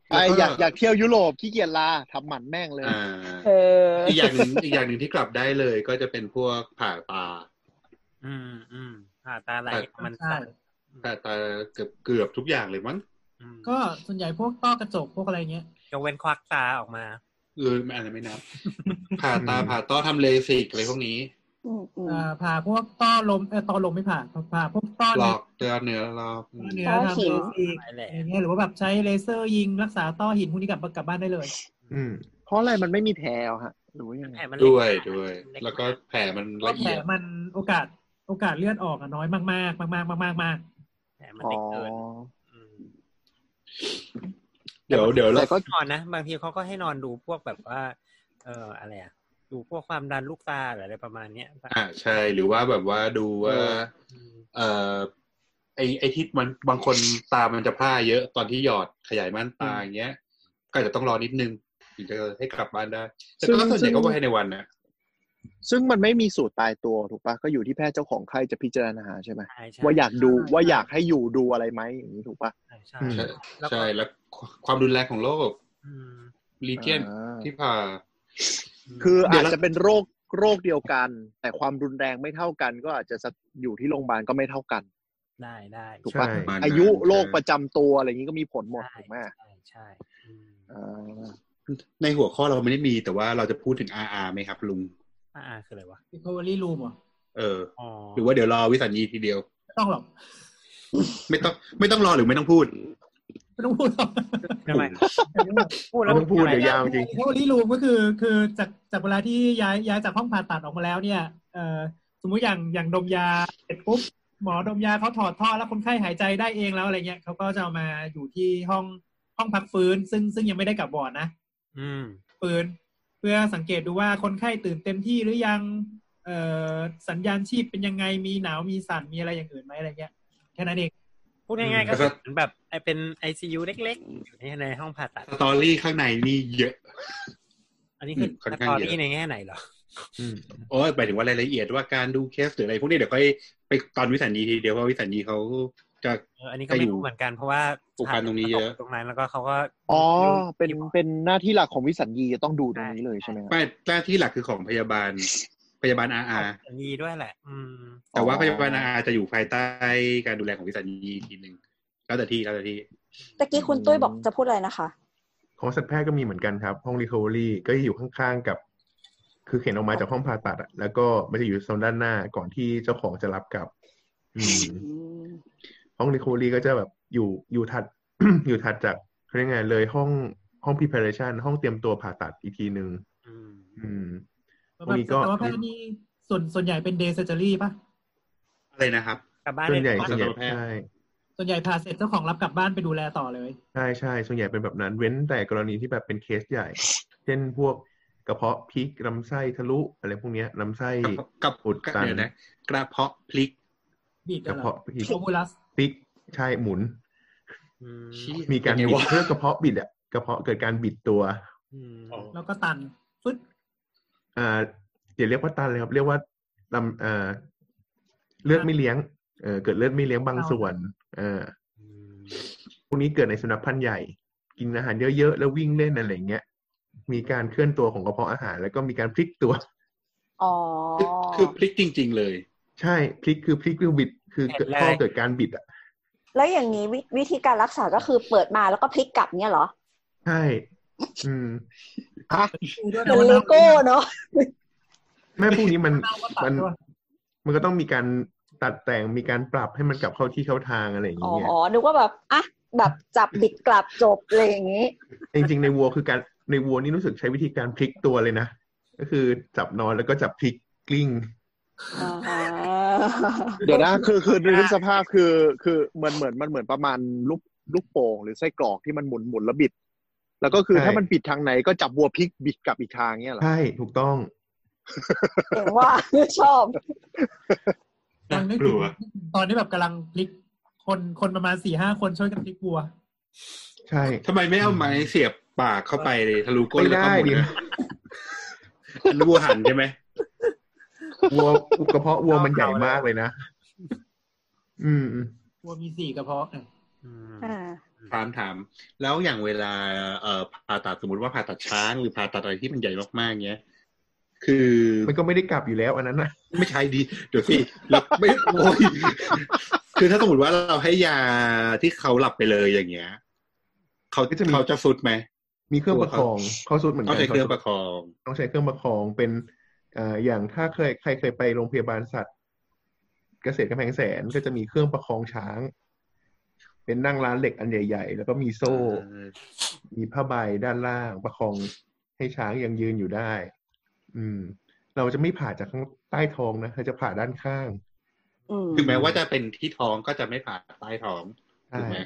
S5: ไออยากอยากเที่ยวยุโรปขี้เกียจลาทำหมันแม่งเลย
S8: อ่า
S2: เออ
S8: อีกอย่างหนึ่งอีกอย่างหนึ่งที่กลับได้เลยก็จะเป็นพวกผ่าตา
S1: อืมอืมผ่าตาไหลมัน
S7: ใช่
S1: สั่น
S8: ผ่าตาเกือบเกือบทุกอย่างเลยมั้ง
S1: อืม
S7: ก็ส่วนใหญ่พวกต้อกระจกพวกอะไรเงี้ย
S1: ยกเว้นควักตาออกมา
S8: *laughs* เออไม่อะไรไม่นับผ่าตาผ่าต้อทำเลสิกอะไรพวกนี้
S2: อืมอืม
S7: เอ่อผ่าพวกต้อลมเอ่อต้อลมไม่ผ่าผ่าพวกต้อ
S8: หล
S7: เนื้
S8: อ
S7: อก
S8: เนื้อเนื้อรอบ
S7: ต้อเนื้อ
S2: ต้อ
S7: ทำ
S2: หิ
S7: เล
S2: น
S7: สิก
S1: หลายแหล่
S7: อย่างเงี้ยหรือว่าแบบใช้เลเซอร์ยิงรักษาต้อหินพวกนี้กลับกลับบ้านได้เลย
S4: อืม
S5: เพราะอะไรมันไม่มีแถวฮะหรือว่ายังไง
S1: แผลมัน
S8: ด้วย
S1: เก
S8: ด้วย
S1: เมา
S8: แล้วก็แผลมัน
S7: เพราะ
S8: ละ
S7: แผล
S8: เอียด
S7: มันโอกาสโอกาสเลือดออกอะน้อยมากมากๆมากๆมากๆมาก
S1: แผลมัน
S5: อ๋อ
S1: เล็กเกินม
S8: เดี๋ยวเดี๋ยว
S5: แต่
S8: แล้ว
S5: ก็
S1: นอนนะ บางทีเขาก็ให้นอนดูพวกแบบว่า เอออะไรอะดูพวกความดันลูกตาหรืออะไรประมาณเนี้ย
S8: อ่าใช่หรือว่าแบบว่าดูว่า
S5: เออ
S8: เอ่อไอไอที่มันบางคนตามันจะพร่าเยอะตอนที่หยอดขยายม่านตาอย่างเงี้ย ก็อาจจะต้องรอนิดนึงถึงจะให้กลับบ้านได้ แต่ก็ส่วนใหญ่ก็ภายในวันนะ
S5: ซึ่งมันไม่มีสูตรตายตัวถูกปะก็อยู่ที่แพทย์เจ้าของไข้จะพิจารณาใช่ไหม
S1: ใช่ใช่
S5: ว่าอยากดูว่าอยากให้อยู่ดูอะไรไหมอย่างนี้ถูกปะ
S1: ใช่ใช่
S4: อืม
S8: ใช่
S1: แล้วก็
S8: ใช่แล้วความรุนแรงของโรค
S1: อืม
S8: รีเจน
S5: อ่า
S8: ที่ผ่า
S5: คือ
S8: เดี๋
S5: อา
S8: ยว
S5: จ
S8: ละ
S5: จะเป็นโรคโรคเดียวกัน แต่ความรุนแรงไม่เท่ากัน ก็อาจจะสักอยู่ที่โรงพยาบาลก็ไม่เท่ากัน
S1: ได้ได้
S5: ถูกปะ
S4: ใช่
S8: ประมาณนั้น
S5: อายุโรค
S8: ใช่
S5: ประจำตัวอะไรอย่างนี้ก็มีผลหมด
S1: ใช่
S5: ถูกไหม
S1: ใช่ใช่อืม
S5: อ่า
S8: ในหัวข้อเราไม่ได้มีแต่ว่าเราจะพูดถึง RR ไหมครับลุง
S1: อ่าอ่าคืออะไรวะ
S7: ๆ recovery room เหรอ
S8: เออ
S1: อ๋อ
S8: หรือว่าเดี๋ยวรอวิสัญญีทีเดียว
S7: ไม่ต้องหรอก
S8: ไม่ต้องไม่ต้องรอหรือไม่ต้องพูด
S7: ไม่ต้องพูดหรอก
S1: ทำไมพูดแล้ว
S4: ไม่ต้องพูดเดี๋ยวยาวจริง
S7: เพราะที่รู้ก็คือคือจากจากเวลาที่ย้ายย้ายจากห้องผ่าตัดออกมาแล้วเนี่ยเอ่อสมมุติอย่างอย่างดมยาเสร็จปุ๊บหมอดมยาเขาถอดท่อแล้วคนไข้หายใจได้เองแล้วอะไรเงี้ยเขาก็จะเอามาอยู่ที่ห้องห้องพักฟื้น ซึ่งซึ่งยังไม่ได้กลับวอร์ดนะ
S1: อืม
S7: ฟื้นเพื่อสังเกตดูว่าคนไข้ตื่นเต็มที่หรือยังเอ่อสัญญาณชีพเป็นยังไงมีหนาวมีสั่นมีอะไรอย่างอื่นไหมอะไรเงี้ยแค่นั้นเอง
S1: พูดง่ายๆก็
S8: แต่
S1: คือ
S8: ก็
S1: เหมือนแบบไอเป็นไอซียูเล็กๆ อยู่ในในห้องผ่าตัด
S8: สตอรี่ข้างในนี่เยอะ
S1: อันนี้คือ
S8: ค่อน
S1: ส
S8: ข้าง
S1: ตอ
S8: เยอะ
S1: รี่ในแง่ไหนเหรอ
S4: อืม
S8: โอ้ยหมายถึงว่ารายละเอียดว่าการดูเคสหรืออะไรพวกนี้เดี๋ยวค่อยไปตอนวิสัญญีทีเดียวเพราะวิสัญญีเขาจะ
S1: เอออันนี้ก็ไม่รู้เหมือนกันเพราะว่า
S8: ผูกพันตรงนี้เยอะ
S1: ตรงนั้นแล้วก็เขาก็
S5: อ๋อ เป็น เป็นหน้าที่หลักของวิสัญญีจะต้องดูตรงนี้เลยใช่ไหมครับ
S8: ไม่หน้าที่หลักคือของพยาบาล พยาบาลอาอา
S1: อันนี้ด้วยแหละ อืม
S8: แต่ว่าพยาบาลอาอาจะอยู่ภายใต้การดูแลของวิสัญญีอีกทีหนึ่งแล้วแต่ที่แล้วแต่ที่
S2: ตะกี้คุณตุ้ยบอกจะพูดอะไรนะคะ
S4: ของสัตวแพทย์ก็มีเหมือนกันครับ ห้อง recovery ก็อยู่ข้างๆกับ คือเข็นออกมาจากห้องผ่าตัดอะแล้วก็มันจะอยู่โซนด้านหน้าก่อนที่เจ้าของจะรับกลับ อืม ห้อง recovery ก็จะแบบอยู่อยู่ถัด *coughs* อยู่ถัดจากเขาเรียกไงเลยห้องห้อง preparation ห้องเตรียมตัวผ่าตัดอีกทีหนึ่ง
S1: อืม
S4: อืม
S7: แล้ว
S4: พว
S7: แบบ
S4: กนี้ก็
S7: สัตวแพทย์นี่ส่วนส่วนใหญ่เป็นเดย์เซอร์เจอรี่ป่ะ
S8: อะไรนะครับ
S1: กลับบ้าน
S4: ส่วนใหญ่
S1: ได้
S4: ส่วนใหญ่ใช่
S7: ส่วนใหญ่ผ่าเสร็จเจ้าของรับกลับบ้านไปดูแลต่อเลย
S4: ใช่ใช่ส่วนใหญ่เป็นแบบนั้น เว้นแต่กรณีที่แบบเป็นเคสใหญ่ เช่นพวกกระเพาะพริกลำไส้ทะลุอะไรพวกเนี้ยลำไส้
S8: กับ
S4: อุดตัน
S8: เดี๋ยวนะกระเพาะพลิก
S7: บีด
S4: ก
S7: กั
S4: ระ
S7: นเหรอ
S4: เพาะพริก
S7: โอมูลัส
S4: พริกใช่หมุน
S1: อืม
S8: เชี่ย
S4: มีการ
S8: ยังไง
S4: บิด
S8: วะ
S4: เพื่อกระเพาะบิดอะกระเพาะเกิดการบิดตัว
S1: อืม
S8: อ๋อ
S7: แล้วก็ตันฟึด
S4: อ่าอย่าเรียกว่าตันเลยครับ เรียกว่าลำอ่าเลือดไม่เลี้ยงเออเกิดเลือดไม่เลี้ยงบางส่วนเออ
S1: อืม
S4: พวกนี้เกิดในสุนัขพันธุ์ใหญ่ กินอาหารเยอะๆแล้ววิ่งเล่นอะไรอย่างเงี้ยมีการเคลื่อนตัวของกระเพาะอาหาร แล้วก็มีการพลิกตัว
S2: อ๋อ
S8: คือคือพลิกจริง ๆ เลย
S4: ใช่พลิกคือพลิกคือบิด คือเกิดข้อเกิดการบิดอ่ะ
S2: แล้วอย่างนี้วิวิธีการรักษาก็คือเปิดมาแล้วก็พลิกกลับเนี่ยเหรอ
S4: ใช่ อืม
S7: ด้วย
S2: เห
S7: นะ
S2: มือน
S7: ว่า
S2: ลู
S7: เน่า
S2: โก้เนาะ
S4: แม่พวกนี้มัน
S7: เน่าก็ตัด
S4: มัน
S7: ด้วย
S4: มันก็ต้องมีการตัดแต่งมีการปรับให้มันกลับเข้าที่เข้าทางอะไรอย่าง
S2: อ๋อ
S4: เงี้ย
S2: นึกว่าแบบอ่ะแบบจับบิดกลับจบเลยอย่างนี้
S4: จริงๆในวัวคือการในวัวนี่รู้สึกใช้วิธีการพลิกตัวเลยนะก็คือจับนอนแล้วก็จับพลิกกลิ้ง
S2: อ่าฮะ
S5: เดี๋ยวนะคือคือดูนึกสภาพคือคือมันเหมือนมันเหมือนประมาณลูกลูกโป่งหรือไส้กรอกที่มันหมุนหมุนแล้วบิด แล้วก็คือ
S4: ใช่
S5: ถ้ามันบิดทางไหนก็จับวัวพลิกบิดกลับอีกทางเงี้ยเหรอ
S4: ใช่ถูกต้อง
S2: เห็นว่าชอบ
S7: กำลังนึก
S8: กลั
S7: ถึง
S8: ว
S7: ตอนที่แบบกำลังพลิก คนคนประมาณสี่ห้าคนช่วยกันพลิกวัว
S4: ใช่
S8: ทำไมไม่เอาไม้เสียบปากเข้าไปเลยทะลุก้น
S4: ไม่
S8: แล้วก็
S4: ได้
S8: หมุน
S4: ดิ
S8: นะอันวัวหันใช่ไหม
S4: วัวกระเพาะวัวมันใหญ่มากเลย *laughs* นะ อืม
S7: วัวมีสี่กระเพาะเนี่ย
S1: อืม
S2: อ่า
S8: ถามถาม แล้วอย่างเวลาเอ่อผ่าตัดสมมติว่าผ่าตัดช้างหรือผ่าตัดอะไรที่มันใหญ่มากๆเงี้ย คือ
S4: มันก็ไม่ได้กลับอยู่แล้วอันนั้นนะ
S8: ไม่ใช่ดีเดี๋ยวสิเราไม่โอยคือถ้าสมมติว่าเราให้ยาที่เขาหลับไปเลยอย่างเงี้ยเขาเขาจะสุดไหม
S4: มีเครื่องประคองเข้าสุดเหมือนกั
S8: ต้อน งใช้เครื่องประคอง
S4: ต้องใช้เครื่องประคองเป็น อ่าอย่างถ้าเคยใครเคยไปโรงพยาบาลสัตว์ เกษตรกำแพงแสนก็จะมีเครื่องประคองช้าง เป็นนั่งร้านเหล็กอันใหญ่ ๆ แล้วก็มีโซ่ มีผ้าใบด้านล่างประคองให้ช้างยังยืนอยู่ได้ อืม เราจะไม่ผ่าจากข้างใต้ท้องนะเราจะผ่าด้านข้าง
S2: อืม
S8: ถึงแม้ว่าจะเป็นที่ท้องก็จะไม่ผ่าใต้ท้องถูกไหม
S4: ใช่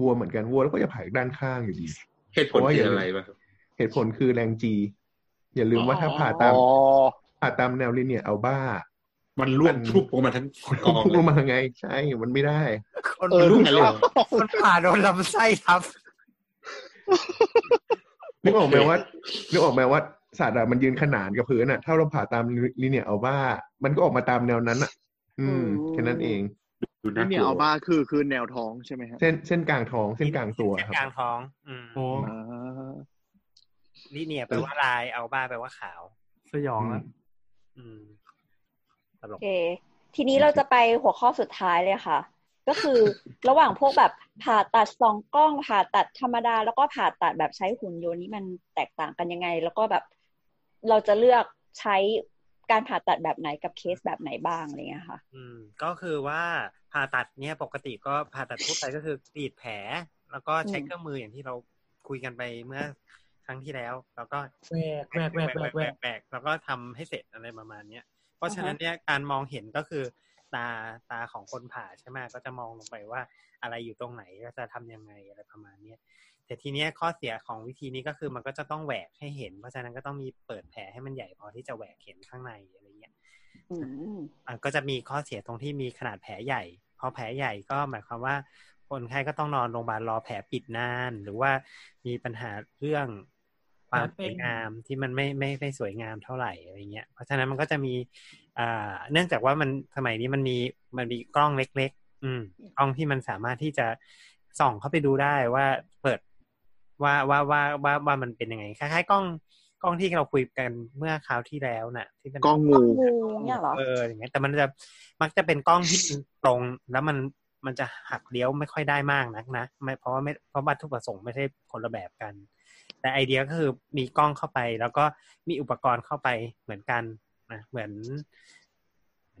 S4: วัวเหมือนกันวัวแล้วก็จะผ่าด้านข้างอยู่ดี
S8: เหตุผลคืออะไรบ้างครับ
S4: เหตุผลคือแรงจี อย่าลืมว่าถ้าผ่าตาม
S5: อ๋อ
S4: ผ่าตามแนวลิเนียเอาบ้า
S8: มันล่วงทุบลงมาทั้งกอง
S4: พุ่ง
S8: เลย
S4: ลงมาไง ใช่มันไม่ได้
S8: เออลูกนั้นเลยเหรอ
S9: มันผ่าโดนลำไส้ทับ
S4: นึกออกไหม
S8: โอเค
S4: ว่านึกออกไหมว่าสัตว์อะมันยืนขนานกับพื้นอะถ้าเราผ่าตามลิเนียเอาบ้า มันก็ออกมาตามแนวนั้นอะอืมแค่นั้นเอง
S8: ดู
S5: นี่
S8: น่าก
S5: เนี่ย
S8: ลัว
S5: เอาบ้าคือคือแนวท้องใช่ไหมฮะ
S4: เส้นเส้นกลางท้องเส้นกลางตัว
S1: เส้น
S4: ครับ
S1: กลางท้อง อืม
S3: โอ้
S5: อ่า
S1: ลิเนียแปลว่าลายเอาบ้าแปลว่าขาว
S3: สยองแล้ว
S1: อืมตล
S2: โอก เค ทีนี้เราจะไปหัวข้อสุดท้ายเลยค่ะ ก็คือระหว่างพวกแบบผ่าตัดสองกล้องผ่าตัดธรรมดา แล้วก็ผ่าตัดแบบใช้หุ่นยนต์นี่มันแตกต่างกันยังไง แล้วก็แบบเราจะเลือกใช้การผ่าตัดแบบไหนกับเคสแบบไหนบ้างอะไรเงี้ยค่ะ
S1: อืม ก็คือว่าผ่าตัดเนี่ยปกติก็ผ่าตัดทั่วไปก็คือกรีดแผล แล้วก็ใช้
S2: อืม
S1: เครื่องมืออย่างที่เราคุยกันไปเมื่อครั้งที่แล้ว แล้วก็
S7: แหวกแหวกแหวกแหวกแหวก
S1: แหวกแล้วก็ทำให้เสร็จอะไรประมาณเนี้ย เพราะฉะนั้นเนี่ยการมองเห็นก็คือ ตาตาของคนผ่าใช่ไหมก็จะมองลงไปว่าอะไรอยู่ตรงไหนก็จะทำยังไงอะไรประมาณเนี้ยแต่ทีเนี้ยข้อเสียของวิธีนี้ก็คือมันก็จะต้องแหวกให้เห็น เพราะฉะนั้นก็ต้องมีเปิดแผลให้มันใหญ่พอที่จะแหวกเห็นข้างในอะไรเงี้ย
S2: อืม
S1: อ่ะก็จะมีข้อเสียตรงที่มีขนาดแผลใหญ่ พอแผลใหญ่ก็หมายความว่า คนไข้ก็ต้องนอนโรงพยาบาลรอแผลปิดนาน หรือว่ามีปัญหาเรื่องความสวยงามที่มันไม่ไม่ไม่สวยงามเท่าไหร่อะไรเงี้ย เพราะฉะนั้นมันก็จะมีอ่าเนื่องจากว่ามันสมัยนี้มันมีมันมีกล้องเล็ก ๆ อืมกล้องที่มันสามารถที่จะส่องเข้าไปดูได้ว่าเปิดว่าว่าว่าว่าว่ามันเป็นยังไงคล้ายๆกล้องกล้องที่เราคุยกันเมื่อคราวที่แล้วน่ะ ที่เป็น
S5: กล้องงู
S2: งูเนี่ยเหรอ
S1: เอออย่างเงี้ยแต่มันจะมักจะเป็นกล้องที่มันตรง แล้วมันมันจะหักเลี้ยวไม่ค่อยได้มากนักนะไม่เพราะว่าไม่เพราะวัตถุประสงค์ไม่ใช่คนละแบบกัน แต่ไอเดียก็คือมีกล้องเข้าไป แล้วก็มีอุปกรณ์เข้าไปเหมือนกันนะเหมือน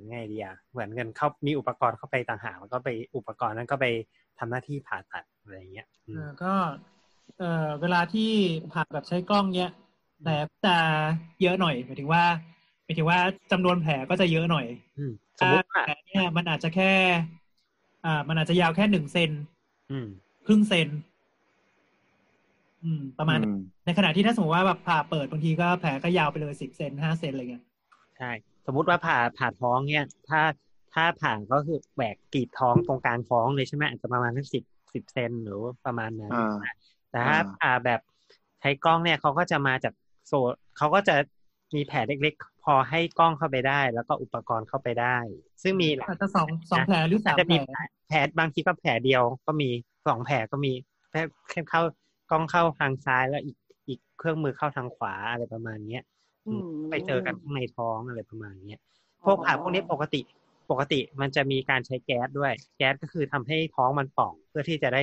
S1: เหมือนไงเดียเหมือนกันเข้ามีอุปกรณ์เข้าไปต่างหากแล้วก็ไปอุปกรณ์นั้นก็ไปทำหน้าที่ผ่าตัดอะไรอย่างเงี้ยอืม
S7: เออก็เออเวลาที่ผ่าแบบใช้กล้องเนี้ยแผลก็จะเยอะหน่อยหมายถึงว่าหมายถึงว่าจำนวนแผลก็จะเยอะหน่อย
S1: อืมสม
S7: ถ้าม
S1: ติว่า
S7: แผลเนี่ยมันอาจจะแค่ อ่า มันอาจจะยาวแค่หนึ่งเซน
S1: อืม
S7: ครึ่งเซน อืม ประมาณ
S5: อืม
S7: ในขณะที่ถ้าสมมติว่าแบบผ่าเปิดบางทีก็แผลก็ยาวไปเลยสิบเซนห้าเซนอะไรเงี้ย
S1: ใช่ สมมุติว่าผ่าผ่าท้องเนี่ย ถ้าถ้าผ่าก็คือแหวกกรีดท้องตรงกลางท้องเลยใช่ไหมอาจจะประมาณสักสิบสิบเซนหรือว่าประมาณนั้น
S5: อ่า
S1: แต่ถ้าผ่าแบบใช้กล้องเนี่ยเขาก็จะมาจากโซนเขาก็จะมีแผลเล็กๆ พอให้กล้องเข้าไปได้ แล้วก็อุปกรณ์เข้าไปได้ ซึ่งมีหลาย
S7: อาจจะสองสองแผลหรือ
S1: อา
S7: สา
S1: จ
S7: ม
S1: จะ
S7: แผ
S1: มี
S7: ล
S1: แผลแผลบางทีก็แผลเดียวก็มีสองแผลก็มีแผลเข้ากล้องเข้าทางซ้ายแล้วอีกอีกเครื่องมือเข้าทางขวาอะไรประมาณเนี้ย
S2: อืม
S1: ไปเจอกันข้างในท้องอะไรประมาณเนี้ย พวกผ่าพวกนี้ปกติ ปกติมันจะมีการใช้แก๊สด้วย แก๊สก็คือทำให้ท้องมันป่อง เพื่อที่จะได้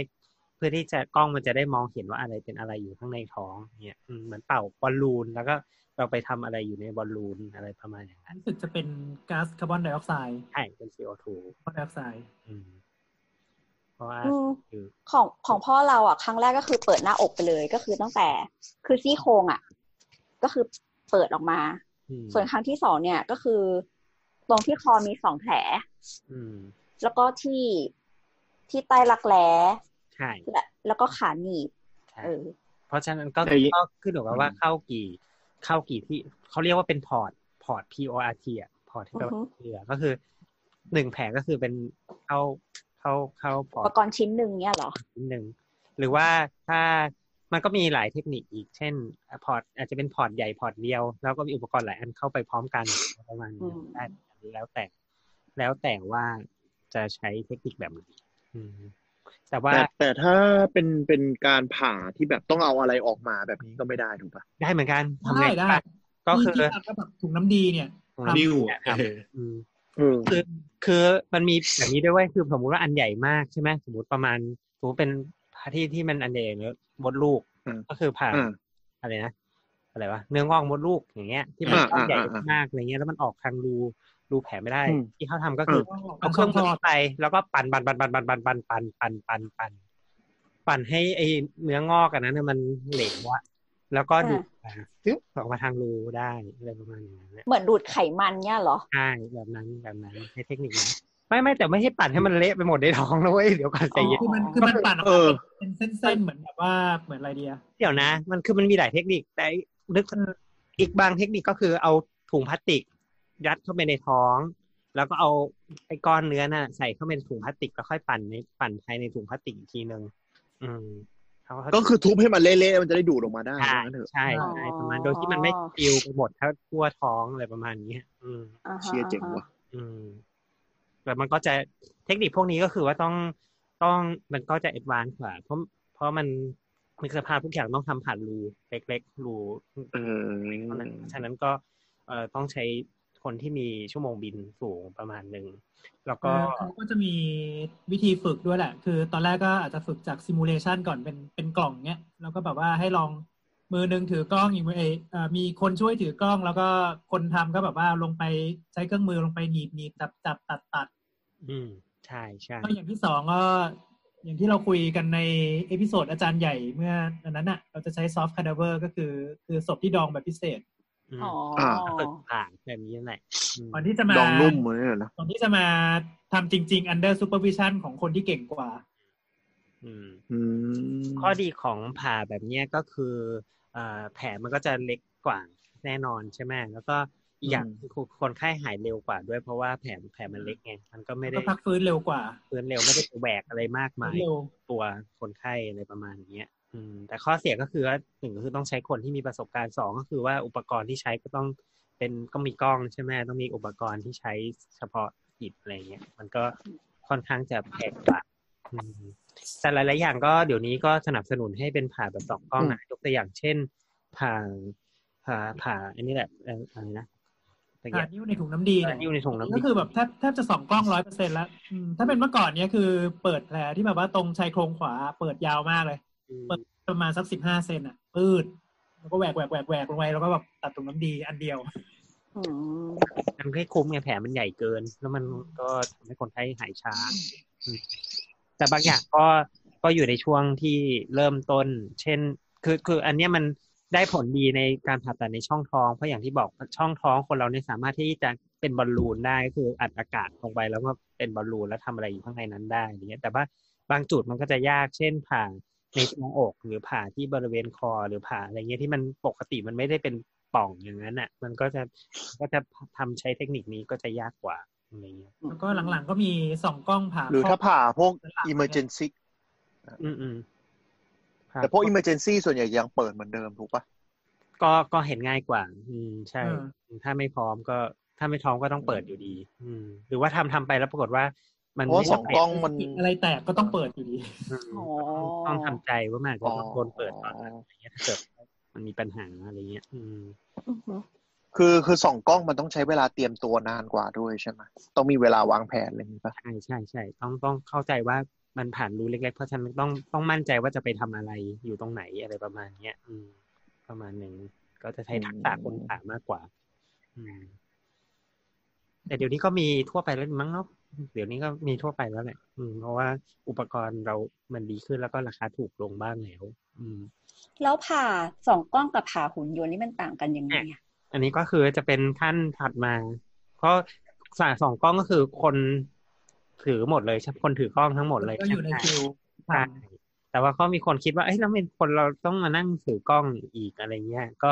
S1: เพื่อที่จะกล้องมันจะได้มองเห็นว่าอะไรเป็นอะไรอยู่ข้างในท้องเนี่ยอืมเหมือนเป่าบอลลูนแล้วก็เราไปทำอะไรอยู่ในบอลลูนอะไรประมาณอย่างนั้น
S7: รู้สึกจะเป็นก๊าซคาร์บอนไดออกไซด์
S1: ใช่เป็น CO2
S7: คาร์บอนไดออกไซด์
S1: อืมเพราะว่า
S2: อืม
S1: คือ
S2: ของของพ่อเราอ่ะครั้งแรกก็คือเปิดหน้าอกไปเลยก็คือตั้งแต่คือซี่โครงอ่ะ ก็คือเปิดออกมา
S1: อืม
S2: ส่วนครั้งที่สองเนี่ยก็คือ ตรงที่คอมีสองแผล
S1: อืม
S2: แล้วก็ที่ที่ใต้รักแร้
S1: ใช่
S2: และแล้วก็ขาหนีบ
S1: ใช่
S2: เออ
S1: เพราะฉะนั้นก็
S5: แต่ยิ
S1: ก็ขึ้นอยู่กับว่าเข้ากี่เข้ากี่ที่เขาเรียกว่าเป็นพอร์ตพอร์ต P O R T อ่ะพอร์ตที่แปลว่า
S2: อือฮึ
S1: เรือก็คือหนึ่งแผลก็คือเป็นเข้าเข้าเข้าพ
S2: อุป
S1: อร์ต
S2: กรณ์ชิ้นหนึ่งเนี่ยเหรอ
S1: นิดนึงหรือว่าถ้ามันก็มีหลายเทคนิคอีก เช่นพอร์ตอาจจะเป็นพอร์ตใหญ่พอร์ตเดียว แล้วก็มีอุปกรณ์หลายอันเข้าไปพร้อมกันประมาณนี้
S2: อืม
S1: ได้แล้วแต่ แล้วแต่ว่าจะใช้เทคนิคแบบไหนอืมแต่ว่า
S5: แต่แต่ถ้าเป็นเป็นการผ่าที่แบบต้องเอาอะไรออกมาแบบนี้ก็ไม่ได้ถูกปะ
S1: ได้เหมือนกันทำไง
S7: ได้ได้
S1: บ้างก็คือ
S7: ที่ที่ทำกับแบบถุงน้ำดีเนี่ย
S1: ทำ
S8: นิ้วเออ
S1: อืม
S5: เออ
S1: คือคือมันมีแบบนี้ด้วยเว้ยคือสมมติว่าอันใหญ่มากใช่ไหมสมมติประมาณสมมติเป็นที่ที่มันอันใหญ่เนอะบดลูก
S5: อืม
S1: ก็คือผ่า
S5: อืม
S1: อะไรนะ อะไรวะเนื้องอกมดลูกอย่างเงี้ย ที่มัน
S5: อ่า
S1: ก้อนใหญ่
S5: อ่าอ่าม
S1: ากอะไรเงี้ยแล้วมันออกทางรูรูแผลไม่ได้
S5: อืม
S1: ที่เขาทำก็คืออเอาเครื่องมือไปแล้วก็ปั่นปั่นปั่นปั่นปั่นปั่นปั่นปั่นปั่นปั่นปั่นปั่นให้ไอเนื้องอกอันนั้นน่ะมันเหลวอะแล้วก็ดูดออกมาซึ๊บออกมาทางรูได้อะไรประมาณอย่างนั้นแหละ
S2: เหมือนดูดไขมันเนี่ยเหรอ
S1: ใช่แบบนั้นแบบนั้นใช้เทคนิคนั้นไม่ไม่แต่ไม่ให้ปั่นให้มันเละไปหมดในท้องนะเว้ยเดี๋ยวก่ *laughs* อนใจเย็น
S7: คือมันคือมันปั่นออก
S5: เออ
S7: มาเป็นเส้นๆเหมือนแบบว่าเหมือนอะไรเดีย
S1: เดี๋ยวนะ มันคือมันมีหลายเทคนิค แต่นึกอีกบางเทคนิคก็คือเอาถุงพลาสติก ยัดเข้าไปในท้อง แล้วก็เอาไอ้ก้อนเนื้อน่ะใส่เข้าไปในถุงพลาสติกแล้วค่อยปั่นในปั่นภายในถุงพลาสติกอีกทีหนึ่งอืมเขาเข้าใจ
S5: ก็คือทุบให้มันเละๆมันจะได้ดูดออกมาได้
S1: ใช่
S5: ว่างั้นเถอะ
S1: ใช่
S2: อ๋อ
S1: ใช่ประมาณโดยที่มันไม่ฟิวไปหมดทั้งทั่วท้องอะไรประมาณนี้อืม
S2: อ่าฮะ
S5: เชียเจ๋ง
S2: อ่าฮะ
S5: ว่ะ
S1: อืมแต่มันก็จะเทคนิคพวกนี้ก็คือว่าต้องต้องมันก็จะ a d v a n c e กว่าเพราะเพราะมันมีสภาพทุกอย่างต้องทำผ่านรูเล็กๆรู
S5: เออ
S1: เท่านั้นฉะนั้นก็เอ่อต้องใช้คนที่มีชั่วโมงบินสูงประมาณหนึ่งแล้วก็
S7: เขาก็จะมีวิธีฝึกด้วยแหละ คือตอนแรกก็อาจจะฝึกจากซิมูเลชันก่อนเป็นเป็นกล่องเนี้ยแล้วก็แบบว่าให้ลองมือหนึงถือกล้องอีกมือเอยเอ่อมีคนช่วยถือกล้อง แล้วก็คนทำก็แบบว่าลงไปใช้เครื่องมือลงไปหนีบหนีบจับจับตัดตัด
S1: อืม ใช่ใช่
S7: ก็อย่างที่สองก็อย่างที่เราคุยกันในเอพิโซดอาจารย์ใหญ่เมื่ออันนั้นอ่ะเราจะใช้ซอฟต์คาดเวอร์ก็คือคือศพที่ดองแบบพิเศษ
S1: อืม
S2: อ๋อ
S5: อ่า
S1: ฝึกผ่านแบบนี้แหละอืม
S7: ก่อนที่จะมา
S5: ดองนุ่มเหมือนกันนะ
S7: ก่อนที่จะมาทำจริง ๆ under supervision ของคนที่เก่งกว่า
S1: อืม
S5: อืม
S1: ข้อดีของผ่าแบบเนี้ยก็คือเอ่อแผลมันก็จะเล็กกว่าแน่นอนใช่ไหมแล้วก็อีกอย่างคือคนไข้หายเร็วกว่าด้วยเพราะว่าแผลแผลมันเล็กไงมันก็ไม่ได้
S7: ก็พักฟื้นเร็วกว่า
S1: ฟื้นเร็วไม่ได้แหวกอะไรมาก
S7: ฟื้
S1: มาน ย
S7: เร็ว
S1: ตัวคนไข้อะไรประมาณเนี้ย อืม แต่ข้อเสียก็คือว่าหนึ่งก็คือต้องใช้คนที่มีประสบการณ์สองก็คือว่าอุปกรณ์ที่ใช้ก็ต้องเป็นก็มีกล้องใช่ไหมต้องมีอุปกรณ์ที่ใช้เฉพาะกิจอะไรเงี้ยมันก็ค่อนข้างจะแพงกว่าอืม แต่หลาย ๆ อย่างก็เดี๋ยวนี้ก็สนับสนุนให้เป็นผ่าแบบสองกล้องนะยกตัวอย่างเช่น ผ่าผ่าผ่าอันนี้แหละเอ่ออะไรนะตะเกี
S7: ผ่าย
S1: บ
S7: นิ้วในถุงน้ำดี
S1: ผ่า
S7: เนี่ย
S1: นิ้วในถุงน้ำ
S7: ก็
S1: ดี
S7: คือแบบแทบแทบจะสองกล้องร้อยเปอร์เซ็นต์แล้วอืมถ้าเป็นเมื่อก่อนเนี้ยคือเปิดแผลที่แบบว่าตรงชายโครงขวา เปิดยาวมากเลย
S1: อืม
S7: เปิดประมาณสักสิบห้าเซนอ่ะปืดแล้วก็แหวกแหวกแหวกแหวกลงไปแล้วก็แบบตัดถุงน้ำดีอันเดียว
S2: อืม
S1: มันไม่คุ้มไงแผลมันใหญ่เกิน แล้วมันก็ทำให้คนไข้หายช้าอืมแต่บางอย่างก็ก็อยู่ในช่วงที่เริ่มต้น เช่น คือคืออันเนี้ยมันได้ผลดีในการผ่าตัดในช่องท้องเพราะอย่างที่บอกช่องท้องคนเราเนี่ยสามารถที่จะเป็นบอลลูนได้ก็คืออัดอากาศลงไปแล้วก็เป็นบอลลูนแล้วทำอะไรอยู่ข้างในนั้นได้อย่างเงี้ยแต่ว่าบางจุดมันก็จะยากเช่น ผ่าในช่องอกหรือผ่าที่บริเวณคอหรือผ่าอะไรเงี้ยที่มันปกติมันไม่ได้เป็นป่องอย่างนั้นอ่ะ มันก็จะก็จะทำใช้เทคนิคนี้ก็จะยากกว่าอะไรเงี้ย
S7: แล้วก็หลังๆก็มีสองกล้องผ่า
S5: หรือถ้า
S7: ข้
S5: ผ่าพวก
S7: ด้านหลัง
S5: emergency
S1: อืมอืมครับ
S5: แต่พวก emergency ส่วนใหญ่ยังเปิดเหมือนเดิมถูกปะ
S1: ก็ก็เห็นง่ายกว่า อืม ใช่
S7: อ่า
S1: ถ้าไม่พร้อมก็ถ้าไม่พร้อมก็ต้องเปิดอยู่ดี อืม หรือว่าทำทำไปแล้วปรากฏว่า มัน
S5: เพราะว่า
S1: ไม่
S5: สอง
S1: สำเร็
S5: ก
S1: จ
S5: ล้องมัน
S7: อะไรแตกก็ต้องเปิดอยู่ดี
S1: อืม
S2: อ๋อ
S1: ต้องทำใจว่ามันอาจจะต้องโดนเปิดตอนนั้น
S5: อ๋อ
S1: อะไรเงี้ยถ้าเกิดมันมีปัญหาอะไรเงี้ย อืม
S2: อือฮึ
S5: คือคือสองกล้องมันต้องใช้เวลาเตรียมตัวนานกว่าด้วยใช่ไหมต้องมีเวลาวางแผนอะไรอย่างนี้ปะ
S1: ใช่ใช่ใช่ต้องต้องเข้าใจว่ามันผ่านรูเล็ก ๆ เพราะฉะนั้นต้องต้องมั่นใจว่าจะไปทำอะไรอยู่ตรงไหนอะไรประมาณเนี้ย อืม ประมาณหนึ่งก็จะใช้ทักษะคนผ่ามากกว่า อืม แต่เดี๋ยวนี้ก็มีทั่วไปแล้วมั้งเนาะเดี๋ยวนี้ก็มีทั่วไปแล้วแหละอืม เพราะว่าอุปกรณ์เรามันดีขึ้นแล้วก็ราคาถูกลงบ้างแล้ว อืม
S2: แล้วผ่าสองกล้องกับผ่าหุ่นยนต์นี่มันต่างกันยังไงอะ
S1: อันนี้ก็คือจะเป็นขั้นถัดมา เพราะสายสองกล้องก็คือคนถือหมดเลยใช่คนถือกล้องทั้งหมดเลย
S7: ก็อยู่ในคิว
S1: ใช่แต่ว่าก็มีคนคิดว่าเอ้ยแล้วเป็นคนเราต้องมานั่งถือกล้องอีกอะไรเงี้ย ก็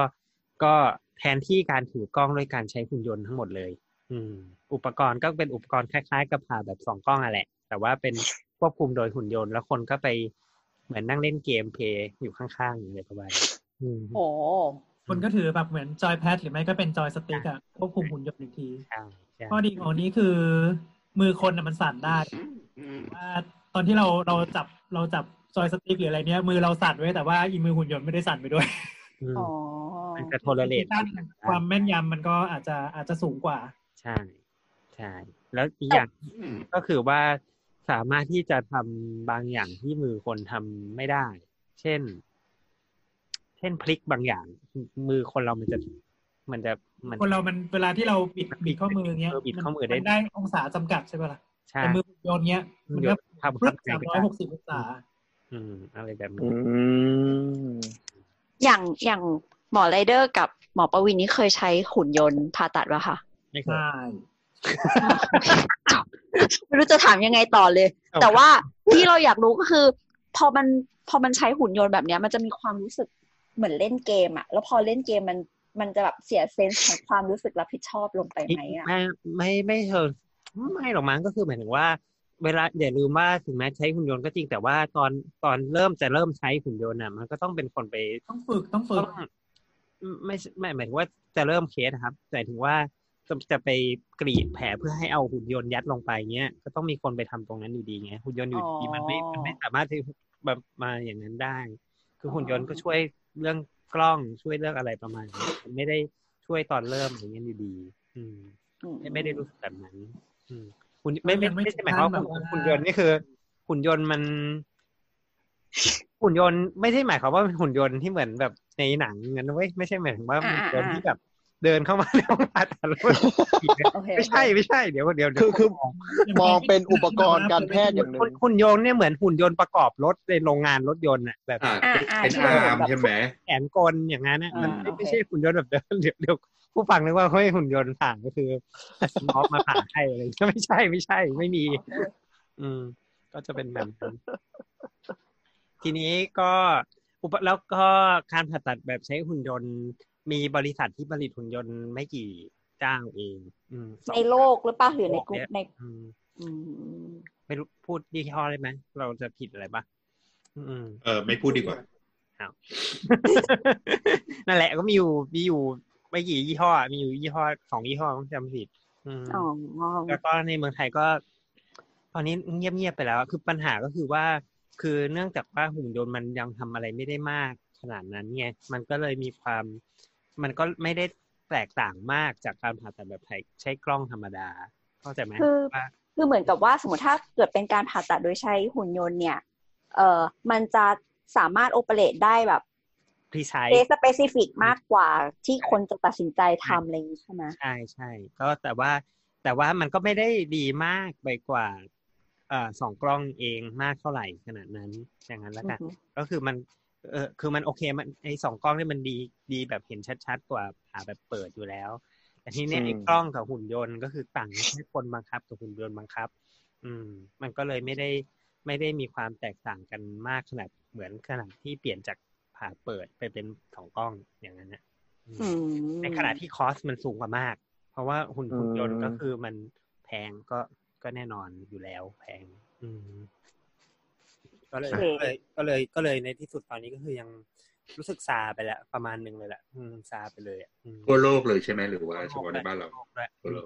S1: ก็แทนที่การถือกล้องด้วยการใช้หุ่นยนต์ทั้งหมดเลย อืม อุปกรณ์ก็เป็นอุปกรณ์คล้ายๆ กับผ่าแบบสองกล้องอะแหละ แต่ว่าเป็นควบคุมโดยหุ่นยนต์ แล้วคนก็ไปเหมือนนั่งเล่นเกมเพลย์อยู่ข้างๆอะไรประมาณนี้อืม
S2: โอ้
S7: คนก็ถือแบบเหมือนจอยแพดหรือไม่ก็เป็นจอยสติ๊กอะควบคุมหุ่นยนต์อีกที
S1: ใช่ใช่
S7: ข้อดีของอันนี้คือมือคนน่ะมันสั่นได้ว่าตอนที่เราเราจับเราจับจอยสติ๊กหรืออะไรเนี้ยมือเราสั่นไว้แต่ว่าอีมือหุ่นยนต์ไม่ได้สั่นไปด้วย
S1: อืม
S2: อ๋อ
S1: มันจะโทรเลต
S7: ด้านความแม่นยำมันก็อาจจะอาจจะสูงกว่า
S1: ใช่ ใช่ แล้วอีกอย่างก็คือว่าสามารถที่จะทำบางอย่างที่มือคนทำไม่ได้ เช่น เ ช่นพลิกบางอย่าง มือคนเรามันจะมันจะมัน
S7: คนเรามันเวลาที่เราบิดบิดข้อมืออย่างเงี้ย
S1: เออบิดข้อมือได้
S7: นได้องศาจำกัดใช่ปะล่ะ
S1: ใช่
S7: แต่มือหุ่นยนต์เงี้ย
S1: มั
S7: มัน น
S1: เดี๋ย
S7: ก็
S1: วทำ
S7: พรึ
S1: ทำ
S7: บ
S1: ไง
S7: สาม
S1: ไม่
S7: ร้อย
S1: ได้
S7: หกสิบองศา
S1: อืมอะไรแบบ
S5: อื
S1: นี้
S5: ม
S2: อย่างอย่างหมอไรเดอร์กับหมอประวินนี่เคยใช้หุ่นยนต์ผ่าตัดปะคะ
S1: ไม่เคย
S7: ใช่
S2: ไม่รู้จะถามยังไงต่อเลย
S1: เอาครับ
S2: แต่ว่าที่เราอยากรู้ก็คือ พอมันพอมันใช้หุ่นยนต์แบบเนี้ย มันจะมีความรู้สึกเหมือนเล่นเกมอะแล้วพอเล่นเกมมันมันจะแบบเสียเซนส์ของความรู้สึกรับผิดชอบลงไปไหมอะ
S1: ไม่ไม่ไม่เชิงไม่หรอกมั้งก็คือหมายถึงว่า เวลาอย่าลืมว่าถึงแม้ใช้หุ่นยนต์ก็จริงแต่ว่าตอนตอนเริ่มจะเริ่มใช้หุ่นยนต์น่ะมันก็ต้องเป็นคนไป
S7: ต้องฝึกต้องฝึ
S1: ต้
S7: ก
S1: องไม่ใช่ไม่หมายถึงว่าจะเริ่มเคสนะครับหมายถึงว่าจะจะไปกรีดแผลเพื่อให้เอาหุ่นยนต์ยัดลงไปเงี้ยก็ต้องมีคนไปทำตรงนั้นอยู่ดีไงหุ่นยนต์อยู่ดีมันไม่มันไม่สามารถที่แบบมาอย่างนั้นได้ คือหุ่นยนต์ก็ช่วยเรื่องกล้องช่วยเรื่องอะไรประมาณนี้มันไม่ได้ช่วยตอนเริ่มอย่างเงี้ยอยู่ดี อืม
S2: อื
S1: ไม่ไม่ได้รู้สึกแบบนั้น อืมหุ่น
S7: มั
S1: ไม่
S7: น
S1: ไม่
S7: ยังไม่
S1: ไม่ใช่
S7: ถึง
S1: หมายความ
S7: ขั้
S1: ว่าน
S7: แบบว่า
S1: หุ่นยนต์นี่คือ หุ่นยนต์มัน หุ่นยนต์ไม่ใช่หมายความว่าเป็นหุ่นยนต์ที่เหมือนแบบในหนังงั้นนะเว้ยไม่ใช่หมายถึงว่าหุ่นยนต์ที่แบบ เดินเข้ามาในห้องผ่าตัดแล้ว *laughs* มันฉีดนะ
S2: โอเค
S1: ไม่ใช่ไม่ใช่เดี๋ยวเดี๋ยวเดี๋ยว
S5: คือคือ
S7: ยังไ
S5: มองเป็นอุปกรณ์การแพทย์อย่างหนึ่
S1: หุ่น
S5: ง
S1: หุ่นยนต์เนี่ยเหมือนหุ่นยนต์ประกอบรถในโรงงานรถยนต์น่ะแบบ
S8: อ่า
S2: อ่าอ่า
S8: เป็น
S2: ที่
S8: อา
S2: เรา
S8: ร์ม
S2: แบบ
S8: ใช่ไหม
S1: แขนกลอย่างนั้นนะ
S2: อ่ามั
S1: มัน
S2: โอเค
S1: ไม่ไม่ใช่หุ่นยนต์แบบเดินเดี๋ยวเดี๋ยวผู้ฟังนึกว่าเฮ้ยหุ่นยนต์ผ่านก็คือ *laughs* ม็อบมาผ่าให้อะไรอย่างเงี้ยไม่ใช่ไม่ใช่ ไม่มี อืม ก็จะเป็นแบบนั้นทีนี้ก็อุปแล้วก็การผ่าตัดแบบใช้หุ่นยนต์ มีบริษัทที่ผลิตหุ่นยนต์ไม่กี่เจ้าเอง อืมสอง
S2: ในโลกหรือเปล่าหรือในกลุ่มใน
S1: อืม
S2: อืม
S1: ไม่รู้พูดยี่ห้อได้ไหมเราจะผิดอะไรปะอืม
S8: เออ ไม่พูดดีกว่า
S1: นั่นแหละก็มีอยู่มีอยู่ไม่กี่ยี่ห้อ มีอยู่ยี่ห้อสองยี่ห้อมั้งจำผิด อืม
S2: อ๋อ
S1: แล้วก็ในเมืองไทยก็ ตอนนี้เงียบเงียบๆไปแล้ว คือปัญหาก็คือว่า คือเนื่องจากว่าหุ่นยนต์มันยังทำอะไรไม่ได้มากขนาดนั้นไงมันก็เลยมีความ มันก็ไม่ได้แตกต่างมากจากการผ่าตัดแบบไทยใช้กล้องธรรมดา เข้าใจไหม
S2: คือ
S1: ว่า
S2: คือเหมือนกับว่าสมมติถ้าเกิดเป็นการผ่าตัดโดยใช้หุ่นยนต์เนี่ย เอ่อมันจะสามารถโอเปเรตได้แบบ
S1: precise
S2: เ s สเปซิฟิกมากกว่าที่คนจะตัดสินใจทำอะไรอย่างนี้ใช่ไหม
S1: ใช่ใช่ก็แต่ว่าแต่ว่ามันก็ไม่ได้ดีมากไปกว่าเอ่อสองกล้องเองมากเท่าไหร่ขนาดนั้นอย่างนั้นแล้ว
S2: อื
S1: กั
S2: อน ฮึ
S1: ก็คือมันเออคือมันโอเคมันไอสองกล้องเนี่ยมันดีดีแบบเห็นชัดๆ กว่าผ่าแบบเปิดอยู่แล้วแต่ทีเนี้ย
S5: อืม
S1: ไอกล้องกับหุ่นยนต์ก็คือต่างกันแค่คนบังคับกับหุ่นยนต์บังคับ อืม มันก็เลยไม่ได้ไม่ได้มีความแตกต่างกันมากขนาดเหมือนขนาดที่เปลี่ยนจากผ่าเปิดไปเป็นสองกล้องอย่างนั้นนะอืม
S2: อืม
S1: ในขณะที่คอสมันสูงกว่ามาก เพราะว่าหุ่น
S5: อืม
S1: หุ่นยนต์ก็คือมันแพงก็ก็แน่นอนอยู่แล้วแพง อืมก็เลยก็เลยก็เลยก็เลยในที่สุดตอนนี้ก็คือยังรู้สึกซาไปแล้ว ประมาณหนึ่งเลยแหละอืมซาไปเลยอะอืม
S8: ทั่วโลกเลยใช่ไหมหรือว่าเฉพาะในบ้านเรา
S1: อืม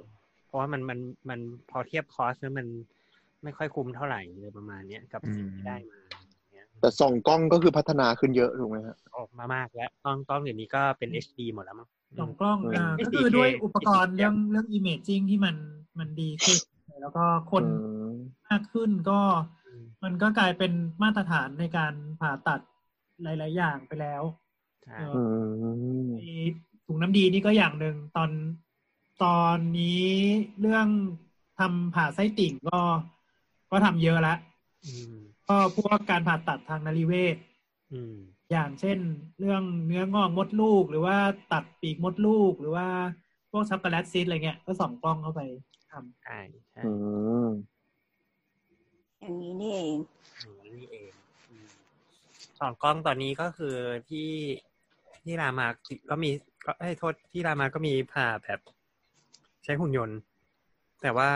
S1: เพราะว่ามันมันมันพอเทียบคอสแล้วมันไม่ค่อยคุ้มเท่าไหร่เลยประมาณเนี้ยกับสิ่งที่ได้มาเนี่ย
S5: แต่ส่องกล้องก็คือพัฒนาขึ้นเยอะถูกไหมฮะ
S1: ออกมามากแล้วกล้องกล้องเดี๋ยวนี้ก็เป็น HD หมดแล้วมั้ง
S7: ส
S1: อื
S7: อง
S1: ม
S7: กล้อง
S5: อืม
S7: อ่าก็
S1: SDK
S7: คือด้วยอุปกรณ์เรื่องเรื่อง imaging ที่มันมันดีขึ้น แล้วก็คน
S5: อืม
S7: มากขึ้นก็ มันก็กลายเป็นมาตรฐานในการผ่าตัดหลาย ๆ อย่างไปแล้ว
S1: ใช่
S7: เออ
S5: อืม
S7: ไอ้ถุงน้ำดีนี่ก็อย่างหนึ่งตอนตอนนี้เรื่องทำผ่าไส้ติ่งก็ก็ทำเยอะละ
S1: อืม
S7: ก็พวกการผ่าตัดทางนริเวศ
S1: อืม
S7: อย่างเช่น เรื่องเนื้องอกมดลูก หรือว่าตัดปีกมดลูก หรือว่าพวกช็อกโกแลตซีดอะไรเงี้ยก็ส่องกล้องเข้าไปทำ
S1: ใช่ใช่
S5: อืม
S2: อย่างนี้นี่เอง
S1: อย่างนี่เองอืมสองกล้องตอนนี้ก็คือที่ที่รามาก็มีก็เอ้ยโทษที่รามาก็มีผ่าแบบ ใช้หุ่นยนต์ แต่ว่า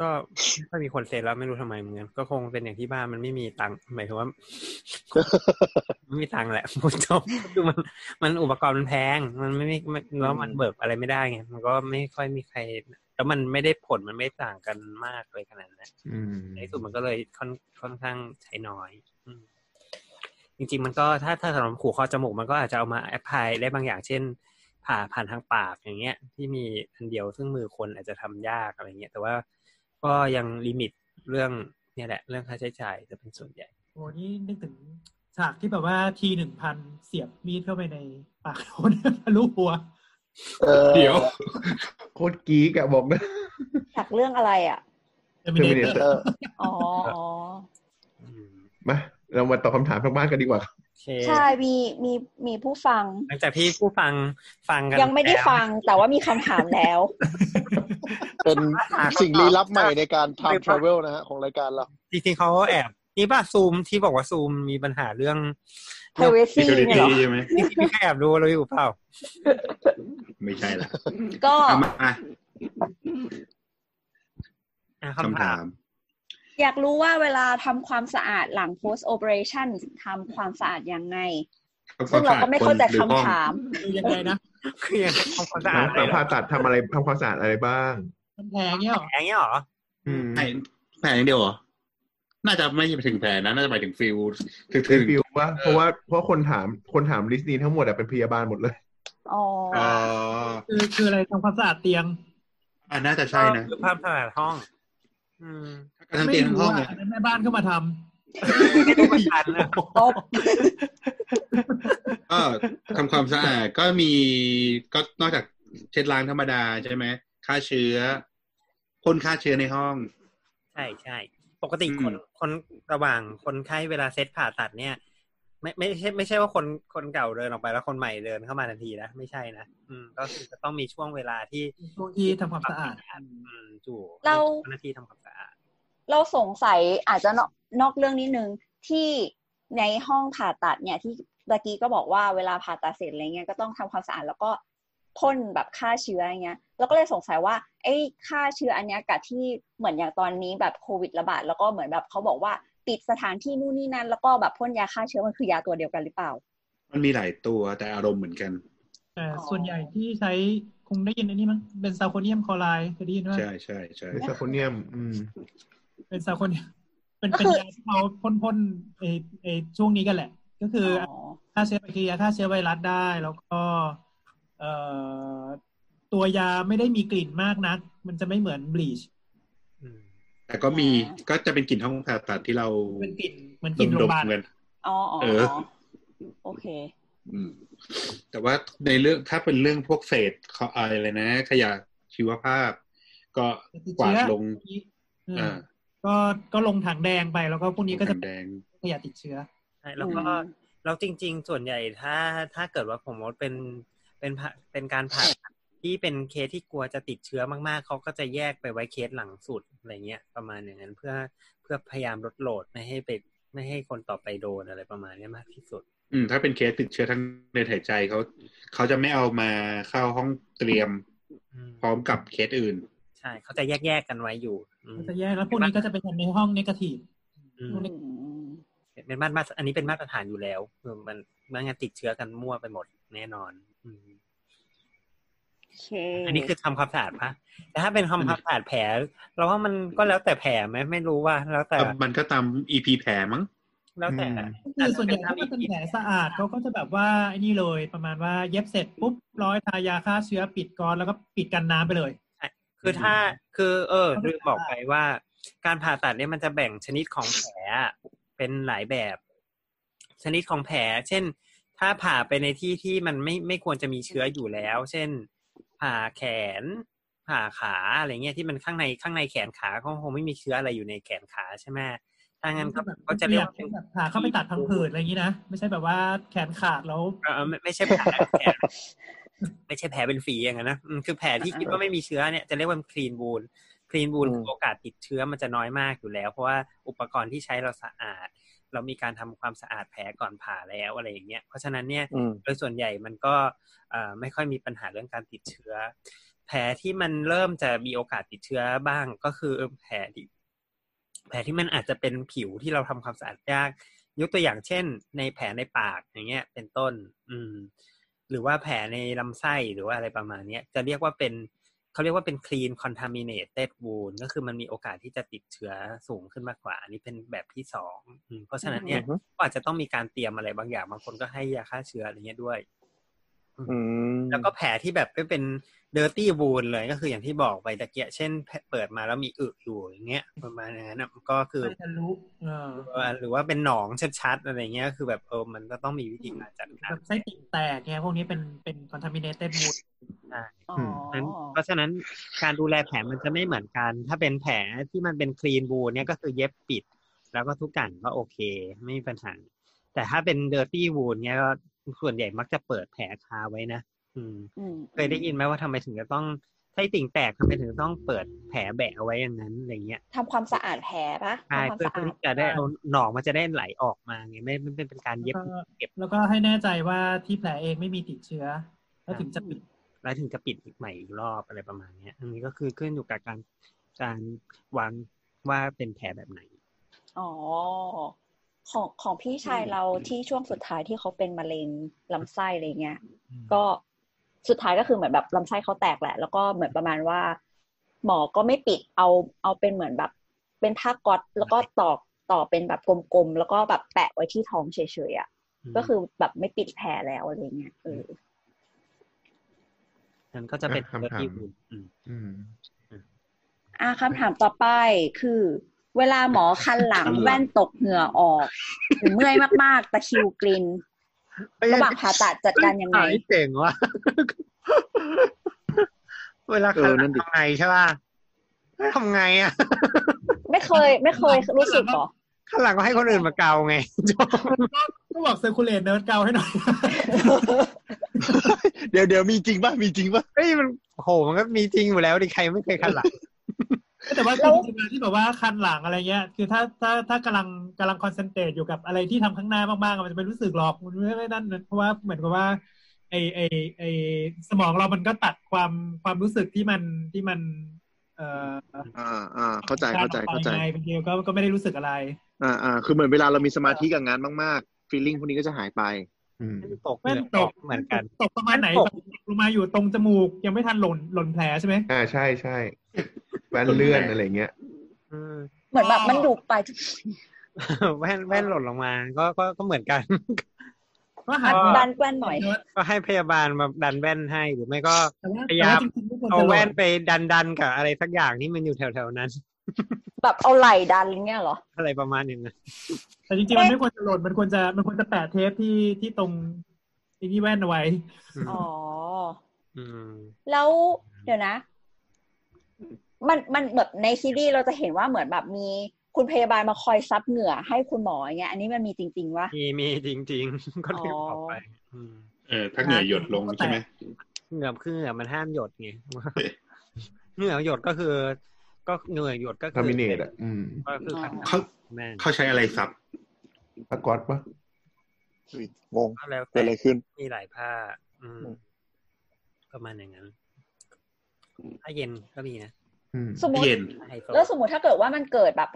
S1: ก็ไม่ค่อยมีคนเซ็นแล้วไม่รู้ทำไมเหมือนกันก็คงเป็นอย่างที่บ้านมันไม่มีตังค์หมายถึงว่า ไม่มีตังค์แหละพูดจบดูมันมันอุปกรณ์มันแพง มันไม่มีไม่แล้วมัน
S5: อืม
S1: เบิกอะไรไม่ได้ไงมันก็ไม่ค่อยมีใคร แล้วมันไม่ได้ผลมันไม่ต่างกันมากเลยขนาดนั้น
S4: อืม
S1: ในที่สุดมันก็เลยค่อนค่อนข้างใช้น้อยอมจริง ๆ มันก็ถ้าถ้าสำหรับขู่คอจมูกมันก็อาจจะเอามาแอพพลายได้บางอย่างเช่น ผ่าผ่านทางปากอย่างเงี้ย ที่มีอันเดียวซึ่งมือคนอาจจะทำยากอะไรเงี้ยแต่ว่าก็ยังลิมิตเรื่องเนี่ยแหละ เรื่องค่าใช้จ่ายจะเป็นส่วนใหญ่
S7: โอ้นี่นึกถึง ฉากที่แบบว่าทีหนึ่งพันเสียบมีดเข้าไปในปากคน *laughs* ทะลุหัว
S5: เออ
S8: เดี๋ยว
S4: โคตรกีกอะบอกนะ *laughs*
S2: จากเรื่องอะไรอ่ะ
S4: Terminator
S5: เออ
S1: *laughs*
S2: อ๋ออ๋อ
S1: อืม
S4: มาเรามาตอบคำถามทางบ้านกันดีกว่า
S1: โอเค
S2: ใช่มีมีมีผู้ฟัง
S1: หลังจากที่ผู้ฟังฟังกัน
S2: ยังไม่ได้
S1: แล้ว
S2: ฟังแต่ว่ามีคำถาม
S1: *laughs*
S2: แล้ว
S5: เป็นสิ่งลี้ลับใหม่ในการทำทราเวลนะฮะของรายการเรา
S1: จริงๆเขาแอบนี่ป่ะซูมที่บอกว่าซูมมีปัญหาเรื่อง *laughs*
S2: privacy เนี่ยเหรอ
S8: Security ใช่ไหม
S1: นี่พี่แค่แอบรู้เราอยู่เปล่า
S8: ไม่ใช่ละ
S2: ก็
S8: เอามาอ่ะ
S1: อ่ะคำ
S8: คำ
S1: ถา
S8: ถาม ม
S2: อยากรู้ว่าเวลาทำความสะอาดหลัง post operation ทำความสะอาดยังไง ซึ่งเราก็ไม่เข้าใจคำถาม
S7: คือยังไงนะ
S1: คือยังทำความสะ
S4: ห
S1: อา
S4: ลั
S1: ด
S4: ง
S1: อะ
S4: จา
S1: ไร
S4: ก
S1: เหร
S4: ผ่า
S1: อ
S4: ตัดทำอะไรทำความสะอาดอะไรบ้าง
S7: มันแพงเนี่ยเหรอ
S1: อย่างเงี้ยเหรอ
S4: อืม
S8: แผลแผลอย่างเดียวเหรอ น่าจะไม่ถึงแผลนะ น่าจะหมายถึงฟิลถึง
S4: เค
S8: ถึ
S4: ย
S8: ง
S4: ฟิลว่าเพราะว่าเพราะคนถามคนถามลิสต์นี้ทั้งหมดอะเป็นพยาบาลหมดเลย
S2: อ๋อ
S8: อ๋อ
S7: คือคืออะไรทำความสะอาดเตียง
S8: อ่ะน่าจะใช่นะ
S1: หรือภาพสะอาดห้อง อืม
S8: ทั้ง
S7: ไม่
S8: เตียงทั้ง
S7: รู้
S8: ห้องเลย
S7: อ่ะอันนั้นแม่บ้านเข้ามาท
S1: ไม่รู้เหมือนกันนะ
S2: ตบ
S8: ก็ทำความสะอาดก็มีก็นอกจากเช็ดล้างธรรมดาใช่ไหมฆ่าเชื้อพ่นฆ่าเชื้อในห้อง
S1: ใช่ใช่ปกติ
S8: อืม
S1: คนคนระหว่างคนไข้เวลาเซตผ่าตัดเนี่ย ไม่ไม่ใช่ไม่ใช่ว่าคนคนเก่าเดินออกไปแล้วคนใหม่เดินเข้ามาทันทีนะไม่ใช่นะอืม ก็คือจะต้องมีช่วงเวลาที่
S7: ำช่วงที่ทำความสะอาด
S1: อืมจู่
S2: เรา
S1: จ้หน้าที่ทำความสะอาด
S2: เราสงสัยอาจจะนอกนอกเรื่องนิดนึงที่ในห้องผ่าตัดเนี่ยที่ตะกี้ก็บอกว่าเวลาผ่าตัดเสร็จอะไรเงี้ยก็ต้องทำความสะอาดแล้วก็พ่นแบบฆ่าเชื้ออะไรเงี้ยเราก็เลยสงสัยว่าไอ้ฆ่าเชื้ออันเนี้ยกับที่เหมือนอย่างตอนนี้แบบโควิดระบาดแล้วก็เหมือนแบบเขาบอกว่าปิดสถานที่นู่นนี่นั่น แล้วก็แบบพ่นยาฆ่าเชื้อมันคือยาตัวเดียวกันหรือเปล่า
S8: มันมีหลายตัวแต่อารมณ์เหมือนกัน
S7: แต่
S2: อ๋อ
S7: ส่วนใหญ่ที่ใช้คงได้ยินอันนี้มั้งเป็นซาโคเนียมคลอไรด์เคยได้ยินว่า
S8: ใช่ใช่ใช่
S4: หรือซาโคเนียม อืม
S7: เป็นซาโคเนียมเป็น
S2: ก็
S7: เป็น
S2: คือ
S7: ยาที่เขาพ่นพ่นๆไอไอช่วงนี้กันแหละ ก็คืออฆ่าเชื้อแบคทีเรียฆ่าเชื้อไวรัสได้แล้วก็เอ่อตัวยาไม่ได้มีกลิ่นมากนัก มันจะไม่เหมือนบลีช
S1: อืม
S8: แต่ก็มีก็จะเป็นกลิ่นห้องผ่าตัดที่เรา
S7: เป็นกลิ่นเหมือนกลิ่นโรง
S8: ด
S7: พยาบาล
S8: ๆกัน
S2: อ๋ออ๋อ
S8: เอ
S2: อ๋
S8: อ
S2: อโอเค
S8: อืมแต่ว่าในเรื่องถ้าเป็นเรื่องพวกเศษเขาอะไรนะ ขยะชีวภาพ ก็
S7: ติด
S8: กวา
S7: เชื้
S8: ด
S7: อ
S8: ลง
S7: เออ
S8: อ่า
S7: ก็ก็ลงถังแดงไปแล้วก็พวกนี้ก็จะ
S8: ถังแดง
S7: ขยะติดเชื้อ
S1: ใช่แล้วก็
S2: อืม
S1: แล้วจริง ๆ ส่วนใหญ่ถ้าถ้าเกิดว่าผมมดเป็นเป็นผ่าเป็นการผ่าตัดที่เป็นเคสที่กลัวจะติดเชื้อมากๆ เขาก็จะแยกไปไว้เคสหลังสุดอะไรเงี้ยประมาณอย่างนั้นเพื่อเพื่อพยายามลดโหลดไม่ให้ไปไม่ให้คนต่อไปโดนอะไรประมาณเนี้ยมากที่สุด
S8: อืม ถ้าเป็นเคสติดเชื้อทั้งในหายใจเขาเขาจะไม่เอามาเข้าห้องเตรียม
S1: อืม
S8: พร้อมกับเคสอื่น
S1: ใช่เขาจะแยกแยกๆกันไว้อยู่ อืม
S7: ก็จะแยกแล้วพวกนี้ก็จะเป็นในห้องเนกาทีฟ
S1: อืม
S2: อืม
S1: เป็นมาตรมาตรอันนี้เป็นมาตรฐานอยู่แล้วคือมันไมันงานติดเชื้อกันมั่วไปหมดแน่นอน อืม
S2: โอเค
S1: อันนี้คือทำความสะอาดปะแต่ถ้าเป็นทำความสะอาดแผล เราว่ามันก็แล้วแต่แผลไหมไม่รู้ว่า แล้วแต่
S8: มันก็ตาม EP แผลมั้ง
S1: แล้วแต่
S4: อืม
S7: คือส่วนใหญ่ถ้ามันเป็นแผลสะอาดเขาก็จะแบบว่าไอ้นี่เลยประมาณว่าเย็บเสร็จปุ๊บร้อยทายาฆ่าเชื้อปิดก้อนแล้วก็ปิดกันน้ำไปเลย
S1: คือถ้าคือเออลืมบอกไปว่า การผ่าตัดเนี่ยมันจะแบ่งชนิดของแผลเป็นหลายแบบ ชนิดของแผล เช่น ถ้าผ่าไปในที่ที่มันไม่ไม่ควรจะมีเชื้ออยู่แล้ว เช่น ผ่าแขน ผ่าขาอะไรเงี้ยที่มันข้างในข้างในแขนขาก็คงไม่มีเชื้ออะไรอยู่ในแขนขาใช่ไหมถ้างั้นก็
S7: แบบ
S1: ก็จะเรียกว่าเป็น
S7: แบบผ่าเข้าไปตัดพังผืดอะไรอย่างนี้นะ ไม่ใช่แบบว่าแขนขาดแล้ว
S1: เออไม่ไม่ใช่แผลแผลไม่ใช่แผลเป็นฝีอย่างนั้นนะอืมคือแผลที่คิดว่าไม่มีเชื้อเนี่ยจะเรียกว่าคลีนบูนคลีนบูน
S5: อืม
S1: โอกาสติดเชื้อมันจะน้อยมากอยู่แล้ว เพราะว่าอุปกรณ์ที่ใช้เราสะอาด เรามีการทำความสะอาดแผลก่อนผ่าแล้วอะไรอย่างเงี้ยเพราะฉะนั้นเนี่ย
S5: อืม
S1: โดยส่วนใหญ่มันก็เอ่อไม่ค่อยมีปัญหาเรื่องการติดเชื้อ แผลที่มันเริ่มจะมีโอกาสติดเชื้อบ้างก็คือแผลที่แผลที่มันอาจจะเป็นผิวที่เราทำความสะอาดยาก ยกตัวอย่างเช่น ในแผลในปากอย่างเงี้ย เป็นต้น อืม หรือว่าแผลในลำไส้หรือว่าอะไรประมาณเนี้ยจะเรียกว่าเป็นเขาเรียกว่าเป็น clean contaminated wound ก็คือมันมีโอกาสที่จะติดเชื้อสูงขึ้นมากกว่า อันนี้เป็นแบบที่สองอืมเพราะฉะนั้นเนี่ย ก็อาจจะต้องมีการเตรียมอะไรบางอย่างบางคนก็ให้ยาฆ่าเชื้ออะไรเงี้ยด้วย
S5: อืม
S1: แล้วก็แผลที่แบบไม่เป็นเดอร์ตี้บูนเลยก็คืออย่างที่บอกไปตะเกียะเช่นแผลเปิดมาแล้วมีอึอยู่อย่างเงี้ยประมาณอย่างนั้นนะก็คือ
S7: ไม่ทะลุเออ
S1: หรือว่าเป็นหนองชัดๆอะไรเงี้ยคือแบบเออมันก็ต้องมีวิธีการจัดการ
S7: แบบไส้ติ่งแตกเนี่ยพวกนี้เป็นเป็น contaminated wound
S2: อ๋อ
S1: เพราะฉะนั้นเพราะฉะนั้นการดูแลแผลมันจะไม่เหมือนกัน ถ้าเป็นแผลที่มันเป็นคลีนบูเนี่ยก็คือเย็บปิด แล้วก็ทุกกันก็โอเค ไม่มีปัญหา แต่ถ้าเป็นเดอร์ตี้วูนเนี่ยก็ส่วนใหญ่มักจะเปิดแผลคาไว้นะอืม
S2: อืม
S1: เคยได้ยินไหมว่าทำไมถึงจะต้องไส้ติ่งแตกทำไมถึงต้องเปิดแผลแบะเอาไว้อย่างนั้นอะไรเงี้ย
S2: ทำความสะอาดแผลปะ
S1: ใช่
S2: ทำความ
S1: เพื่อ
S2: สะอาด
S1: ที่จะได้เอาหนองมันจะได้ไหลออกมาไงไม่ไม่ไม่เป็นการเย็บ
S7: แล้วก็
S1: เก็บ
S7: แล้วก็ให้แน่ใจว่าที่แผลเองไม่มีติดเชื้อ แล้วถึงจะปิด
S1: แล้วถึงจะปิดอีกใหม่อีกรอบอะไรประมาณเนี้ยอันนี้ก็คือขึ้นอยู่กับการการวางว่าเป็นแผลแบบไหน
S2: อ๋อของของพี่ชายเราที่ช่วงสุดท้ายที่เขาเป็นมะเร็งลำไส้อะไรเงี้ย ก็สุดท้ายก็คือเหมือนแบบลำไส้เขาแตกแหละ แล้วก็เหมือนประมาณว่า หมอก็ไม่ปิดเอาเอาเป็นเหมือนแบบ เป็นผ้าก๊อตแล้วก็ตอกต่อเป็นแบบกลมๆแล้วก็แบบแปะไว้ที่ท้องเฉยๆอ่ะก็คือแบบไม่ปิดแผลแล้วอะไรเงี้ยเออ
S1: นั่นก็จะเป็น
S4: อ่ะคำถาม
S1: ที่อื่นอืม
S4: อืม
S2: อ่ะคำถามต่อไปคือ เวลาหมอคันหลัง
S8: คันหลัง
S2: แว่นตกเหงื่อออกหรือเมื่อยมากๆตะคริวกลินระหว่างผ่าตัดจัดการยังไง
S1: อ้เจ๋งว่ะ *laughs* เวลา
S5: เอ
S1: คัน
S5: อ
S1: หลั
S5: นั่
S1: ง
S5: นดิ
S1: ทำไงใช่ป่ะทำไงอ่ะ
S2: ไม่เคย ไม่เคยรู้สึกเหรอ
S1: คันหลังก็ให้คนอื่นมาเกาไงจบ
S7: ก็บอกเซอร์คูลเลตเนิร์ดเกาให้หน่อย
S5: เดี๋ยวเดี๋ยวมีจริงป่ะมีจริงป่ะ
S1: เฮ้ยมันโอ้โหมันก็มีจริงอยู่แล้วดิใครไม่เคยคันหลัง
S7: แต่ว่า
S2: แล้
S7: จ
S2: ว
S7: ริงๆที่แบบว่าคันหลังอะไรเงี้ย คือถ้าถ้าถ้ากำลังกำลังคอนเซนเทรตอยู่กับอะไรที่ทำข้างหน้ามากๆอะมันจะไม่รู้สึกหรอกมันไม่ไม่นั่นนะเพราะว่าเหมือนกับว่าไอไอไอสมองเรามันก็ตัดความความรู้สึกที่มันที่มัน เอ่อ
S5: อ่าอ่าเข้าใจเข้าใจเข้าใจ
S7: ออกไปไงเป็นเดียวก็ก็ไม่ได้รู้สึกอะไร
S5: อ่าอ่าคือเหมือนเวลาเรามีสมาธิกับงานมากๆฟีลลิ่งพวกนี้ก็จะหายไป
S4: อืม
S1: ตกเห
S7: แว่
S1: งื่อ
S7: นต
S1: ต
S7: ก
S1: กเหมือนกัน
S7: ตกประมาณไหน
S1: แว่นตก
S7: ตกลงมาอยู่ตรงจมูก ยังไม่ทันหล่นหล่นแผลใช่ไหม
S4: อ่าใช่ใช่แว่นเลื่อนอะไรเงี้ย
S1: อืม
S2: เหมือนแบบมันอยู่ปลายจมูก
S1: แว่นแว่นหล่นลงมา ก็ก็ก็เหมือนกัน *laughs*
S7: ก็หา
S2: อัด
S7: ว่า
S2: ดันแว่นหน่อย
S1: ก็ให้พยาบาลมาดันแว่นให้หรือไม่ก็
S7: แต่ว่า
S1: พยา
S7: แต่
S1: ยาม
S7: ว่าจริงๆไม่ควร
S1: เอา
S7: จะหล่
S1: แว่
S7: น
S1: นไปดันดันๆกับอะไรสักอย่างที่มันอยู่แถวๆนั้น *laughs*
S2: แบบเอาไหล่ดันเงี้ยเหรอ
S1: อะไรประมาณอย่างนั้น
S7: แต่จริงๆมันไม่ควรจะหล่นมันควรจะมันควรจะแปะเทปที่ที่ตรงที่นี่แว่นเอาไว้
S1: ม
S2: อ๋อ
S1: ม
S2: แล้วเดี๋ยวนะ มันมันแบบในซีรีส์เราจะเห็นว่าเหมือนแบบมีคุณพยาบาลมาคอยซับเหงื่อให้คุณหมออย่างเงี้ย อันนี้มันมีจริงๆวะ
S1: มีมีจริงๆ *laughs* ก็เรียกออกไปอืม
S8: เออถ้าเหงื่อหยดลงใช่ไหม
S1: เหงื่อคือเหงื่อมันห้ามหยดไง *laughs* เหงื่อหยดก็คือ ก็เหงื่อหยดก็คื
S4: ทามิเนตอ่ะ อืม
S1: ก็คือ
S2: อ๋อ
S1: ขัน
S8: เขา
S1: แม่ง
S8: เขาใช้อะไรซับ
S4: ปรากฏว่า
S5: อุ๊ยงง
S1: ก็แล้ว
S5: เกิ
S1: แต่
S5: ดอะไรขึ้น
S1: มีหลายผ้า อืม
S5: อืม
S1: ประมาณอย่างนั้นถ้าเย็นก็มีนะ
S4: อืม
S2: สมมติ
S8: เย็น
S1: ไฮโซ
S2: แล้วสมมติถ้าเกิดว่ามันเกิดแบบ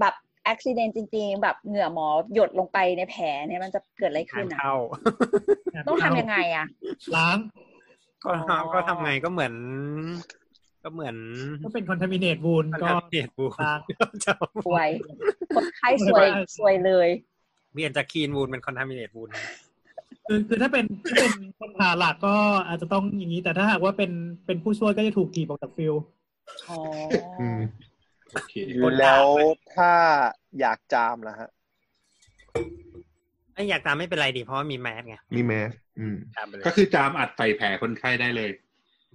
S2: แบบอุบิเหตุจริง ๆ แบบเหงื่อหมอหยดลงไปในแผลเนี่ยมันจะเกิดอะไร
S1: ทา
S2: ขึ้
S1: น
S2: นอ่ะ
S1: เข้า
S2: ต้องทำยังไงอ่ะ
S7: ล้าง
S1: ก็
S2: อ๋อ
S1: ก็ทำไงก็เหมือน ก็เหมือน
S7: ก็เป็นคอน a m i n a t e บูน
S1: มัน
S7: ก็
S1: ทำเปลี่ยนบู
S7: ล้าง
S1: จะ
S2: สวยคนไข้สวยสวยเลย
S1: เปลี่ยนจากคีนบูนเป็นคอนทามิเนตบูน
S7: คือคือถ้าเป็นถ้าเป็นคนผ่าหลักก็อาจจะต้องอย่างนี้ แต่ถ้าหากว่าเป็นเป็นผู้ช่วยก็จะถูกถีบออกจากฟิล
S2: อ๋ออ
S4: อืม
S8: โอเค
S5: แล้วถ้าอยากจามล่ะฮะ
S1: ไอ้อยากตามไม่เป็นไรดีเพราะว่ามีแมสไง
S4: มีแมส อืม
S1: ตามไปเลย
S8: ก็คือจามอัดใส่แผลคนไข้ได้เลย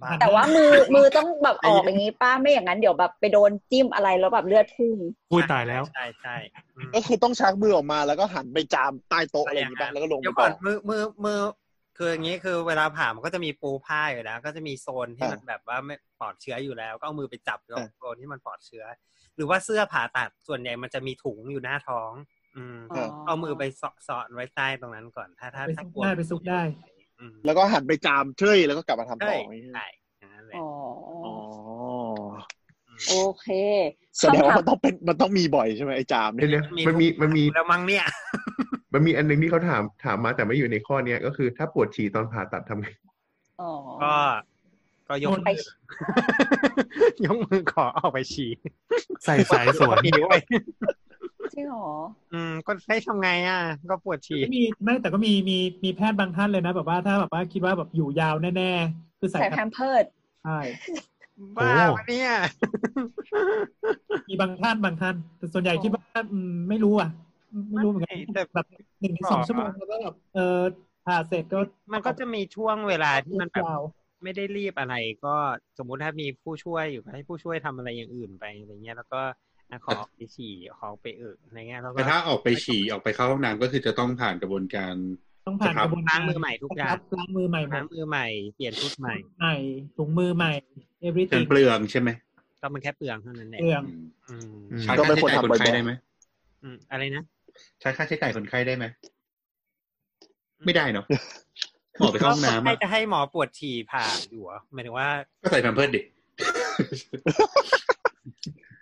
S1: บ้าน
S2: แต่ว่ามือมือต้องแบบออกอย่างนี้ป้าไม่อย่างนั้นเดี๋ยวแบบไปโดนจิ้มอะไรแล้วแบบเลือดพุ่ง
S3: อุ้ยตายแล้ว
S1: ใช่ใช่อืม
S5: ก็คือต้องชักมือออกมาแล้วก็หันไปจามใต้โต๊ะ
S1: อะ
S5: อะไร ไรอย่
S1: อา
S5: ย่าง ง
S1: นั้น
S5: นี้บ้างแล้วก็ลง
S1: เดี๋ยว
S5: ไป
S1: ก่อน
S5: ต่อ
S1: มือมือมือคืออย่างนี้คือเวลาผ่ามันก็จะมีปูผ้าอยู่แล้ว ก็จะมีโซนที่
S5: อ่ามั
S1: มันแบบว่าไม่ปลอดเชื้ออยู่แล้ว ก็เอามือไปจับตรง
S5: อ่า
S1: โซนที่มันปลอดเชื้อ หรือว่าเสื้อผ่าตัดส่วนใหญ่มันจะมีถุงอยู่หน้าท้อง อืม
S5: เออ
S1: เอามือไปสอดสอดไว้ใต้ตรงนั้นก่อนถ้าถ้า
S7: ไป
S1: ถ้า
S7: ซุก
S1: กลัว
S7: ได้ไปซุกได้
S1: อืม
S5: แล้วก็หันไปจามเฉยแล้วก็กลับมาทำ
S1: ใช่
S5: ต่ออย่างนี้
S1: ใช่อย่างนั้นแหละ
S2: อ๋อ
S5: อ๋อ
S2: โอเค
S5: แสดงว่า
S2: คำถาม
S5: มันต้องเป็นมันต้องมีบ่อยใช่ไหมไอ้จาม
S4: เดี๋
S5: เนี่ย ยว
S4: นะมันมีมันมี
S1: แล้วมั้งเนี่ย
S4: มันมีอันหนึงที่เขาถามถามมาแต่ไม่อยู่ในข้อเนี้ยก็คือถ้าปวดฉี่ตอนผ่าตัดทำไง
S2: อ๋อ
S1: ก็ก็ยก
S7: โดน
S1: *laughs* มือยกมือขอออกไปฉี่
S3: ใส่สายสวน
S1: มีไว้
S2: ริงเหรอ
S1: อืม ก็ได้ทำไงอ่ะ ก็ปวดฉี่
S7: ก็มีไม่แต่ก็มีมีมีแพทย์บางท่านเลยนะ แบบว่าถ้าแบบว่าคิดว่าแบบอยู่ยาวแน่ๆ คือใส่
S2: ใส่
S7: แพ
S2: แพ
S7: ม
S2: มเพิร์ด
S7: ใช่
S1: บ้า
S4: โอ้
S1: วะ
S7: *laughs*
S1: เนี่ย
S7: มีบางท่านบางท่าน แต่ส่วนใหญ่คิดว่าอืมไม่รู้อ่ะ ไม่รู้เหมือนกัน
S1: แต่
S7: แบบหนึ่งถึงสองชั่วโมงแล้วก็แบบเออผ่าเสร็จก็
S1: มันก็จะมีช่วงเวลาที่มันแบบ
S7: ยาว
S1: ไม่ได้รีบอะไร ก็สมมุติถ้ามีผู้ช่วยอยู่ก็ให้ผู้ช่วยทำอะไรอย่างอื่นไปอะไรเงี้ย แล้วก็อ่ะขอออกไปฉี่ขอออกไปเอิกอะไรเงี้ยแล้วก็
S8: แต่ถ้าออกไปฉี่ออกไปเข้าห้องน้ำก็คือจะต้องผ่านกระบวนการ
S7: ต้องผ่าน
S8: ครั
S7: ก
S8: บ
S7: ระบวนการ
S1: ล้างมือใหม่ทุกอย่าง
S7: ล้างมือใหม่หม
S1: ล้าง
S7: ด
S1: มือใหม่ เปลี่ยนชุดใหม่
S7: ใหม่ถุงมือใหม่
S8: จน
S7: everything
S8: เปลืองใช่ไหม
S1: ก็มันแค่เปลืองเท่านั้นแหละ
S7: เรื่อง
S8: อืม
S1: อืม
S4: อืม
S8: ใช้
S5: ก็
S8: ค่า
S5: ไม่
S8: ใช้
S5: ควรทำ
S8: จ่ายคนไข้
S5: บ่อยๆ
S8: ได้ไหม
S1: อืมอะไรนะ
S8: ใช้ค่าใช้จ่ายคนไข้ได้ไหมไม่ได้เนาะหมอไปเข้า
S1: ก็
S8: ห้อง
S1: คน
S8: น้ำ
S1: ไข้
S8: อะ
S1: จะให้หมอปวดฉี่ผ่าอยู่เหรอหมายถึงว่า
S8: ก็ใส่แพมเพิร์ดดิ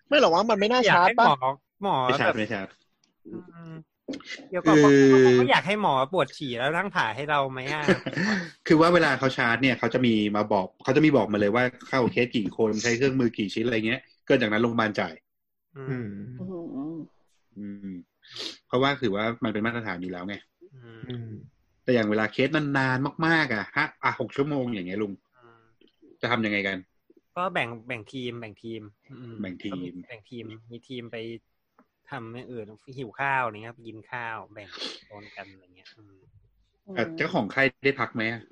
S5: ไม่หรอกว่ามันไม่น่า
S1: อยาก
S5: ชาร์จ
S1: ให้ห
S5: ป่ะ
S1: มอหมอ
S8: ไม่ชา
S1: แบ
S8: ร์จ
S1: บ
S8: ไม่ชาร์จ
S1: อืมเดี๋ยวก่อน
S8: คือ
S1: เขาก็อยากให้หมอปวดฉี่แล้วนั่งผ่าให้เราไหมอ่ะ
S8: *laughs* คือว่าเวลาเขาชาร์จเนี่ยเขาจะมีมาบอกเขาจะมีบอกมาเลยว่าเข้าเคสกี่คนใช้เครื่องมือกี่ชิ้นอะไรเงี้ยเกินจากนั้นโรงพยาบาลจ่าย
S1: อื
S4: อื
S1: ม
S4: ม
S2: อืม
S8: อืม เพราะว่าถือว่ามันเป็นมาตรฐานอยู่แล้วไง
S1: อืม
S4: อืม
S8: แต่อย่างเวลาเคสนานๆมากๆอ่ะฮะอ่ะหกชั่วโมงอย่างเงี้ยลุง
S1: อืม
S8: จะทำยังไงกัน
S1: ก็แบ่งแบ่งทีม แบ่งทีมอืม
S8: แบ่งทีม
S1: ก็แบ่งทีมมีทีมไปทำอย่างอื่นหิวข้าวอะไรเงี้ยครับกินข้าวแบ่งโอนกันอะไรเงี้ยอืม
S8: อ่ะเจ้าของใครได้พักไหมอะ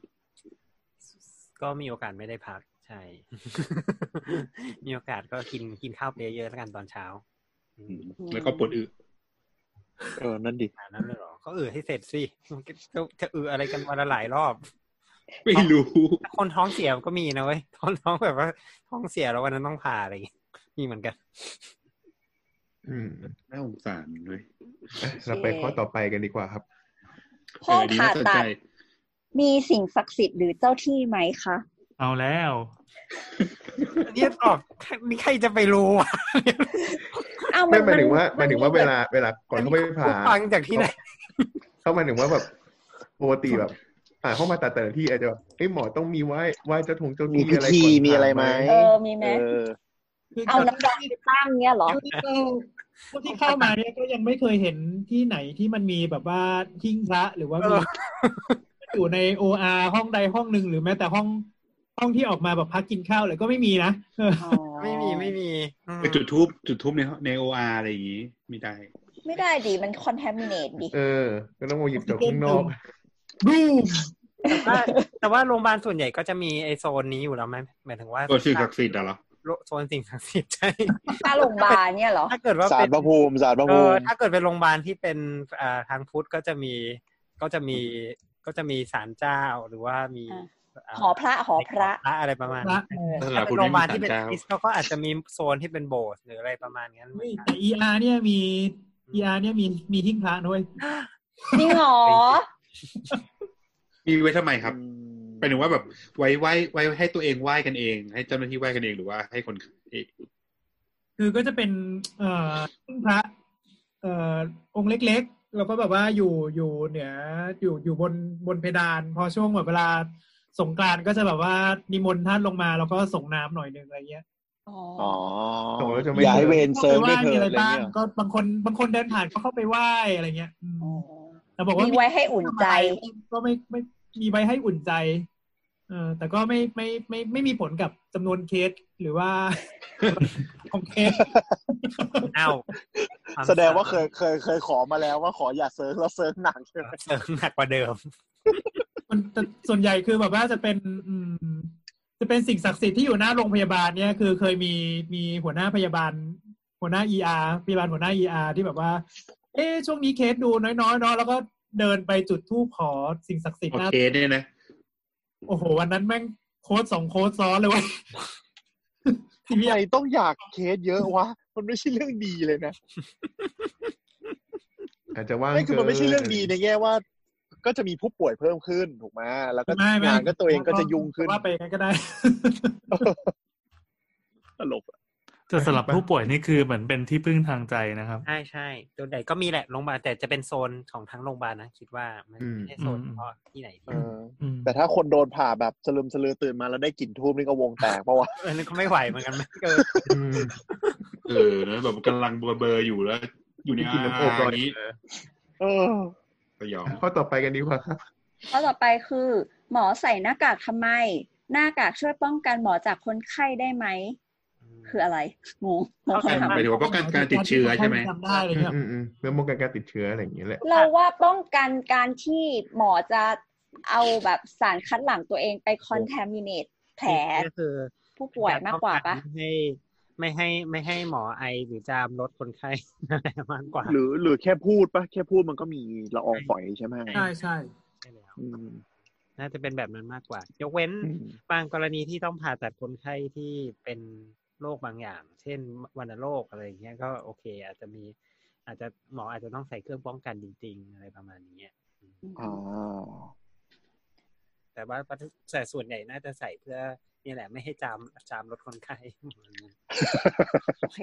S1: ก็มีโอกาสไม่ได้พักใช่ *laughs* มีโอกาสก็กินกินข้าวไปเยอะๆแล้วกันตอนเช้า อื
S8: อื
S1: ม
S8: มแล้วก็ปวดอึ
S5: เออนั่นดิ
S1: ขนาดนั้นเลยเหรอก็เออให้เสร็จสิจะจะเอออะไรกันวันละหลายรอบ
S8: ไม่รู้
S1: คนท้องเสียก็มีนะเว้ยท้องท้องแบบว่า ท้องเสียแล้ววันนั้นต้องผ่าอะไรอย่างเงี้ยมีเหมือนกัน
S4: อืม
S8: น่าสงสารเลย
S4: อ่ะเราไปข้อต่อไปกันดีกว่าครับ
S2: ห้อง
S8: เดี
S2: ผ่า
S8: น่าสน
S2: ตั
S8: ใจ
S2: ดมีสิ่งศักดิ์สิทธิ์หรือเจ้าที่ไหมคะ
S3: เอาแล้ว
S1: อันนี้ตอบนี่ใครจะไปรู้อ่ะ
S2: อ้าว
S4: ไม่ห
S2: มั
S4: มาย
S2: น
S4: ถึงว่า
S2: น
S4: หมายถึงว่าเวลาเวลาก่อนเขาไปผ่า
S1: ผู้ฟังจากที่ไหน
S4: เขาหมายถึงว่าแบบปกติแบบผ่าห้องผ่าตัดแต่ละที่อาจจะแบบเอ้ยหมอต้องมีไหว้ไหว้เจ้าทงเจ้า
S5: มีพิ
S4: ที่อะไร
S5: ธี
S4: ก่อน
S5: มีอะไรไหม
S2: เอ
S4: ผ่า
S2: อมีไหม
S5: เออ
S7: คือ
S2: เอาน้ำร้อนไปตั้งเนี้ยเหรอ
S7: เท่าที่เข้าเท่าที่เข้ามาเนี่ยก็ยังไม่เคยเห็นที่ไหนที่มันมีแบบว่าหิ้งพระหรือว่ามีอยู่ในโออาห้องใดห้องหนึ่งหรือแม้แต่ห้องห้องที่ออกมาแบบพักกินข้าวเลยก็ไม่มีนะเออ
S2: อ๋อ
S1: ไม่มีไม่มีอืม
S8: ไปจุดทูบจุดทูบในในโออาร์อะไรอย่างงี้ไม่ได้
S2: ไม่ได้ดิมันคอนแทมิเนต
S1: *laughs*
S2: ดิ
S4: เออ ก็ต้องเอาหยิบจากข้างนอก
S7: บูม
S1: แต่ว่าแต่ว่าโรงพยาบาลส่วนใหญ่ก็จะมีไอโซนนี้อยู่แล้วไหมหมายถึงว่า
S8: โซนสิ่งศักดิ์สิทธิ์อะเหรอ
S1: โซนสิ่งศักดิ์สิทธิ์ใช่ *laughs*
S2: ถ้าโรงพยาบาลเนี่ยเหรอ
S1: ถ้าเกิดว่า
S5: สา
S1: เป็
S5: ร
S1: น
S5: พระภูมิสารพระ
S1: เอ
S5: ภู
S1: อ
S5: มิ
S1: ถ้าเกิดเป็นโรงพยาบาลที่เป็นอ่าทางพุทธก็จะมีก็จะมีก็จะมีศาลเจ้าหรือว่ามีา
S2: หอพระหอพระ
S1: หออะไรประมาณ
S7: พระ
S1: นั้น
S7: เออ
S8: ส
S1: ถ้า
S8: ถา
S1: เป็น
S8: พุทธ
S1: โรงพ
S8: ไม่
S1: ยา
S8: มี
S1: บาล
S8: ศา
S1: ที่
S8: ล
S1: เป็น
S8: เจ้า
S1: คริสต์เขาก็อาจจะมีโซนที่เป็นโบสถ์หรืออะไรประมาณนั้นเหมือนกัน
S7: แต่ ER เนี่ยมี ER เนี่ยมีมีทิ้งพระด้วย
S2: จริงเหรอ
S8: มีไว้ทำไมครับ
S5: อืม
S8: หมายถึงว่าแบบไว้ไหว้ไว้ให้ตัวเองไหว้กันเอง ให้เจ้าหน้าที่ไหว้กันเองหรือว่าให้คนเอ๊ะ
S7: คือก็จะเป็น เอ่อทิ้งพระ เอ่อองค์เล็กๆ แล้วก็แบบว่าอยู่อยู่เหนืออยู่อยู่บนบนเพดาน พอช่วงแบบเวลาสงกรานต์ก็จะแบบว่านิมนต์ท่านลงมาแล้วก็ส่งน้ำหน่อยหนึงอะไรเงี้ย
S2: อ๋อ
S5: อ๋อ
S4: โอ้แล้วจะไม่
S5: อย่าให้เวร
S7: เข้า
S5: เซิ
S7: ไป
S5: ร์ฟ
S7: ไห
S5: ด้วยเธ
S7: ว้มี
S5: อ
S7: อะ
S5: อะไร ไร
S7: บ้าง
S5: เงี้ย
S7: ก็บางคนบางคนเดินผ่านก็เข้าไปไหว้อะไรเงี้ยอืม
S2: อ๋อ
S7: แต่บอกว่า
S2: มี
S7: มี
S2: ไว้ให้อุ่นใจ
S7: ก็ไม่ไม่มีไว้ให้อุ่นใจ เออแต่ก็ไม่ไม่ไม่ไม่มีผลกับจำนวนเคสหรือว่า *laughs* ของเคส
S1: เอ้าว
S5: แสดงว่าเคยเคยเคยขอมาแล้วว่าขออย่าเซิร์ฟแล้วเซิร์ฟหนักใช่ไหม
S1: *laughs* เสริมหนักกว่าเดิม
S7: มันแต่ส่วนใหญ่คือแบบว่าจะเป็นอืมจะเป็นสิ่งศักดิ์สิทธิ์ที่อยู่หน้าโรงพยาบาลเนี่ยคือเคยมีมีหัวหน้าพยาบาล หัวหน้าเออาพยาบาลหัวหน้าเออาที่แบบว่า เอ๊ะช่วงนี้เคสดูน้อยๆเนาะแล้วก็เดินไปจุดธูปขอสิ่งศักดิ์สิท
S8: โอ
S7: ธิ์หน้า
S8: เคเนี่ยนะ
S7: โอ้โหวันนั้นแม่งโค้ดสองโค้ดซ้อนเลยเวะ
S5: ทำไมต้องอยากเคสเยอะวะมันไม่ใช่เรื่องดีเลยนะ
S4: อาจจะว่าง
S5: ไม่คือ
S4: เกิ
S5: มันไม่ใช่เรื่องดีในแง่ว่า ก็จะมีผู้ป่วยเพิ่มขึ้นถูกไหมแล้วก็
S7: ไม่ไม่
S5: งานก็ตัวเองก็จะยุ่งขึ้น
S7: ว่าไปงั้นก็ได้
S5: ตลกอะ
S3: แต่สำหรับผู้ป่วยนี่คือเหมือนเป็นที่พึ่งทางใจนะครับ
S1: ใช่ใช่ตัวใหญ่ก็มีแหละโรงพยาบาลแต่จะเป็นโซนของทั้งโรงพยาบาลนะคิดว่ามันไม่ใช่โซนเฉพาะที่ไหน
S5: เอ
S1: ที่
S5: อ
S3: อืม
S5: แต่ถ้าคนโดนผ่าแบบสลืมสลือตื่นมาแล้วได้กลิ่นทูบนี่ก็วงแตกเพราะว่า
S1: เออนั่นก็ไม่ไหวเหมือนกันไม่เกิน
S4: อืม
S8: เออนะแบบกำลังเบลอๆอยู่แล้ว
S4: อยู่ที่กินน้ำอบก่อน
S8: อ่านี้
S4: นะ
S5: เออ
S8: สยอง
S4: ข้อต่อไปกันดีกว่าครับ
S2: ข้อต่อไปคือ หมอใส่หน้ากากทำไม หน้ากากช่วยป้องกันหมอจากคนไข้ได้ไหม คืออะไรงง
S7: เข้ใจ
S8: หมายถึงว่าป้องกันการติดเชื้อใช่ไหม
S7: จำได้เลยเนี่ย
S4: อืมอืมเรื่องป้องกันการติดเชื้ออะไรอย่างเงี้ยแหละ
S2: เราว่าป้องกันการที่หมอจะเอาแบบสารคัดหลั่งตัวเองไปคอนแทมิเนตแผล
S1: ก็คือ
S2: ผู้ป่วยมากกว่าปะ
S1: ให้ไม่ให้ไม่ให้หมอไอหรือจามลดคนไข้อะไรมากกว่า
S5: หรือหรือแค่พูดปะแค่พูดมันก็มีละอองฝอยใช่ไหม
S7: ใช่ใช่
S1: ใช่แล้ว
S5: อืม
S1: น่าจะเป็นแบบนั้นมากกว่า ยกเว้น
S5: อืม
S1: บางกรณีที่ต้องผ่าตัดคนไข้ที่เป็นโรคบางอย่าง เช่นวัณโรคอะไรอย่างเงี้ยก็โอเค อาจจะมี อาจจะหมออาจจะต้องใส่เครื่องป้องกันจริง ๆ อะไรประมาณนี้อืม
S5: อ่า
S1: แต่ว่าแต่ส่วนใหญ่น่าจะใส่เพื่อนี่แหละไม่ให้จามจามลดคนไข้ *laughs*
S2: โอเค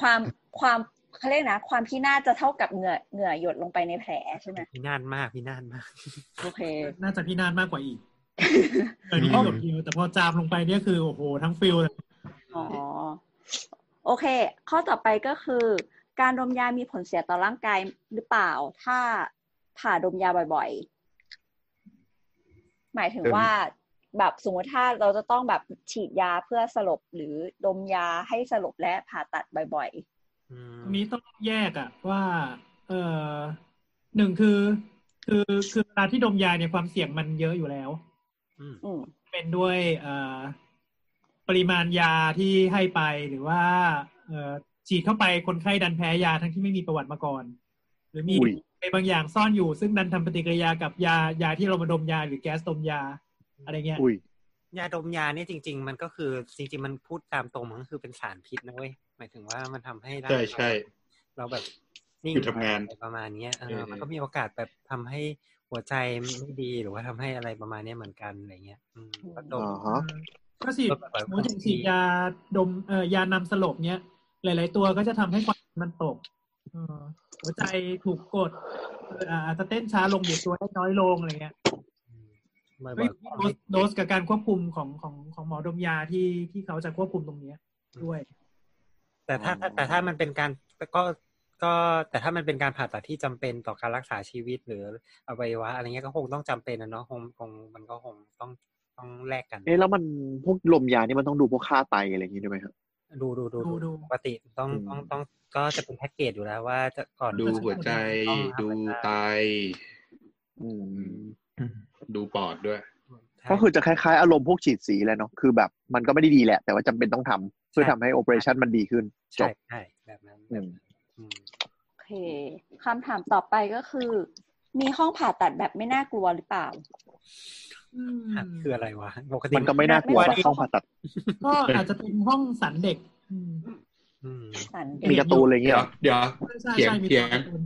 S2: ความความเขาเรียกนะ ความพินาศจะเท่ากับเหงื่อเหงื่อหยดลงไปในแผลใช่ไหม
S1: พินานมากพินานมาก
S2: โอเค
S7: น่าจะพี่นานมากกว่าอีกเออ
S4: อืม
S7: นี่ก็แบบเดียวแต่พอจามลงไปเนี่ยคือโอ้โหทั้งฟิลเลย
S2: อ๋อ โอเค ข้อต่อไปก็คือ การดมยามีผลเสียต่อร่างกายหรือเปล่า ถ้าผ่าดมยาบ่อยๆ หมายถึงว่าแบบสมมติถ้าเราจะต้องแบบฉีดยาเพื่อสลบหรือดมยาให้สลบและผ่าตัดบ่อย
S1: อืม
S7: ตรงนี้ต้องแยกอะว่า เออหนึ่งคือ คือคือเวลาที่ดมยาเนี่ยความเสี่ยงมันเยอะอยู่แล้ว
S1: อืม
S2: ๆ อืม
S7: เป็นด้วยเอ่อปริมาณยาที่ให้ไปหรือว่าเอ่อฉีดเข้าไปคนไข้ดันแพ้ยาทั้งที่ไม่มีประวัติมาก่อน หรือมี
S5: อุ้ย
S7: อะไรบางอย่างซ่อนอยู่ ซึ่งดันทำปฏิกิริยากับยายาที่เรามาดมยาหรือแก๊สดมยา อะไรเงี้ย
S5: อุ้ย
S1: ยาดมยาเนี่ยจริง ๆ มันก็คือจริง ๆ มันพูดตามตรงมันก็คือเป็นสารพิษนะเว้ยหมายถึงว่ามันทำให้ร่าง
S8: ใช่
S1: กาย
S8: ใช่
S1: เราแบบนิ่ง
S8: หยุดทำงาน
S1: อะไรประมาณเนี้ยเอ
S8: เอ
S1: อ
S8: อ
S1: มันก็มีโอกาสแบบทำให้หัวใจไม่ดีหรือว่าทำให้อะไรประมาณเนี้ยเหมือนกันอะไรเงี้ยอืม
S2: อืม
S1: ก็โดน
S5: อ่าฮะ
S7: ก็ฉีด
S1: ก็แบบ
S7: สมมติอย่างฉีดยาดมเอ่อยานำสลบเนี้ยหลาย ๆ ตัวก็จะทำให้ความดันมันตกเอ่อหัวใจถูกกดเอ่ออาจจะเต้นช้าลงบีบตัวได้น้อยลงอะไรเงี้ย
S1: บ่อย
S7: ก็
S1: ๆ
S7: อยู่ที่
S1: ก็
S7: โดสโดสกับการควบคุมของของของหมอดมยาที่ที่เขาจะควบคุมตรงเนี้ยด้วย
S1: แต่ถ้า
S5: อ๋อ
S1: แต่ถ้ามันเป็นการก็ก็แต่ถ้ามันเป็นการผ่าตัดที่จำเป็นต่อการรักษาชีวิตหรืออวัยวะอะไรเงี้ยก็คงต้องจำเป็นนะเนาะคงคงมันก็คงต้องต้องแลกกัน
S5: เอ๊ะแล้วมันพวกลมยานี่มันต้องดูพวกค่าไตอะไรอย่างงี้ด้วยไหมครับ
S1: ดูดูดู
S7: ดูดู
S1: ปกติต้อง
S5: อืม
S1: ต้องต้องก็จะเป็นแพ็กเกจอยู่แล้วว่าจะก่อน
S8: ดูหัวใจ ดูไต
S5: อืม
S8: ดูปอดด้วย
S1: ใช่
S5: ก็คือจะคล้ายๆ อารมณ์พวกฉีดสีแหละเนาะ คือแบบมันก็ไม่ได้ดีแหละ แต่ว่าจำเป็นต้องทำเพื่อ
S1: ใช่
S5: ทำให้โอ e r a t i o n มันดีขึ้น จ
S1: ใช่
S5: บ
S1: ใช่แบบนั้น
S5: อืม
S1: อืม
S2: โอเคคำถามต่อไปก็คือ มีห้องผ่าตัดแบบไม่น่ากลัวหรือเปล่า
S7: อืม
S1: หัดคืออะไรวะปกติ
S5: มันก็ไม่น่ากลัว
S2: ไม่
S5: ปะ
S2: น่ากลัว
S5: ห้องผ่าตัด
S7: ก็อาจจะเป็นห้องสันเด็กอืม
S1: อืม
S2: สัน
S5: มีการ์ตูนอะไร
S8: เดี๋
S5: เงี้
S8: ย
S5: ยว
S8: เดี๋ยว
S7: ใช่ใช่
S8: เถียง
S7: ใช่มี
S8: เถียง
S7: การ์ตูน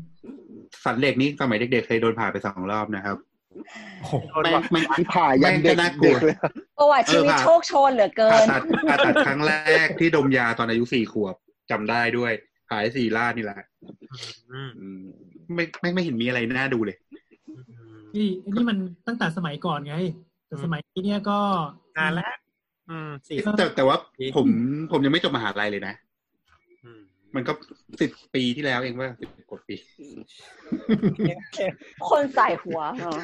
S8: สันเหล็กนี่สมัยเด็กๆเคยโดนผ่าไปสองรอบนะครับ
S1: โดน
S8: แม่ง
S1: บอก
S8: แม่ง
S5: มีผ่ายันเด็ก
S8: แม่งก็น่ากลัว
S5: เด็กเลยอะ
S2: ประวัติชีวิต
S8: เออค่ะ
S2: โชคโชนเหลือเกิ
S8: ผ่าน ตัดผ่าตัดครั้งแรกที่ดมยาตอนอายุสี่ขวบจำได้ด้วยผ่าไอ้ซีล่านี่แหละ
S1: อืม
S8: อืมไม่ไม่ไม่เห็นมีอะไรน่าดูเลย
S1: อืม
S7: นี่อันนี่มันตั้งแต่สมัยก่อนไง แต่สมัยนี้เนี่ยก็
S1: นานแล้ว อืมสี่
S8: แต่แต่ว่าผมผมยังไม่จบมหาลัยเลยนะ
S1: อืม
S8: มันก็สิบปีที่แล้วเองว่าสิบกว่าปี
S2: คนใส่หัวเออ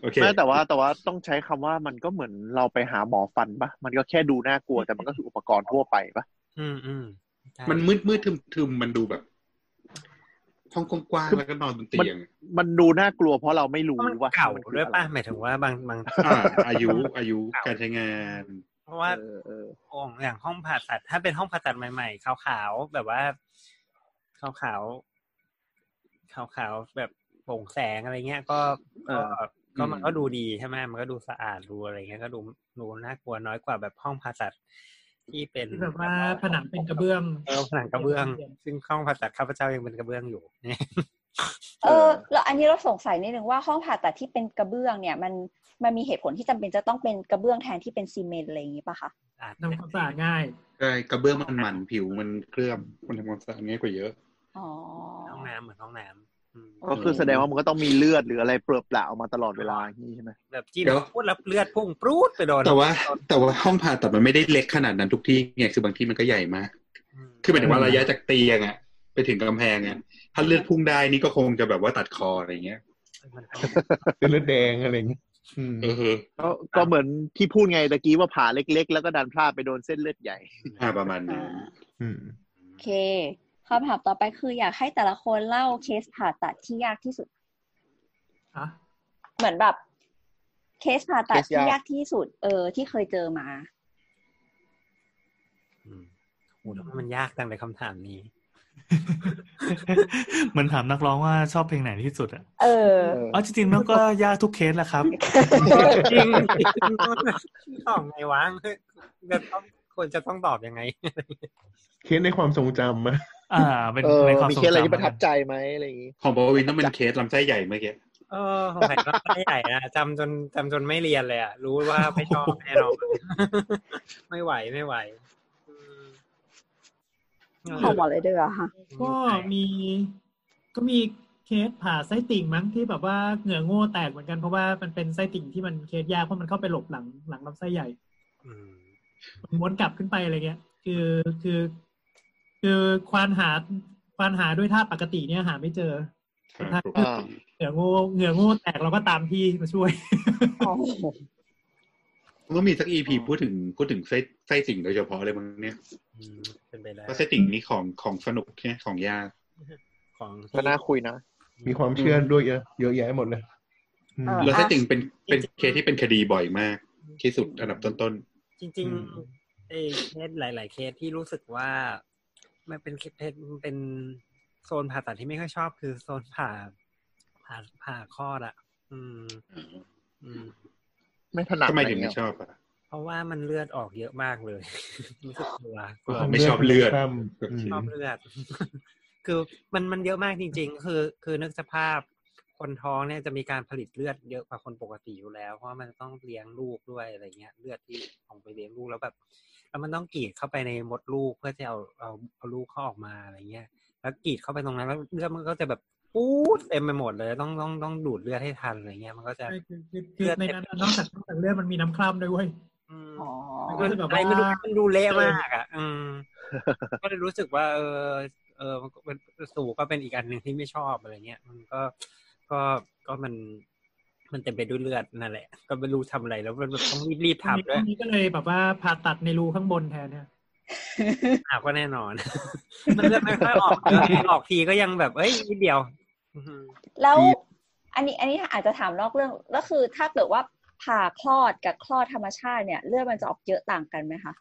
S8: โอเค
S5: ไม่แต่ว่าแต่ว่าต้องใช้คำว่ามันก็เหมือนเราไปหาหมอฟันปะมันก็แค่ดูน่ากลัวแต่มันก็คืออุปกรณ์ทั่วไปปะ
S1: อืมอืมใช่
S8: มันมืดมืดทึมทึมมันดูแบบห้องกว้างๆแล้วก็นอนบนเตียง
S5: มันดูน่ากลัวเพราะเราไม่รู้
S1: เพราะมัน
S5: ว่า
S1: เก่า
S5: มันคือ
S1: ด้วย
S5: อะไร
S1: ป่ะหมายถึงว่าบางบาง
S8: อ่าอายุอายุการใช้งาน
S1: เพราะว่า
S5: เออเออ
S1: องอย่างห้องผ่าตัด ถ้าเป็นห้องผ่าตัดใหม่ๆขาวๆแบบว่าขาวๆขาวๆแบบโปร่งแสงอะไรเงี้ย ก็
S5: เอ
S1: ก็
S5: อ
S1: ก็
S8: อืม
S1: มันก็ดูดีใช่ไหมมันก็ดูสะอาดดูอะไรเงี้ยก็ดูดูน่ากลัวน้อยกว่าแบบห้องผ่าตัดที่เป็น
S7: ที่แบบว่าผนังเป็นกระเบื้อง
S1: เออผนังกระเบื้อง ซึ่งห้องผ่าตัดข้าพเจ้ายังเป็นกระเบื้องอยู่ *laughs* เนี่ย
S2: เออแล้วอันนี้เราสงสัยนิดนึงว่าห้องผ่าตัดที่เป็นกระเบื้องเนี่ย มันมันมีเหตุผลที่จำเป็นจะต้องเป็นกระเบื้องแทนที่เป็นซีเมนต์อะไรอย่างนี้ปะคะ
S1: อาจ
S7: ทำความสะอาดง่าย
S8: ใช่กระเบื้องมันหมันผิวมันเคลือบมันทำความสะอาดง่ายกว่าเยอะ
S2: อ๋อ
S1: ห้องน้ำเหมือนห้องน้ำอืม
S5: ก็คือแสดงว่ามันก็ต้องมีเลือดหรืออะไรเปลือกเปล่าออกมาตลอดเวลาอย่างนี้ใช่ไหม
S1: แบบจิ้ม
S8: เดี๋ยว
S1: พูดแล้วเลือดพุ่งปรูดไปโดน
S8: แต่ว่าแต่ว่าห้องผ่าตัดมันไม่ได้เล็กขนาดนั้นทุกที่ไงคือบางที่มันก็ใหญ่มาก
S1: อืม
S8: คือหมายถึงว่าระยะจากเตียงอะไป ไปถึงกำแพงเนี่ยถ้าเลือดพุ่งได้นี่ก็คงจะแบบว่าตัดคออะไรเงี้ย
S4: เป็นเลือดแดงอะไรอย่างเงี้ยอืม
S8: เออ
S5: ก็ก็เหมือนที่พูดไงตะกี้ว่าผ่าเล็กๆ แล้วก็ดันพลาดไปโดนเส้นเลือดใหญ่
S8: อ่าประมาณนั้น
S2: อ่า
S4: อืม
S2: โอเคคำถามต่อไปคืออยากให้แต่ละคนเล่าเคสผ่าตัดที่ยากที่สุด
S7: อ่ะ
S2: เหมือนแบบเคสผ่าตัด
S5: เคส
S2: ที่
S5: ยาก
S2: ยากที่สุด เออ ที่เคยเจอมา
S1: อืมโหแล้วมันยากจังเลยคำถามนี้
S3: เหมือนถามนักร้องว่าชอบเพลงไหนที่สุดอ่ะ
S2: เออ
S5: เออ
S3: อ๋อจริงๆมันก็ยากทุกเคสแหละครับ
S1: จริงตอบไงวะจะต้องควรจะต้องตอบยังไง
S4: เคสในความทรงจำอะ
S3: อ่า เป็น
S5: เออ
S3: ในความ
S5: มี
S3: ทรง
S5: เคสอะไร
S3: จำ
S5: ที่ประทับใจไหมอะไรอย่างงี้
S8: ของปวินต้องเป็นเคสลำไส้ใหญ่เมื่อกี้
S1: เออสงสัยก็ไม่ใหญ่นะจำจนจำจนไม่เรียนเลยอะรู้ว่าไม่ชอบแน่นอน ไม่ไหวไม่ไหวอืม
S2: ของหมอเลยเด้อค่ะ
S7: ก็มีก็มีเคสผ่าไส้ติ่งมั้งที่แบบว่าเหงื่อโง่แตกเหมือนกันเพราะว่ามันเป็นไส้ติ่งที่มันเคสยากเพราะมันเข้าไปหลบหลังหลังลำไส้ใหญ่
S1: อืม
S7: ม้วนกลับขึ้นไปอะไรเงี้ย คือคือ คือควานหาควานหาด้วยท่าปกติเนี่ยหาไม่เจอสุดท้าย
S5: อ่า
S7: เหงื่อโง่เหงื่อโง่แตกเราก็ตามพี่มาช่วย
S8: ก็มีสักอีพีพูดถึงพูดถึงไส้ไส้ติ่งโดยเฉพาะเลยมั้งเนี่ย
S1: อืมเป็นไปได้
S8: เพราะไส้ติ่งนี่ของของสนุกใช่ไหมของยาก
S1: ของที่
S5: ก็น่าคุยนะ
S4: มีความเชื่อด้วยเยอะเยอะแยะหมดเลยอืม
S2: เออ
S8: แล้วไส้ติ่งเป็นเป็นเคสที่เป็นคดีบ่อยมาก ที่สุดอันดับต้น
S1: จริงๆไอ้เคสหลาย ๆ เคสที่รู้สึกว่า มันเป็นเคสเป็นโซนผ่าตัดที่ไม่ค่อยชอบ คือโซนผ่า ผ่าผ่าคลอดอะอืม อืม
S5: ไม่ถนัด
S8: ๆทำไมถึง
S5: อะร
S8: ไม่
S5: เงี้ย
S8: ชอบอ่ะ
S1: เพราะว่ามันเลือดออกเยอะมากเลย *laughs* รู้สึกกลัวกลัว
S8: ไม่ชอบเลือด
S4: ข้ามม
S1: ชอบเลือด *laughs* คือมันมันเยอะมากจริง ๆ คือ คือนึกสภาพคนท้องเนี่ยจะมีการผลิตเลือดเยอะกว่าคนปกติอยู่แล้ว เพราะมันต้องเลี้ยงลูกด้วยอะไรเงี้ย เลือดที่ของไปเลี้ยงลูกแล้วแบบ แล้วมันต้องกรีดเข้าไปในมดลูกเพื่อจะเอาเอาเอาลูกเขาออกมาอะไรเงี้ย แล้วกรีดเข้าไปตรงนั้นแล้วเลือดมันก็จะแบบปู๊ดเต็มไปหมดเลย ต้องต้องต้องดูดเลือดให้ทันอะไรเงี้ย มันก็จะ
S7: ใช่คือคือคือในนั้นนอกจากนอกจากเลือดมันมีน้ำคร่ำด้วยเว้ย
S1: อืม
S2: อ๋อ
S7: ก็เลยแบบว่า
S1: ไอ้มันดูมันดูเละมากอ่ะ อืม ก็เลยรู้สึกว่า เออ เออมันก็เป็นสูก็เป็นอีกอันหนึ่งที่ไม่ชอบอะไรเงี้ย มันก็ ก็ก็มัน มันเต็มไปด้วยเลือดนั่นแหละ ก็ไม่รู้ทำอะไรแล้วมันมันต้องรีบรีบทำด้
S7: ที
S1: วย
S7: นี้ก็เลยแบบว่าผ่าตัดในรูข้างบนแทนเนี่ย
S1: อ่ะก็แน่นอน มันเลือดไม่ค่อยออกเยอะไงออกทีก็ยังแบบเอ้ยนิดเดียว อืม
S2: แล้ว อันนี้ อันนี้อาจจะถามนอกเรื่อง ก็คือถ้าเกิดว่าผ่าคลอดกับคลอดธรรมชาติเนี่ยเลือดมันจะออกเยอะต่างกันไหมคะ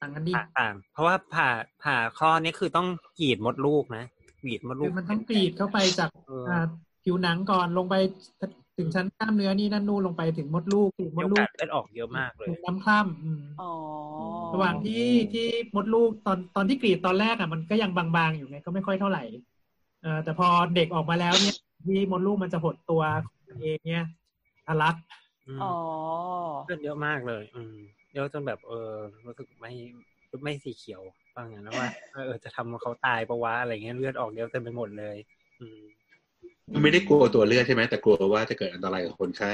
S7: ต่างกันดิ
S1: ต่างๆเพราะว่าผ่าผ่าคลอดนี่คือต้องกรีดมดลูกนะกรีดมดลู
S7: คื
S1: ก
S7: อมันต้องกรีดเข้าไปจาก
S1: เอออ่
S7: าผิวหนังก่อนลงไปถึงชั้นกล้ามเนื้อนี่นั่นนู่นลงไปถึงมดลูกกรีดม
S1: มี
S7: ด
S1: โอ
S7: ลู
S1: กาก สเลือดออกเยอะมากเลย
S7: ถึงน้ำคร่ำอืม
S2: อ๋อ
S7: ระหว่างที่ที่มดลูกตอนตอนที่กรีดตอนแรกอ่ะมันก็ยังบางๆอยู่ไงก็ไม่ค่อยเท่าไหร่เออแต่พอเด็กออกมาแล้วเนี่ยที่มดลูกมันจะหดตัวของเองเนี่ยทะลัก
S1: อืม
S2: อ๋อ
S1: เลือดเยอะมากเลย อืมเยอะจนแบบเออรู้สึกไม่ไม่สีเขียวบางอย่างนะ *laughs* ว่าเออจะทำเขาตายปะวะอะไรเงี้ยเลือดออกเยอะเต็มไปหมดเลย อืม
S8: มันไม่ได้กลัวตัวเลือดใช่ไหมแต่กลัวว่าจะเกิดอันตรายกับคนไข้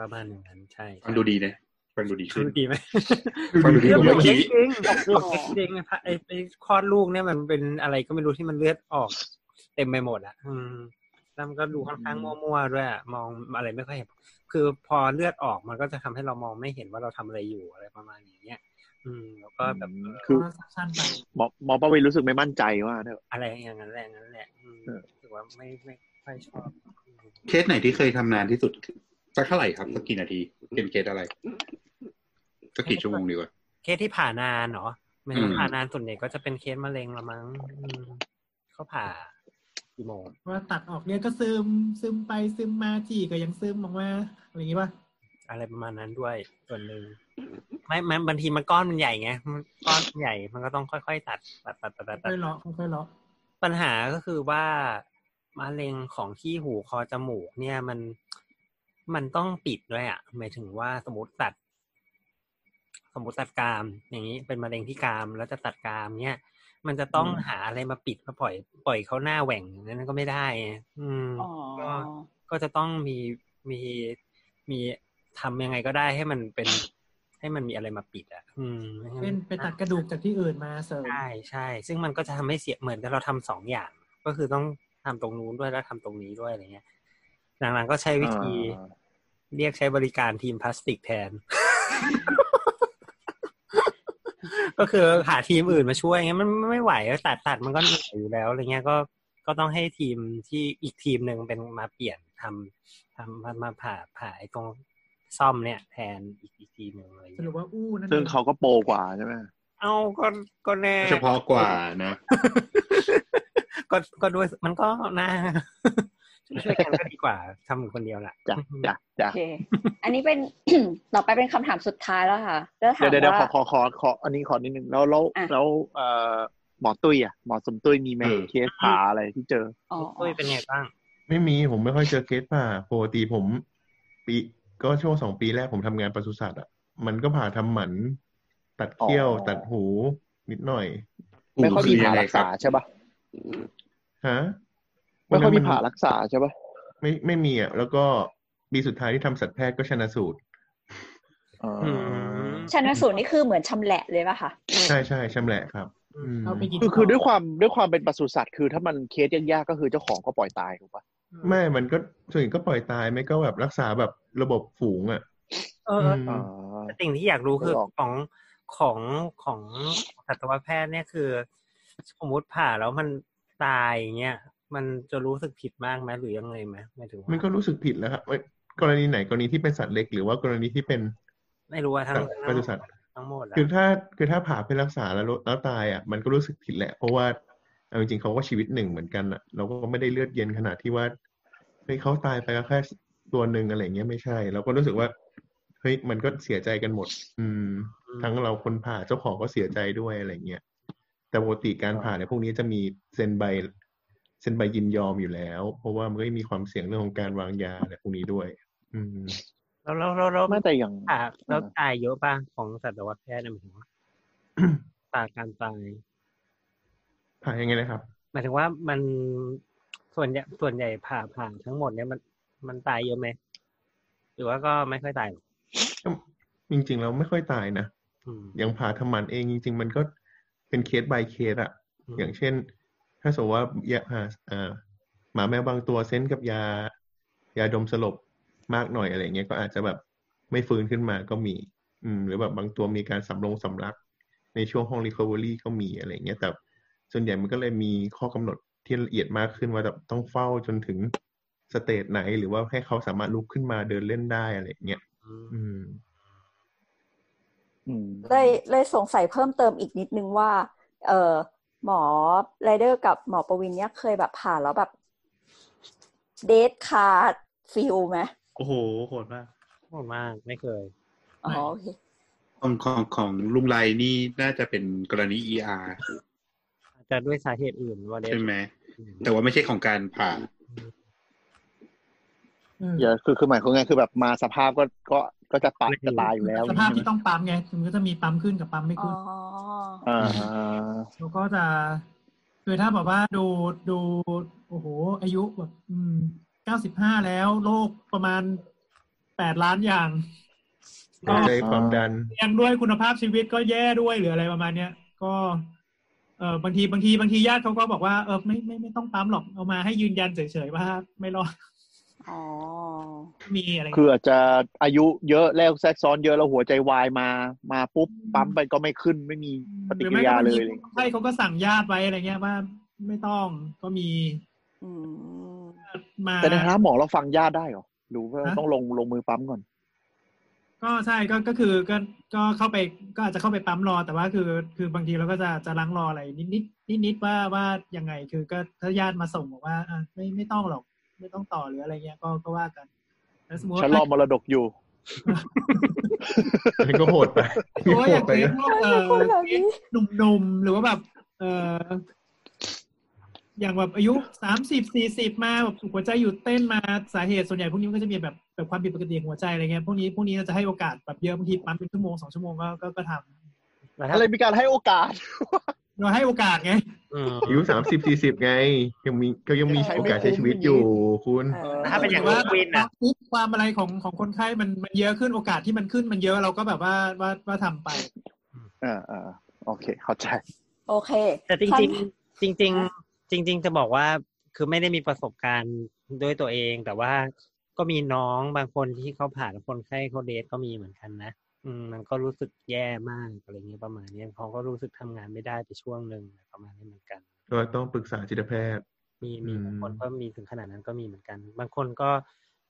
S1: ประมาณอย่างนั้นใช่
S8: ฟังดูดีนะฟังดูดีขึ้น
S1: ดูดีไหม
S8: *laughs* ฟังดูดี
S1: เลือด
S8: กว่า
S1: ออ
S8: เมื่อก
S1: เยอะ
S8: กี้
S1: จริงออกเยอะจริงไอ้ไอ้คลอดลูกเนี่ยมันเป็นอะไรก็ไม่รู้ที่มันเลือดออก เต็มไปหมดอ่ะ อืมแล้วมันก็ดูค่อนข้างมั่วๆด้วยอะมองอะไรไม่ค่อยเห็นคือพอเลือดออกมันก็จะทำให้เรามองไม่เห็นว่าเราทำอะไรอยู่อะไรประมาณอย่างเงี้ย อืม แล้วก็แบบ
S5: คือ
S7: ก็ซักชั่นไป
S5: หมอหมอประวินรู้สึกไม่มั่นใจว่าเนอะ
S1: อะไรอย่างนั้นแหละอย่างนั้นแหละอืม
S5: เออ
S1: รู้สึกว่าไม่ไม่ค่อยชอบ
S8: เคสไหนที่เคยทำนานที่สุดสักเท่าไหร่ครับสักกี่นาทีเป็นเคสอะไรสักกี่ชั่วโมงดีกว่า
S1: เคสที่ผ่านานเนาะไม่
S8: อืม
S1: ผ่านานส่วนใหญ่ก็จะเป็นเคสมะเร็งละมั้งอืมเขาผ่ากี่โมง
S7: เพราะว่าตัดออกเนี่ยก็ซึมซึมไปซึมมาจีก็ยังซึมออกมาอะไรอย่างงี้ป่ะ
S1: อะไรประมาณนั้นด้วยส่วนหนึ่งไม่ไม่บางทีมันก้อนมันใหญ่ไงมันก้อนมันใหญ่มันก็ต้องค่อยๆตัดตัดตัดตัดตัดตั
S7: ค่อย
S1: ด
S7: เลาะค่อยเลาะ
S1: ปัญหาก็คือว่ามะเร็งของที่หูคอจมูก เนี่ยมันมันต้องปิดด้วยอ่ะหมายถึงว่าสมมติตัด สมมติตัดกราม อย่างนี้เป็นมะเร็งที่กรามแล้วจะตัดกรามเนี่ยมันจะต้องหาอะไรมาปิดมาปล่อย ปล่อยเขาหน้าแหว่งอย่างนั้นก็ไม่ได้ไงอืม
S2: อ๋อ
S1: ก็จะต้องมีมีมีทำยังไงก็ได้ให้มันเป็น ให้ ให้มันมีอะไรมาปิดอ่ะ อืมไม่งั้
S7: เป็นไปตัดกระดูกจากที่อื่นมาเสริม
S1: ใช่ใช่ ซึ่งมันก็จะทำให้เสียเหมือนกับเราทำสองอย่าง ก็คือต้องทำตรงนู้นด้วยแล้วทำตรงนี้ด้วยอะไรเงี้ย หลังๆก็ใช้วิธี
S5: อ่า
S1: เรียกใช้บริการทีมพลาสติกแทน *laughs* ก็คือหาทีมอื่นมาช่วยเงี้ยมันมันไม่ไหวแล้วตัดตัดมันก็เหนื่อยอยู่แล้วอะไรเงี้ยก็ก็ต้องให้ทีมที่อีกทีมหนึ่งเป็นมาเปลี่ยนทำทำมามาผ่าผ่าไอ้ตรงซ่อมเนี่ยแทนอีกอีกทีหนึ่งอะไร
S7: สรุ
S1: เงี้
S7: ป
S1: ย
S7: ว่าอู้นั่น
S5: ซึ่ง
S7: อง
S5: เขาก็โปรกว่าใช่ไหม
S1: เอาก็ก็แน่
S8: เฉพาะกว่านะ
S1: ก็ก็ด้วยมันก็น่าช่วยๆกันก็ดีกว่าทำคนเดียวล่ะ
S5: จ้ะจ้ะจ้ะ
S2: โอเค อันนี้เป็น *coughs* ต่อไปเป็นคำถามสุดท้ายแล้วค่ะแล้วถา
S5: เดี๋ย
S2: ม
S5: วเดี๋ยวเดี๋ยวขอ
S2: ว่า
S5: ขอขอขออันนี้ขอนิดนึงแล้วแล้ว
S2: อ่ะ
S5: แล้วเอ่อหมอตุ้ยอ่ะหมอสมตุ้ยมีไหม
S8: เออ
S5: เคสผ่าอะไรที่เจอ
S2: อ๋ออ๋
S1: ตุ้ย
S2: อ
S1: เป็นไงบ้าง
S4: ไม่มีผมไม่ค่อยเจอเคสผ่าปกติผมปีก็ช่วงสองปีแรกผมทำงานปศุสัตว์อ่ะ มันก็ผ่าทำหมัน ตัดเขี้ยว
S5: อ๋อ
S4: ตัดหู นิดหน่อย
S5: ไม่ค่อยมีผ่า
S8: ไง
S5: รัก
S8: ค
S5: ษา
S8: บ
S5: ใช่ปะ
S4: ฮะ
S5: ไม่ค่อยมีผ่า
S4: แล้ว
S5: รักษาใช่ปะ
S4: ไม่ไม่มีอ่ะ แล้วก็ปีสุดท้ายที่ทำสัตวแพทย์ก็ชนะสูตร
S5: อ๋ออ
S1: ม
S2: ชันสูตรนี่คือเหมือนชำแหละเลยป่ะคะ
S4: ใช่ใช่ชำแหละครับ อืม
S7: เอาไปกิน
S5: คือคือด้วยความด้วยความเป็นปศุสัตว์คือถ้ามันเคสยากๆก็คือเจ้าของก็ปล่อยตายถูกปะ
S4: ไม่ มันก็ส่วนใหญ่ก็ปล่อยตายไม่ก็แบบรักษาแบบระบบฝูงอ่ะ
S1: เออ
S4: อื
S1: เออ
S4: ม
S1: แต่สิ่งที่อยากรู้คือ
S5: ไม่ออก
S1: ของของของสัตวแพทย์เนี่ยคือ สมมติผ่าแล้วมันตายอย่างเงี้ยมันจะรู้สึกผิดมากไหมหรือยังไงไหมหมายถึงว่า
S4: มันก็รู้สึกผิดแล้วครับเอ้ยกรณีไหนกรณีที่เป็นสัตว์เล็กหรือว่ากรณีที่เป็น
S1: ไม่รู้ว่าทั้ง
S4: สัตว์
S1: ทั้
S4: ป
S1: ง
S4: ศุสัตว์
S1: ทั้งหมดอะ
S4: คือถ้าคือถ้าผ่าเพื่อรักษาแล้วแล้วตายอ่ะมันก็รู้สึกผิดแหละ เพราะว่าเอาจริงๆเขาก็ชีวิตหนึ่งเหมือนกันอ่ะ เราก็ไม่ได้เลือดเย็นขนาดที่ว่าเฮ้ยเขาตายไปก็แค่ตัวหนึ่งอะไรเงี้ยไม่ใช่ เราก็รู้สึกว่าเฮ้ยมันก็เสียใจกันหมด อืม ทั้งเราคนผ่าเจ้าของก็เสียใจด้วยอะไรเงี้ยแต่ปกติการผ่าเนี่ยพวกนี้จะมีเซ็นใบเซ็นใบยินยอมอยู่แล้ว เพราะว่ามันก็มีความเสี่ยงเรื่องของการวางยาอะไรพวกนี้ด้วย อืม
S1: แล้วแล้วแล้วแล้ว
S5: ไม่แต่อย่าง
S1: ผ่าแล้วตายเยอะป่ะของสัตวแพทย์เนี่ยหมายถึง
S4: *clears throat*
S1: ว่า ผ่าการตาย
S4: ผ่ายังไงนะครับ
S1: หมายถึงว่ามันส่วนใหญ่ส่วนใหญ่ผ่าผ่าทั้งหมดเนี่ยมันมันตายเยอะไหมหรือว่าก็ไม่ค่อยตายหรอก
S4: ก็จริงๆแล้วไม่ค่อยตายนะ
S1: อืม
S4: อย่างผ่าทำหมันเองจริง ๆ มันก็เป็นเคส by เคสอะ
S1: อืม
S4: อย่างเช่น ถ้าสมมติว่ายาอ่าอ่าหมาแมวบางตัวเซนส์กับยา ยาดมสลบมากหน่อยอะไรเงี้ยก็อาจจะแบบไม่ฟื้นขึ้นมาก็มี อืม หรือแบบบางตัวมีการสำรงสำลัก ในช่วงห้อง recovery ก็มีอะไรเงี้ยแต่ส่วนใหญ่มันก็เลยมีข้อกำหนดที่ละเอียดมากขึ้นว่าแบบต้องเฝ้าจนถึงสเตจไหน หรือว่าให้เขาสามารถลุกขึ้นมาเดินเล่นได้อะไรเงี้ย
S1: อืม
S4: อืม
S5: อืม
S2: เลยเลยสงสัยเพิ่มเติมอีกนิดนึงว่า เออหมอไรเดอร์กับหมอประวินเนี่ยเคยแบบผ่านแล้วแบบเดทคาร์ดฟิลไหม
S3: โอ้โหโหดมาก
S1: โหดมากไม่เคย
S2: อ๋อโอเค
S8: ของของของลุงไรนี่น่าจะเป็นกรณี ER
S1: อาจจะด้วยสาเหตุอื่นว่าเด็
S8: ใช่ไหม แต่ว่าไม่ใช่ของการผ่า
S7: อืม
S5: อย่าคือคือหมายความไงคือแบบมาสภาพก็ก็ก็จะปะจะตายอยู่แล้ว
S7: สภาพที่ต้องปั๊มไงมันก็จะมีปั๊มขึ้นกับปั๊มไม่
S2: อ๋
S7: ขึ้
S2: อน
S5: อ่า
S7: เราก็จะคือถ้าแบบว่าดูดูโอ้โห อายุแบบเก้าสิบห้าแล้วโรคประมาณแปดล้านอย่าง
S4: หัวใจความดัน
S7: ยังด้วยคุณภาพชีวิตก็แย่ด้วยหรืออะไรประมาณเนี้ยก็เออบางทีบางทีบางทีญาติเขาก็บอกว่าเออไม่ไม่ไม่ต้องปั๊มหรอกเอามาให้ยืนยันเฉยๆว่า ไม่รอด
S2: อ๋อ
S7: มีอะไร
S5: คืออาจจะอายุเยอะแล้วแทรกซ้อนเยอะแล้วหัวใจวายมามาปุ๊บปั๊มไปก็ไม่ขึ้นไม่มีปฏิ
S7: หรือ
S5: กิริ
S7: ไม่ก็
S5: ยา
S7: บาง
S5: เล
S7: ที
S5: ย
S7: คนไข้เขาก็สั่งญาติไว้อะไรเงี้ยว่าไม่ต้องก็มี
S2: อืม
S7: มา
S5: แต่ในฐานะหมอเราฟังญาติได้เหรอหรือว่า
S7: ฮะ
S5: ต้องลงลงมือปั๊มก่อน
S7: ก็ใช่ก็ก็คือก็ก็เข้าไปก็อาจจะเข้าไปปั๊มรอ แต่ว่าคือคือบางทีเราก็จะจะล้างรออะไรนิดนิดนิดนิดว่าว่ายังไงคือก็ถ้าญาติมาส่งบอกว่าอ่ะไม่ไม่ต้องหรอกไม่ต้องต่อหรืออะไรเงี้ยก็ก็ว่ากันแล้วสมมติ
S5: ฉันรอมรดกอยู่
S4: มันก็โหดไป
S7: หรือว่า
S4: โห
S7: อย่า
S4: ด
S7: ง
S4: ไป
S7: เคส
S4: นะ
S7: พวกเออเคสหนุ่มๆหรือว่าแบบเอออย่างแบบอายุสามสิบสี่สิบมาแบบหัวใจหยุดเต้นมาสาเหตุส่วนใหญ่พวกนี้มันก็จะมีแบบแบบความผิดปกติของหัวใจอะไรเงี้ยพวกนี้พวกนี้เราจะให้โอกาสแบบเยอะบางทีปั๊มเป็นชั่วโมงสองชั่วโมงก็ก็ก็ทำ
S1: แล้วถ้า
S5: อะไรมีการให้โอกาส
S7: เราให้โอกาสไง
S10: อืม
S4: อายุสามสิบสี่สิบไง ยังมีก็ยังมี
S2: ใช่
S4: โอกาส
S2: ไม่
S4: ใช้
S2: คุ้ม
S4: ชีวิต
S2: อย่างนี้
S4: อยู่คุณ
S2: เออ
S10: ถ้าเป็นอย่าง
S7: ว่า
S10: วินอ่ะ
S7: ปุ๊บความอะไรของของคนไข้มันมันเยอะขึ้นโอกาสที่มันขึ้นมันเยอะเราก็แบบว่าว่าว่าทำไป
S5: เออเออโอเค เข้าใจ
S2: โอเค
S1: แต่จริง
S2: คำ
S1: ๆ จริง ๆ จริง ๆ จะบอกว่าคือไม่ได้มีประสบการณ์ด้วยตัวเอง แต่ว่าก็มีน้องบางคนที่เขาผ่านคนไข้เขาเดทก็มีเหมือนกันนะอืมมันก็รู้สึกแย่มากอะไรเงี้ยประมาณเนี้ยเขาก็รู้สึกทำงานไม่ได้ไปช่วงหนึ่งประมาณนี้เหมือนกัน
S4: ก็ต้องปรึกษาจิตแพทย์
S1: มีมี
S4: อืม
S1: บางคนก็มีถึงขนาดนั้นก็มีเหมือนกัน บางคนก็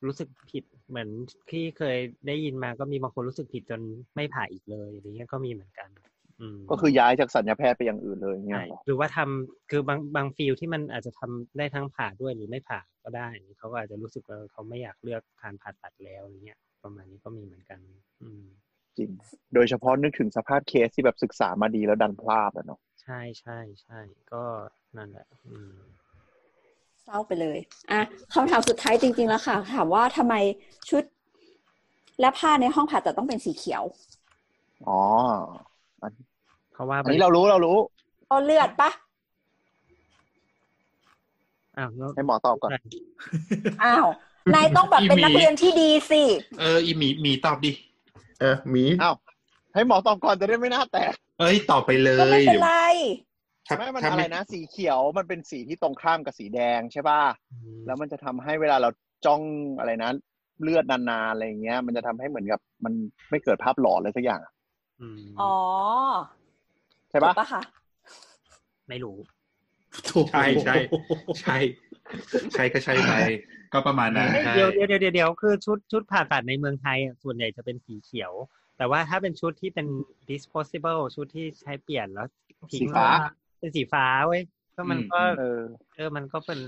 S1: รู้สึกผิดเหมือนที่เคยได้ยินมาก็มีบางคนรู้สึกผิดจนไม่ผ่าอีกเลยอะไรเงี้ยก็มีเหมือนกัน อืม
S5: ก็คือย้ายจากสัญญาแพทย์ไปอย่างอื่นเลยเงี้ย
S1: ใช่หรือว่าทำคือบางบางฟิลที่มันอาจจะทำได้ทั้งผ่าด้วยหรือไม่ผ่าก็ได้เขาก็อาจจะรู้สึกว่าเขาไม่อยากเลือกการผ่าตัดแล้วอะไรเงี้ย ประมาณนี้ก็มีเหมือนกัน อืม
S5: จริง โดยเฉพาะนึกถึงสภาพเคสที่แบบศึกษามาดีแล้วดันพลาดอะเนาะ
S1: ใช่ใช่ใช่ก็นั่นแหละ อืม
S2: เศร้าไปเลย อ่ะคำถามสุดท้ายจริง ๆ แล้วค่ะ ถามว่าทำไมชุด และผ้าในห้องผ่าตัดต้องเป็นสีเขียว
S5: อ๋อ
S1: เพราะว่า
S5: อันนี้เรารู้เรารู้
S2: เพราะเลือดปะ
S1: อ้าวแล้ว
S5: ให้หมอตอบก่อน
S2: อ้าว นายต้องแบบเป็นนักเรียนที่ดีสิ
S8: เอออีหมีหมีตอบดิ
S4: อ่ะหมี
S5: อ้าว ให้หมอตอบก่อนจะได้ไม่น่าแตก
S8: เอ้ยตอบไปเล
S2: ก็
S8: ย
S2: ไม่เป็น
S8: เดี๋ยว
S2: ไร
S8: ถ้า
S5: ไม่มัน
S8: ถ้า
S5: อะไร
S8: ไม่
S5: นะ สีเขียวมันเป็นสีที่ตรงข้ามกับสีแดงใช่ป่ะ
S1: อืม
S5: แล้วมันจะทำให้เวลาเราจ้องอะไรนะ เลือดนานๆอะไรอย่างเงี้ย มันจะทำให้เหมือนกับมันไม่เกิดภาพหลอนอะไรสักอย่างอะ
S1: อืม
S2: อ๋อ
S5: ใช่ปะ
S2: ถูกปะคะ
S1: ไม่รู้
S8: ใช่ใช่ใช่ใช่ก็ใช่ไปก็ประมาณนั้น
S1: เอ้ย
S8: ใช่
S1: เดี๋ยวเดี๋ยวเดี๋ยวเดี๋ยวคือชุดชุดผ่าตัดในเมืองไทยอ่ะส่วนใหญ่จะเป็นสีเขียว แต่ว่าถ้าเป็นชุดที่เป็น disposable ชุดที่ใช้เปลี่ยนแล้วทิ้ง
S5: สีฟ้า
S1: เป็นสีฟ้าเว้ยก็มันก็
S5: เออ
S1: เออมันก็เป็น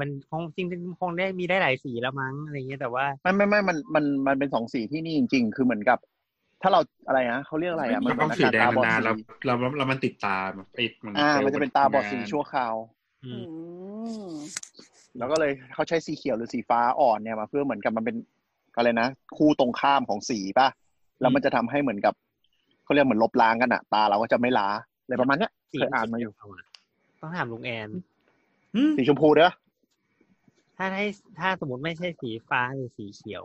S1: มันคงจริงๆคงได้มีได้หลายสีแล้วมั้งอะไรเงี้ยแต่ว่า
S5: ไม่ไม่ไม่มันมันมันเป็นสองสีที่นี่จริง ๆ คือเหมือนกับ ถ้าเราอะไรนะเขาเรียกอะไรอ่ะมัน
S8: เรา
S5: เหมือน
S8: ต้อง
S5: อา
S8: สี
S5: การ
S8: แดง
S5: ตาบอด
S8: นาน
S5: สี
S8: ๆแล้วแล้วแล้วแล้วมันติดตาแบบไอ้มัน
S5: อ่า มันจะเป็นตาบอดสีชั่วคราว
S1: อื
S2: อื
S1: ม
S2: ม
S5: แล้วก็เลยเขาใช้สีเขียวหรือสีฟ้าอ่อนเนี่ยมาเพื่อเหมือนกับมันเป็นอะไรนะคู่ตรงข้ามของสีป่ะแล้วมันจะทำให้เหมือนกับเขาเรียกเหมือนลบล้างกันอ่ะ ตาเราก็จะไม่ล้าอะไรประมาณเนี้ย
S1: สี
S5: เคยอ่านมาอยู่
S1: ต้องถามลุงแอน
S7: อืม
S5: สีชมพูเด้อ
S1: ถ้าให้ถ้าสมมติไม่ใช่สีฟ้าหรือสีเขียว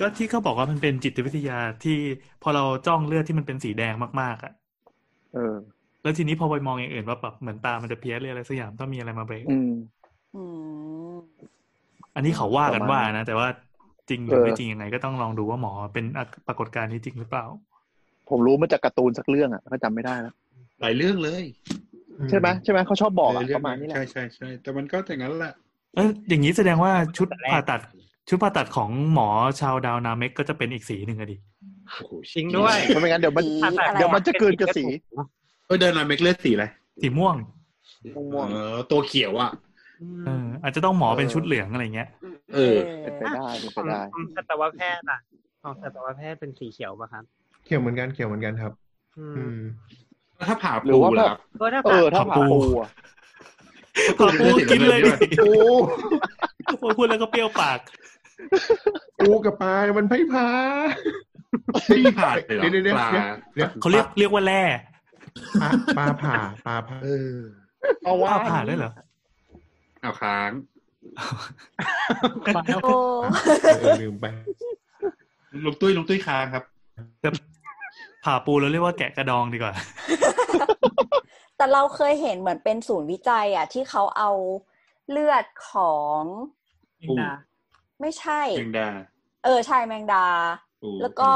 S3: ก็ที่เขาบอกว่ามันเป็นจิตวิทยาที่พอเราจ้องเลือดที่มันเป็นสีแดงมากๆอ่ะ
S5: เออ
S3: แล้วทีนี้พอไปมองอย่างอื่นว่าแบบเหมือนตามันจะเพี้ยนหรืออะไรสักอย่างต้องมีอะไรมาเบรก
S5: อืม
S2: อืม
S3: อันนี้เขาว่ากันว่านะ แต่ว่าจริงหรือ
S5: เออ
S3: ไม่จริงยังไงก็ต้องลองดูว่าหมอเป็นปรากฏการณ์นี้จริงหรือเปล่า
S5: ผมรู้มาจากการ์ตูนสักเรื่องอ่ะก็จำไม่ได้แล้ว
S8: หลายเรื่องเลย
S5: ใช่ไหมใช่ไหมเขาชอบบอกอ่ะ
S8: หลยเง
S5: ประมาณนี้แหละ
S8: ใช่ใช่ใช่แต่มันก็อย่างนั้นแหละ
S3: เอยอย่างนี้แสดงว่าชุด
S1: แต่แรก
S3: ผ่าตัด ชุดผ่าตัดของหมอชาวดาวนาเมกก็จะเป็นอีกสีหนึ่งอะดิ
S8: โอ้โห
S1: จริงด้วย
S5: ไม่งั้นเดี๋ยวมัน
S2: สี
S1: ผ่าตัด
S2: อะไร
S5: เดี๋ยวมัน
S2: อะ
S5: จะเกินกระสี
S8: เออเดินมาเมกเลือดสีอะไร
S3: สีม่วง
S5: ม่วงๆ
S8: เออตัวเขียวอ่ะ
S1: อืม
S3: เอออาจจะต้องหมอเป็น
S5: เออ
S3: ชุดเหลืองอะไรเงี้ย
S8: เออ
S5: เป็นไปได้เป็น
S1: ข
S5: ไป
S1: อง
S5: ได้
S1: ของสัตวแพทย์อ่ะของสัตวแพทย์เป็นสีเขียวป่ะครับ
S4: เขียวเหมือนกันเขียวเหมือนกันครับ
S1: อื
S4: อื
S1: ม
S4: ม
S8: ถ้าผ่า
S5: หรือ
S8: ปู
S5: ว่าแบบ
S8: ล่ะ
S1: ก็ถ้า
S5: เอ
S1: ผ่า
S5: อถ้า
S3: ผั
S5: ผ่าก
S3: ปู
S5: ปูอะ
S3: ผักปูกินเลยดิ
S4: ปู
S3: พอพูดแล้วก็เปรี้ยวปาก
S4: ปูกับปลามันไพ่พา
S8: ไม่ผ่าเลยเหรอ
S4: เดี๋ยวเดี๋ยว
S8: ปลา
S4: เดี๋ยวเดี๋ยว
S3: เขาเรียกเรียกว่าแร่
S4: ปลาปลาผ่าปลาผ่า
S8: เออ
S5: เอาว่า
S3: อ้าวผ่าด้วยเหรอ
S8: เอาค้าง
S2: โอ้
S4: เออลืมไป
S8: ลุงตุ้ยลุงตุ้ยค้างครับ
S3: ผ่าปูเราเรียกว่าแกะกระดองดีกว่า
S2: แต่เราเคยเห็นเหมือนเป็นศูนย์วิจัยอ่ะ ที่เขาเอาเลือดของ
S7: เองนะ
S2: ไม่ใช่
S8: แมงดา
S2: เออใช่แมงดา
S8: ปู
S2: แล้วก็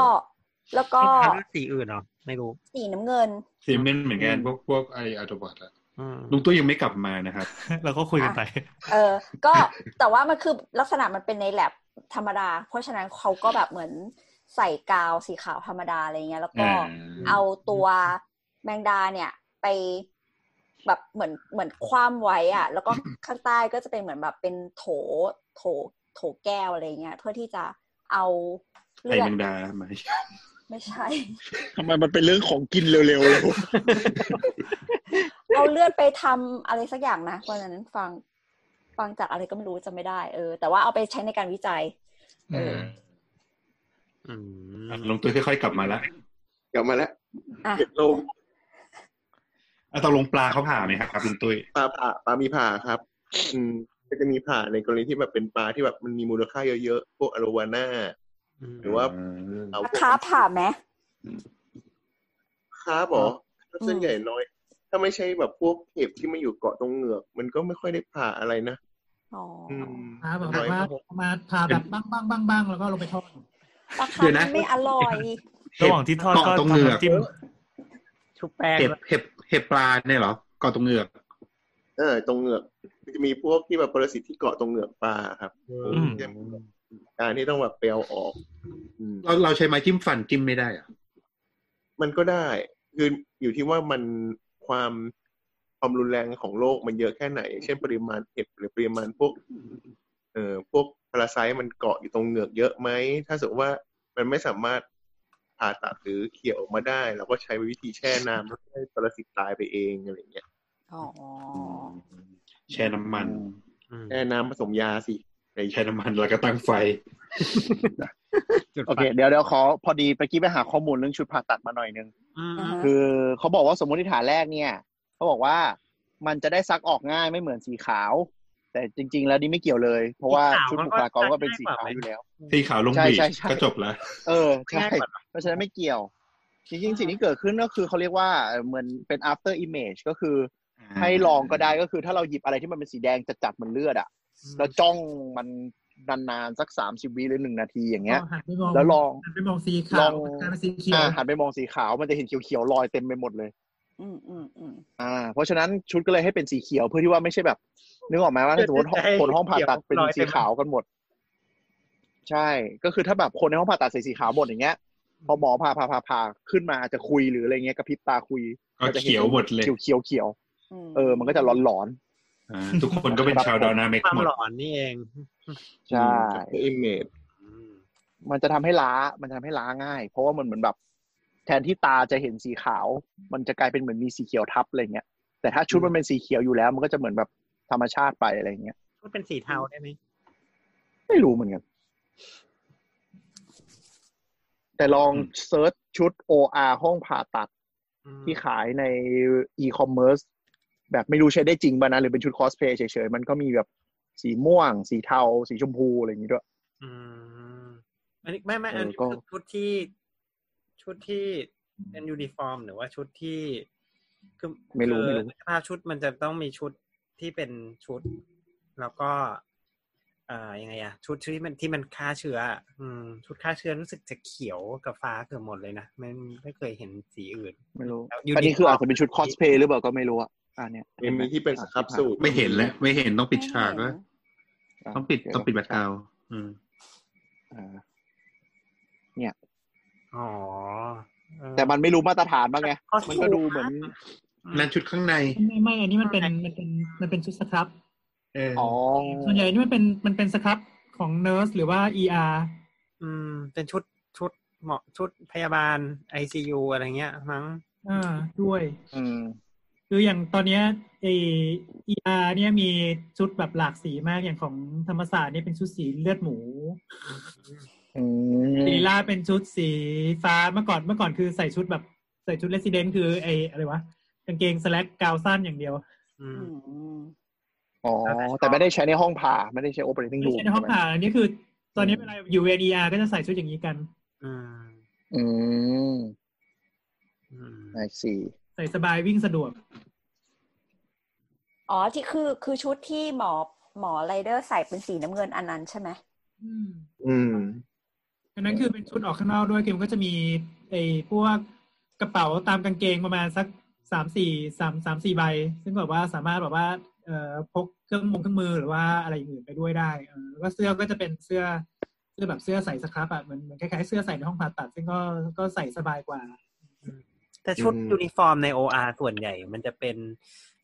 S2: แล้วก็
S1: ก็สีอื่นเหรอไม่รู้
S2: สีน้ำเงิน
S8: เซียมเล่นเหมือนกันพวกพวกไออัลโตบอทอะ
S1: อืม
S8: ลุงตุ้ยยังไม่กลับมานะครับ
S3: *laughs* เราก็คุยกันไป
S2: เออ ก็แต่ว่ามันคือลักษณะมันเป็นในแ a บธรรมดา เพราะฉะนั้นเขาก็แบบเหมือนใส่กาวสีขาวธรรมดาอะไรเงี้ย แล้วก็
S8: อ่า
S2: เอาตัวแมงดาเนี่ยไปแบบเหมือนเหมือนคว่ำไว้อะแล้วก็ข้างใต้ก็จะเป็นเหมือนแบบเป็นโถโถโถแก้วอะไรเงี้ย เพื่อที่จะเอา
S8: ไอ
S2: เลือ
S8: แม
S2: ด
S8: งดามาให้
S2: ไม่ใช่
S5: ทำไมมันเป็นเรื่องของกินเร็วๆเลย
S2: เอาเลือดไปทำอะไรสักอย่างนะวันนั้นฟังฟังจากอะไรก็ไม่รู้จำไม่ได้ เออ แต่ว่าเอาไปใช้ในการวิจัย เออ
S8: ลุงตุ้ยค่อยๆกลับมาละ
S4: เดี๋ยวมาแล้ว
S2: อ่ะ
S1: เก็บลง
S8: อ่ะตกลงปลาเขาผ่าไหมครับคุณตุ้ย
S4: ปลาผ่าปลามีผ่าครับ อืมก็จะมีผ่าในกรณีที่แบบเป็นปลาที่แบบมันมีมูลค่าเยอะๆ พวกอโรวาน่า หรือว่าเอาพวก
S2: ค้าผ่าไหม
S4: ครับเหรอ
S2: อืม
S4: ส่วนใหญ่น้อย ถ้าไม่ใช่แบบพวกเห็บที่มาอยู่เกาะตรงเหงือก มันก็ไม่ค่อยได้ผ่าอะไรนะ
S2: อ๋อ
S4: อืม
S7: พาแบบว่ามาพาแบบบ้างบ้างบ้างบ้างแล้วก็ลงไปทอด
S2: ปลาคา
S8: เดี๋ยวนะ
S2: ร์ฟไม่อร่อย
S3: ระหว่างที่ทอดก็
S8: เกาะตรงเหงื
S3: ทำ
S8: อก
S3: น้ำจิ้ม
S11: ชุบแป้ง
S8: เห็บเห็บเห็บปลาเนี่ยเหรอก่อนตรงเหงือก
S4: เออตรงเหงือกมันจะมีพวกที่แบบปรสิตที่เกาะตรงเหงือกปลาครับ
S3: อืม
S4: จะมีการที่ต้องแบบไปเอาออก อืม
S8: เราเราใช้ไม้จิ้มฟันจิ้มไม่ได้เหรอะ
S4: มันก็ได้ คืออยู่ที่ว่ามันความความรุนแรงของโรคมันเยอะแค่ไหนอย่างเช่นปริมาณเห็บหรือปริมาณพวก เอ่อพวกพาราไซต์มันเกาะอยู่ตรงเหงือกเยอะไหม ถ้าสมมติว่ามันไม่สามารถผ่าตัดหรือเขี่ยออกมาได้เราก็ใช้วิธีแช่น้ำแล้วให้ปรสิตตายไปเองอะไรอย่างเงี้ย
S2: อ๋อ
S8: แช่น้ำมัน
S11: อืม
S4: แช่น้ำผสมยาสิใน
S8: แช่น้ำมันแล้วก็ตั้งไฟ
S1: จุด
S5: โอ
S1: ไฟ
S5: เค เดี๋ยวเดี๋ยวขอพอดีไปกี้ไปหาข้อมูลเรื่องชุดผ่าตัดมาหน่อยนึง
S11: อืม
S5: คือเขาบอกว่าสมมติฐานแรกเนี่ยเขาบอกว่ามันจะได้ซักออกง่ายไม่เหมือนสีขาว แต่จริง ๆ แล้วนี่ไม่เกี่ยวเลย เพราะว่าชุดบุคลากรก็เป็นสีขาวอยู่แล้ว
S8: สีขาวลง
S5: ใช่
S8: บีด
S5: ใช่ใช่
S8: ก็จบแล้ว
S5: เออใช่
S11: ง่ายกว่าเหรอ
S5: เพราะฉะนั้นไม่เกี่ยว จริงๆ สิ่งที่เกิดขึ้นก็คือเขาเรียกว่าเอ่อเหมือนเป็น after image ก็คือให้ลองก็ได้ก็คือถ้าเราหยิบอะไรที่มันเป็นสีแดงจัดๆเหมันเลือดอ่ะแล้วจ้องมันนานๆสักสามสิบวิหรือหนึ่งนาทีอย่างเงี้ย
S7: ก็หันไปมอง
S5: แล้วลอง
S7: หันไปมองสีขาวกลายเป็นสีเขียว
S5: อ่าหันไปมองสีขาวมันจะเห็นเขียวๆลอยเต็มไปหมดเลย
S2: อืมอืมอืม
S5: อ่า เพราะฉะนั้นชุดก็เลยให้เป็นสีเขียวเพื่อที่ว่าไม่ใช่แบบนึกออกไหมว่าถ้าสมมติคนห้องผ่าตัดเป็นสีขาวกันหมด ใช่ ก็คือถ้าแบบคนในห้องผ่าตัดใส่สีขาวหมดอย่างเงี้ย พอหมอผ่าผ่าผ่าผ่าขึ้นมาอาจจะคุยหรืออะไรเงี้ยกระพริบตาคุย
S8: ก็เขียวหมดเลย
S5: เขียวเขียวเขียว
S2: อืม
S5: เออ มันก็จะหลอนหลอน
S8: อ่าทุกคนก็เป็นชาวดาวนาเมก
S11: ความ
S8: หมด
S11: หลอนนี่เอง
S5: ๆใช่
S4: อิมเมจ
S11: อืม
S5: มันจะทำให้ล้ามันจะทำให้ล้าง่าย เพราะว่ามันเหมือนแบบ แทนที่ตาจะเห็นสีขาว มันจะกลายเป็นเหมือนมีสีเขียวทับอะไรเงี้ยแต่ถ้าชุดมันเป็นสีเขียวอยู่แล้ว มันก็จะเหมือนแบบธรรมชาติไปอะไรเงี้ย
S11: ก็เป็นสีเทาได้ไหม
S5: ไม่รู้เหมือนกัน แต่ลองเซิร์ชชุด OR ห้องผ่าตัด
S11: อืม
S5: ที่ขายใน e-commerce แบบไม่รู้ใช้ได้จริงป่ะนะ หรือเป็นชุดคอสเพลย์เฉยๆ มันก็มีแบบสีม่วง สีเทา สีชมพู อะไรอย่างนี้ด้วย
S11: อืม
S1: อันนี้ไม่ไม่
S5: เออ
S1: อันนี้
S5: ก็
S1: คือชุดที่ชุดที่เป็นยูนิฟอร์ม หรือว่าชุดที่คือ
S5: ไม่รู้
S1: คือ
S5: ไม่รู้
S1: สภาพชุดมันจะต้องมีชุดที่เป็นชุด แล้วก็ เอ่อยังไงอะชุดที่มันที่มันฆ่าเชื้ออะอืม ชุดฆ่าเชื้อรู้สึกจะเขียวกับฟ้าเกือบหมดเลยนะไม่ไม่เคยเห็นสีอื่น
S5: ไม่รู้
S1: แล้วยูนิฟอร์ม
S5: อันนี้คืออาจจะเป็นชุดคอสเพลย์หรือเปล่าก็ไม่รู้อะอันเนี้ย
S4: เอ็มมีที่เป็นสครับสูตร
S8: ไม่เห็นแล้ว ไม่เห็นต้องปิดฉากแล้ว
S5: ะ
S8: ต้องปิดต้องปิดบัตรเกาอืม
S5: อ่า
S1: อ๋อเออ
S5: แต่มันไม่รู้มาตรฐานบ้างไง
S1: คอสเพลย์
S5: มันก็ดูเหมือน
S8: นั่นชุดข้างใน
S7: ไม่ไม่อันนี้มันเป็นมันเป็นมันเป็นชุดสครับ
S8: เออ
S5: อ๋อ
S7: ส่วนใหญ่นี่มันเป็นมันเป็นสครับของเน r ร์สหรือว่า ER
S1: อืม เป็นชุดชุดหมอชุดพยาบาลไอซียูอะไรเงี้ย มั้ง
S7: อ่าด้วย
S5: อืม
S7: คืออย่างตอนเนี้ยเอเอเนี่ยมีชุดแบบหลากสีมากอย่างของธรรมศาสตร์เนี่ยเป็นชุดสีเลือดหมู
S5: อื
S7: ศิ
S5: ม
S7: ริราชเป็นชุดสีฟ้าเมื่อก่อนเมื่อก่อนคือใส่ชุดแบบใส่ชุดเลสซิเดนต์คือไออะไรวะกางเกงสแลกกาวสั้นอย่างเดียว
S1: อื
S2: อื
S1: ม
S2: มอืม
S5: อ๋อ แต่ไม่ได้ใช้ในห้องผ่า ไม่ได้ใช้ operating
S7: ไม่
S5: room
S7: ใช่ในห้องผ่าอันนี้คือตอนนี้เวลาอยู่เอเอก็จะใส่ชุดอย่างนี้กัน
S1: อืม
S5: อืม
S1: อืม
S5: ไอซี
S7: ใส่สบายวิ่งสะดวก
S2: อ๋อที่คือคือชุดที่หมอหมอไรเดอร์ใส่เป็นสีน้ำเงินอันนั้นใช่ไหม
S7: อืม
S4: อืม
S7: อันนั้นคือเป็นชุดออกข้างนอกด้วยคือมันก็จะมีไอ้พวกกระเป๋าตามกางเกงประมาณสักสามสี่สามสามสี่ใบ ซึ่งแบบว่าสามารถแบบว่าเอ่อพกเครื่องมงเครื่องมือหรือว่าอะไรอย่างอื่นไปด้วยได้เออแล้วก็เสื้อก็จะเป็นเสื้อเสื้อแบบเสื้อใส่สครับอ่ะเหมันเหมันคล้ายๆเสื้อใส่ในห้องผ่าตัด ซึ่งก็ก็ใส่สบายกว่า
S1: แต่ชุด
S4: อืม
S1: ยูนิฟอร์มในโออาส่วนใหญ่ มันจะเป็น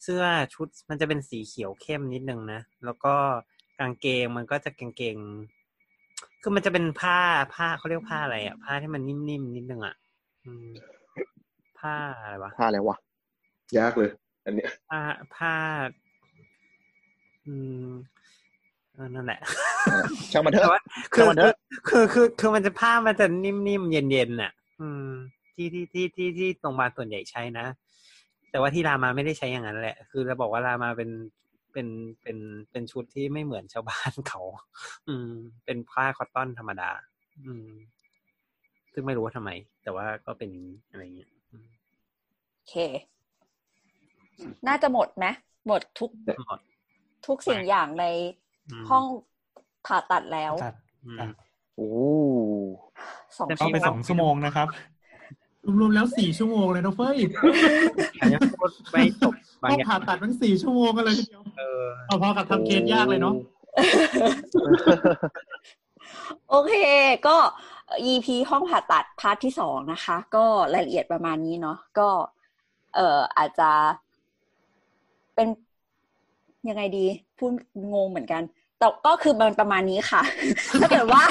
S1: เสื้อชุดมันจะเป็นสีเขียวเข้มนิดนึงนะ แล้วก็กางเกงมันก็จะกางเกง คือมันจะเป็นผ้าผ้าเขาเรียกผ้าอะไรอะผ้าที่มันนิ่มๆนิดนึงอะอืม ผ้าอะไรวะ
S5: ผ่าอะไรวะ
S4: ยากเลย อันเนี้ย
S1: ผ้าผ้า อืมเออนั่นแหละ
S5: ช่างมันเถ
S1: แต่
S5: อะ
S1: ว่าคือ
S5: เข้ามาเถอะ
S1: คือคือคือมันจะผ้ามันจะนิ่มๆเย็นๆน่ะ อืม จ ที่ที่ที่ที่ที่โรงพยาบาลส่วนใหญ่ใช้นะ แต่ว่าที่รามาไม่ได้ใช้อย่างนั้นแหละ คือเราบอกว่ารามาเป็นเป็นเป็นเป็นชุดที่ไม่เหมือนชาวบ้านเขา *laughs* อืม เป็นผ้าคอตตอนธรรมดา อืม ซึ่งไม่รู้ว่าทำไม แต่ว่าก็เป็นอย่างนี้อะไรอย่างเงี้ย
S2: โอเค น่าจะหมดไหมหมดทุก
S1: หมด
S2: ทุกสิ่งอย่างใน
S1: อืม
S2: ห้องผ่าตัดแล้ว
S1: อืม
S12: โอ้
S2: สอง
S3: เข้าไป
S2: ชั่วโมง
S3: สองชั่วโมงนะครับ
S7: รวมๆแล้วสี่ชั่วโมงเลยนะเฟ้ย
S1: ยังพูดไม่จบบาง
S7: ห้อง
S1: อย่าง
S2: *laughs*
S7: ผ่าตัดทั้งสี่ชั่วโมงกันเลยทีเดียว
S1: เออ
S7: เอาพอกับทำเคสยากเลยเนาะ
S2: โอเค ก็ EP ห้องผ่าตัดพาร์ทที่สองนะคะ ก็รายละเอียดประมาณนี้เนาะก็ เอ่ออาจจะ เป็นยังไงดี พูดงงเหมือนกัน แต่ก็คือมันประมาณนี้ค่ะ *laughs* ถ้าเกิดว่า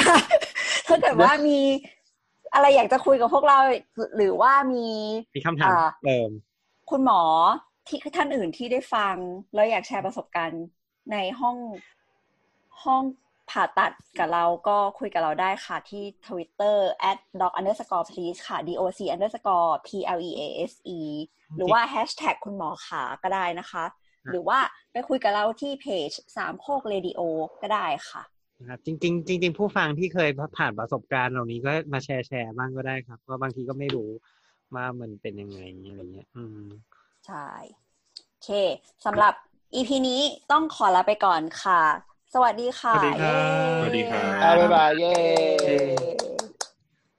S2: *laughs* ถ้าเกิดว่ามีอะไรอยากจะคุยกับพวกเรา หรือว่ามี
S1: มีคำถาม
S2: อ่า
S1: เติม
S2: คุณหมอที่ท่านอื่นที่ได้ฟัง แล้วอยากแชร์ประสบการณ์ในห้องห้องผ่าตัดกับเราก็คุยกับเราได้ค่ะที่ Twitter at doc underscore please ค่ะ doc underscore p l e a s e หรือว่า hashtag คุณหมอขาก็ได้นะคะ หรือว่าไปคุยกับเราที่เพจสามโคกเรดิโอก็ได้ค่ะ
S1: นะครับจริงๆจริงๆผู้ฟังที่เคยผ่านประสบการณ์เหล่านี้ก็มาแชร์แชร์บ้างก็ได้ครับเพราะบางทีก็ไม่รู้ว่ามันเป็นยังไงอะไรเงี้ย อืม
S2: ใช่ โอเคสำหรับ EP นี้ต้องขอลาไปก่อนค่ะ สวัสดีค่ะ
S3: สวัสดีครับ
S2: เย้
S8: สวัสดีครับ
S5: อ่ะบ๊ายบายเย้
S2: Yay.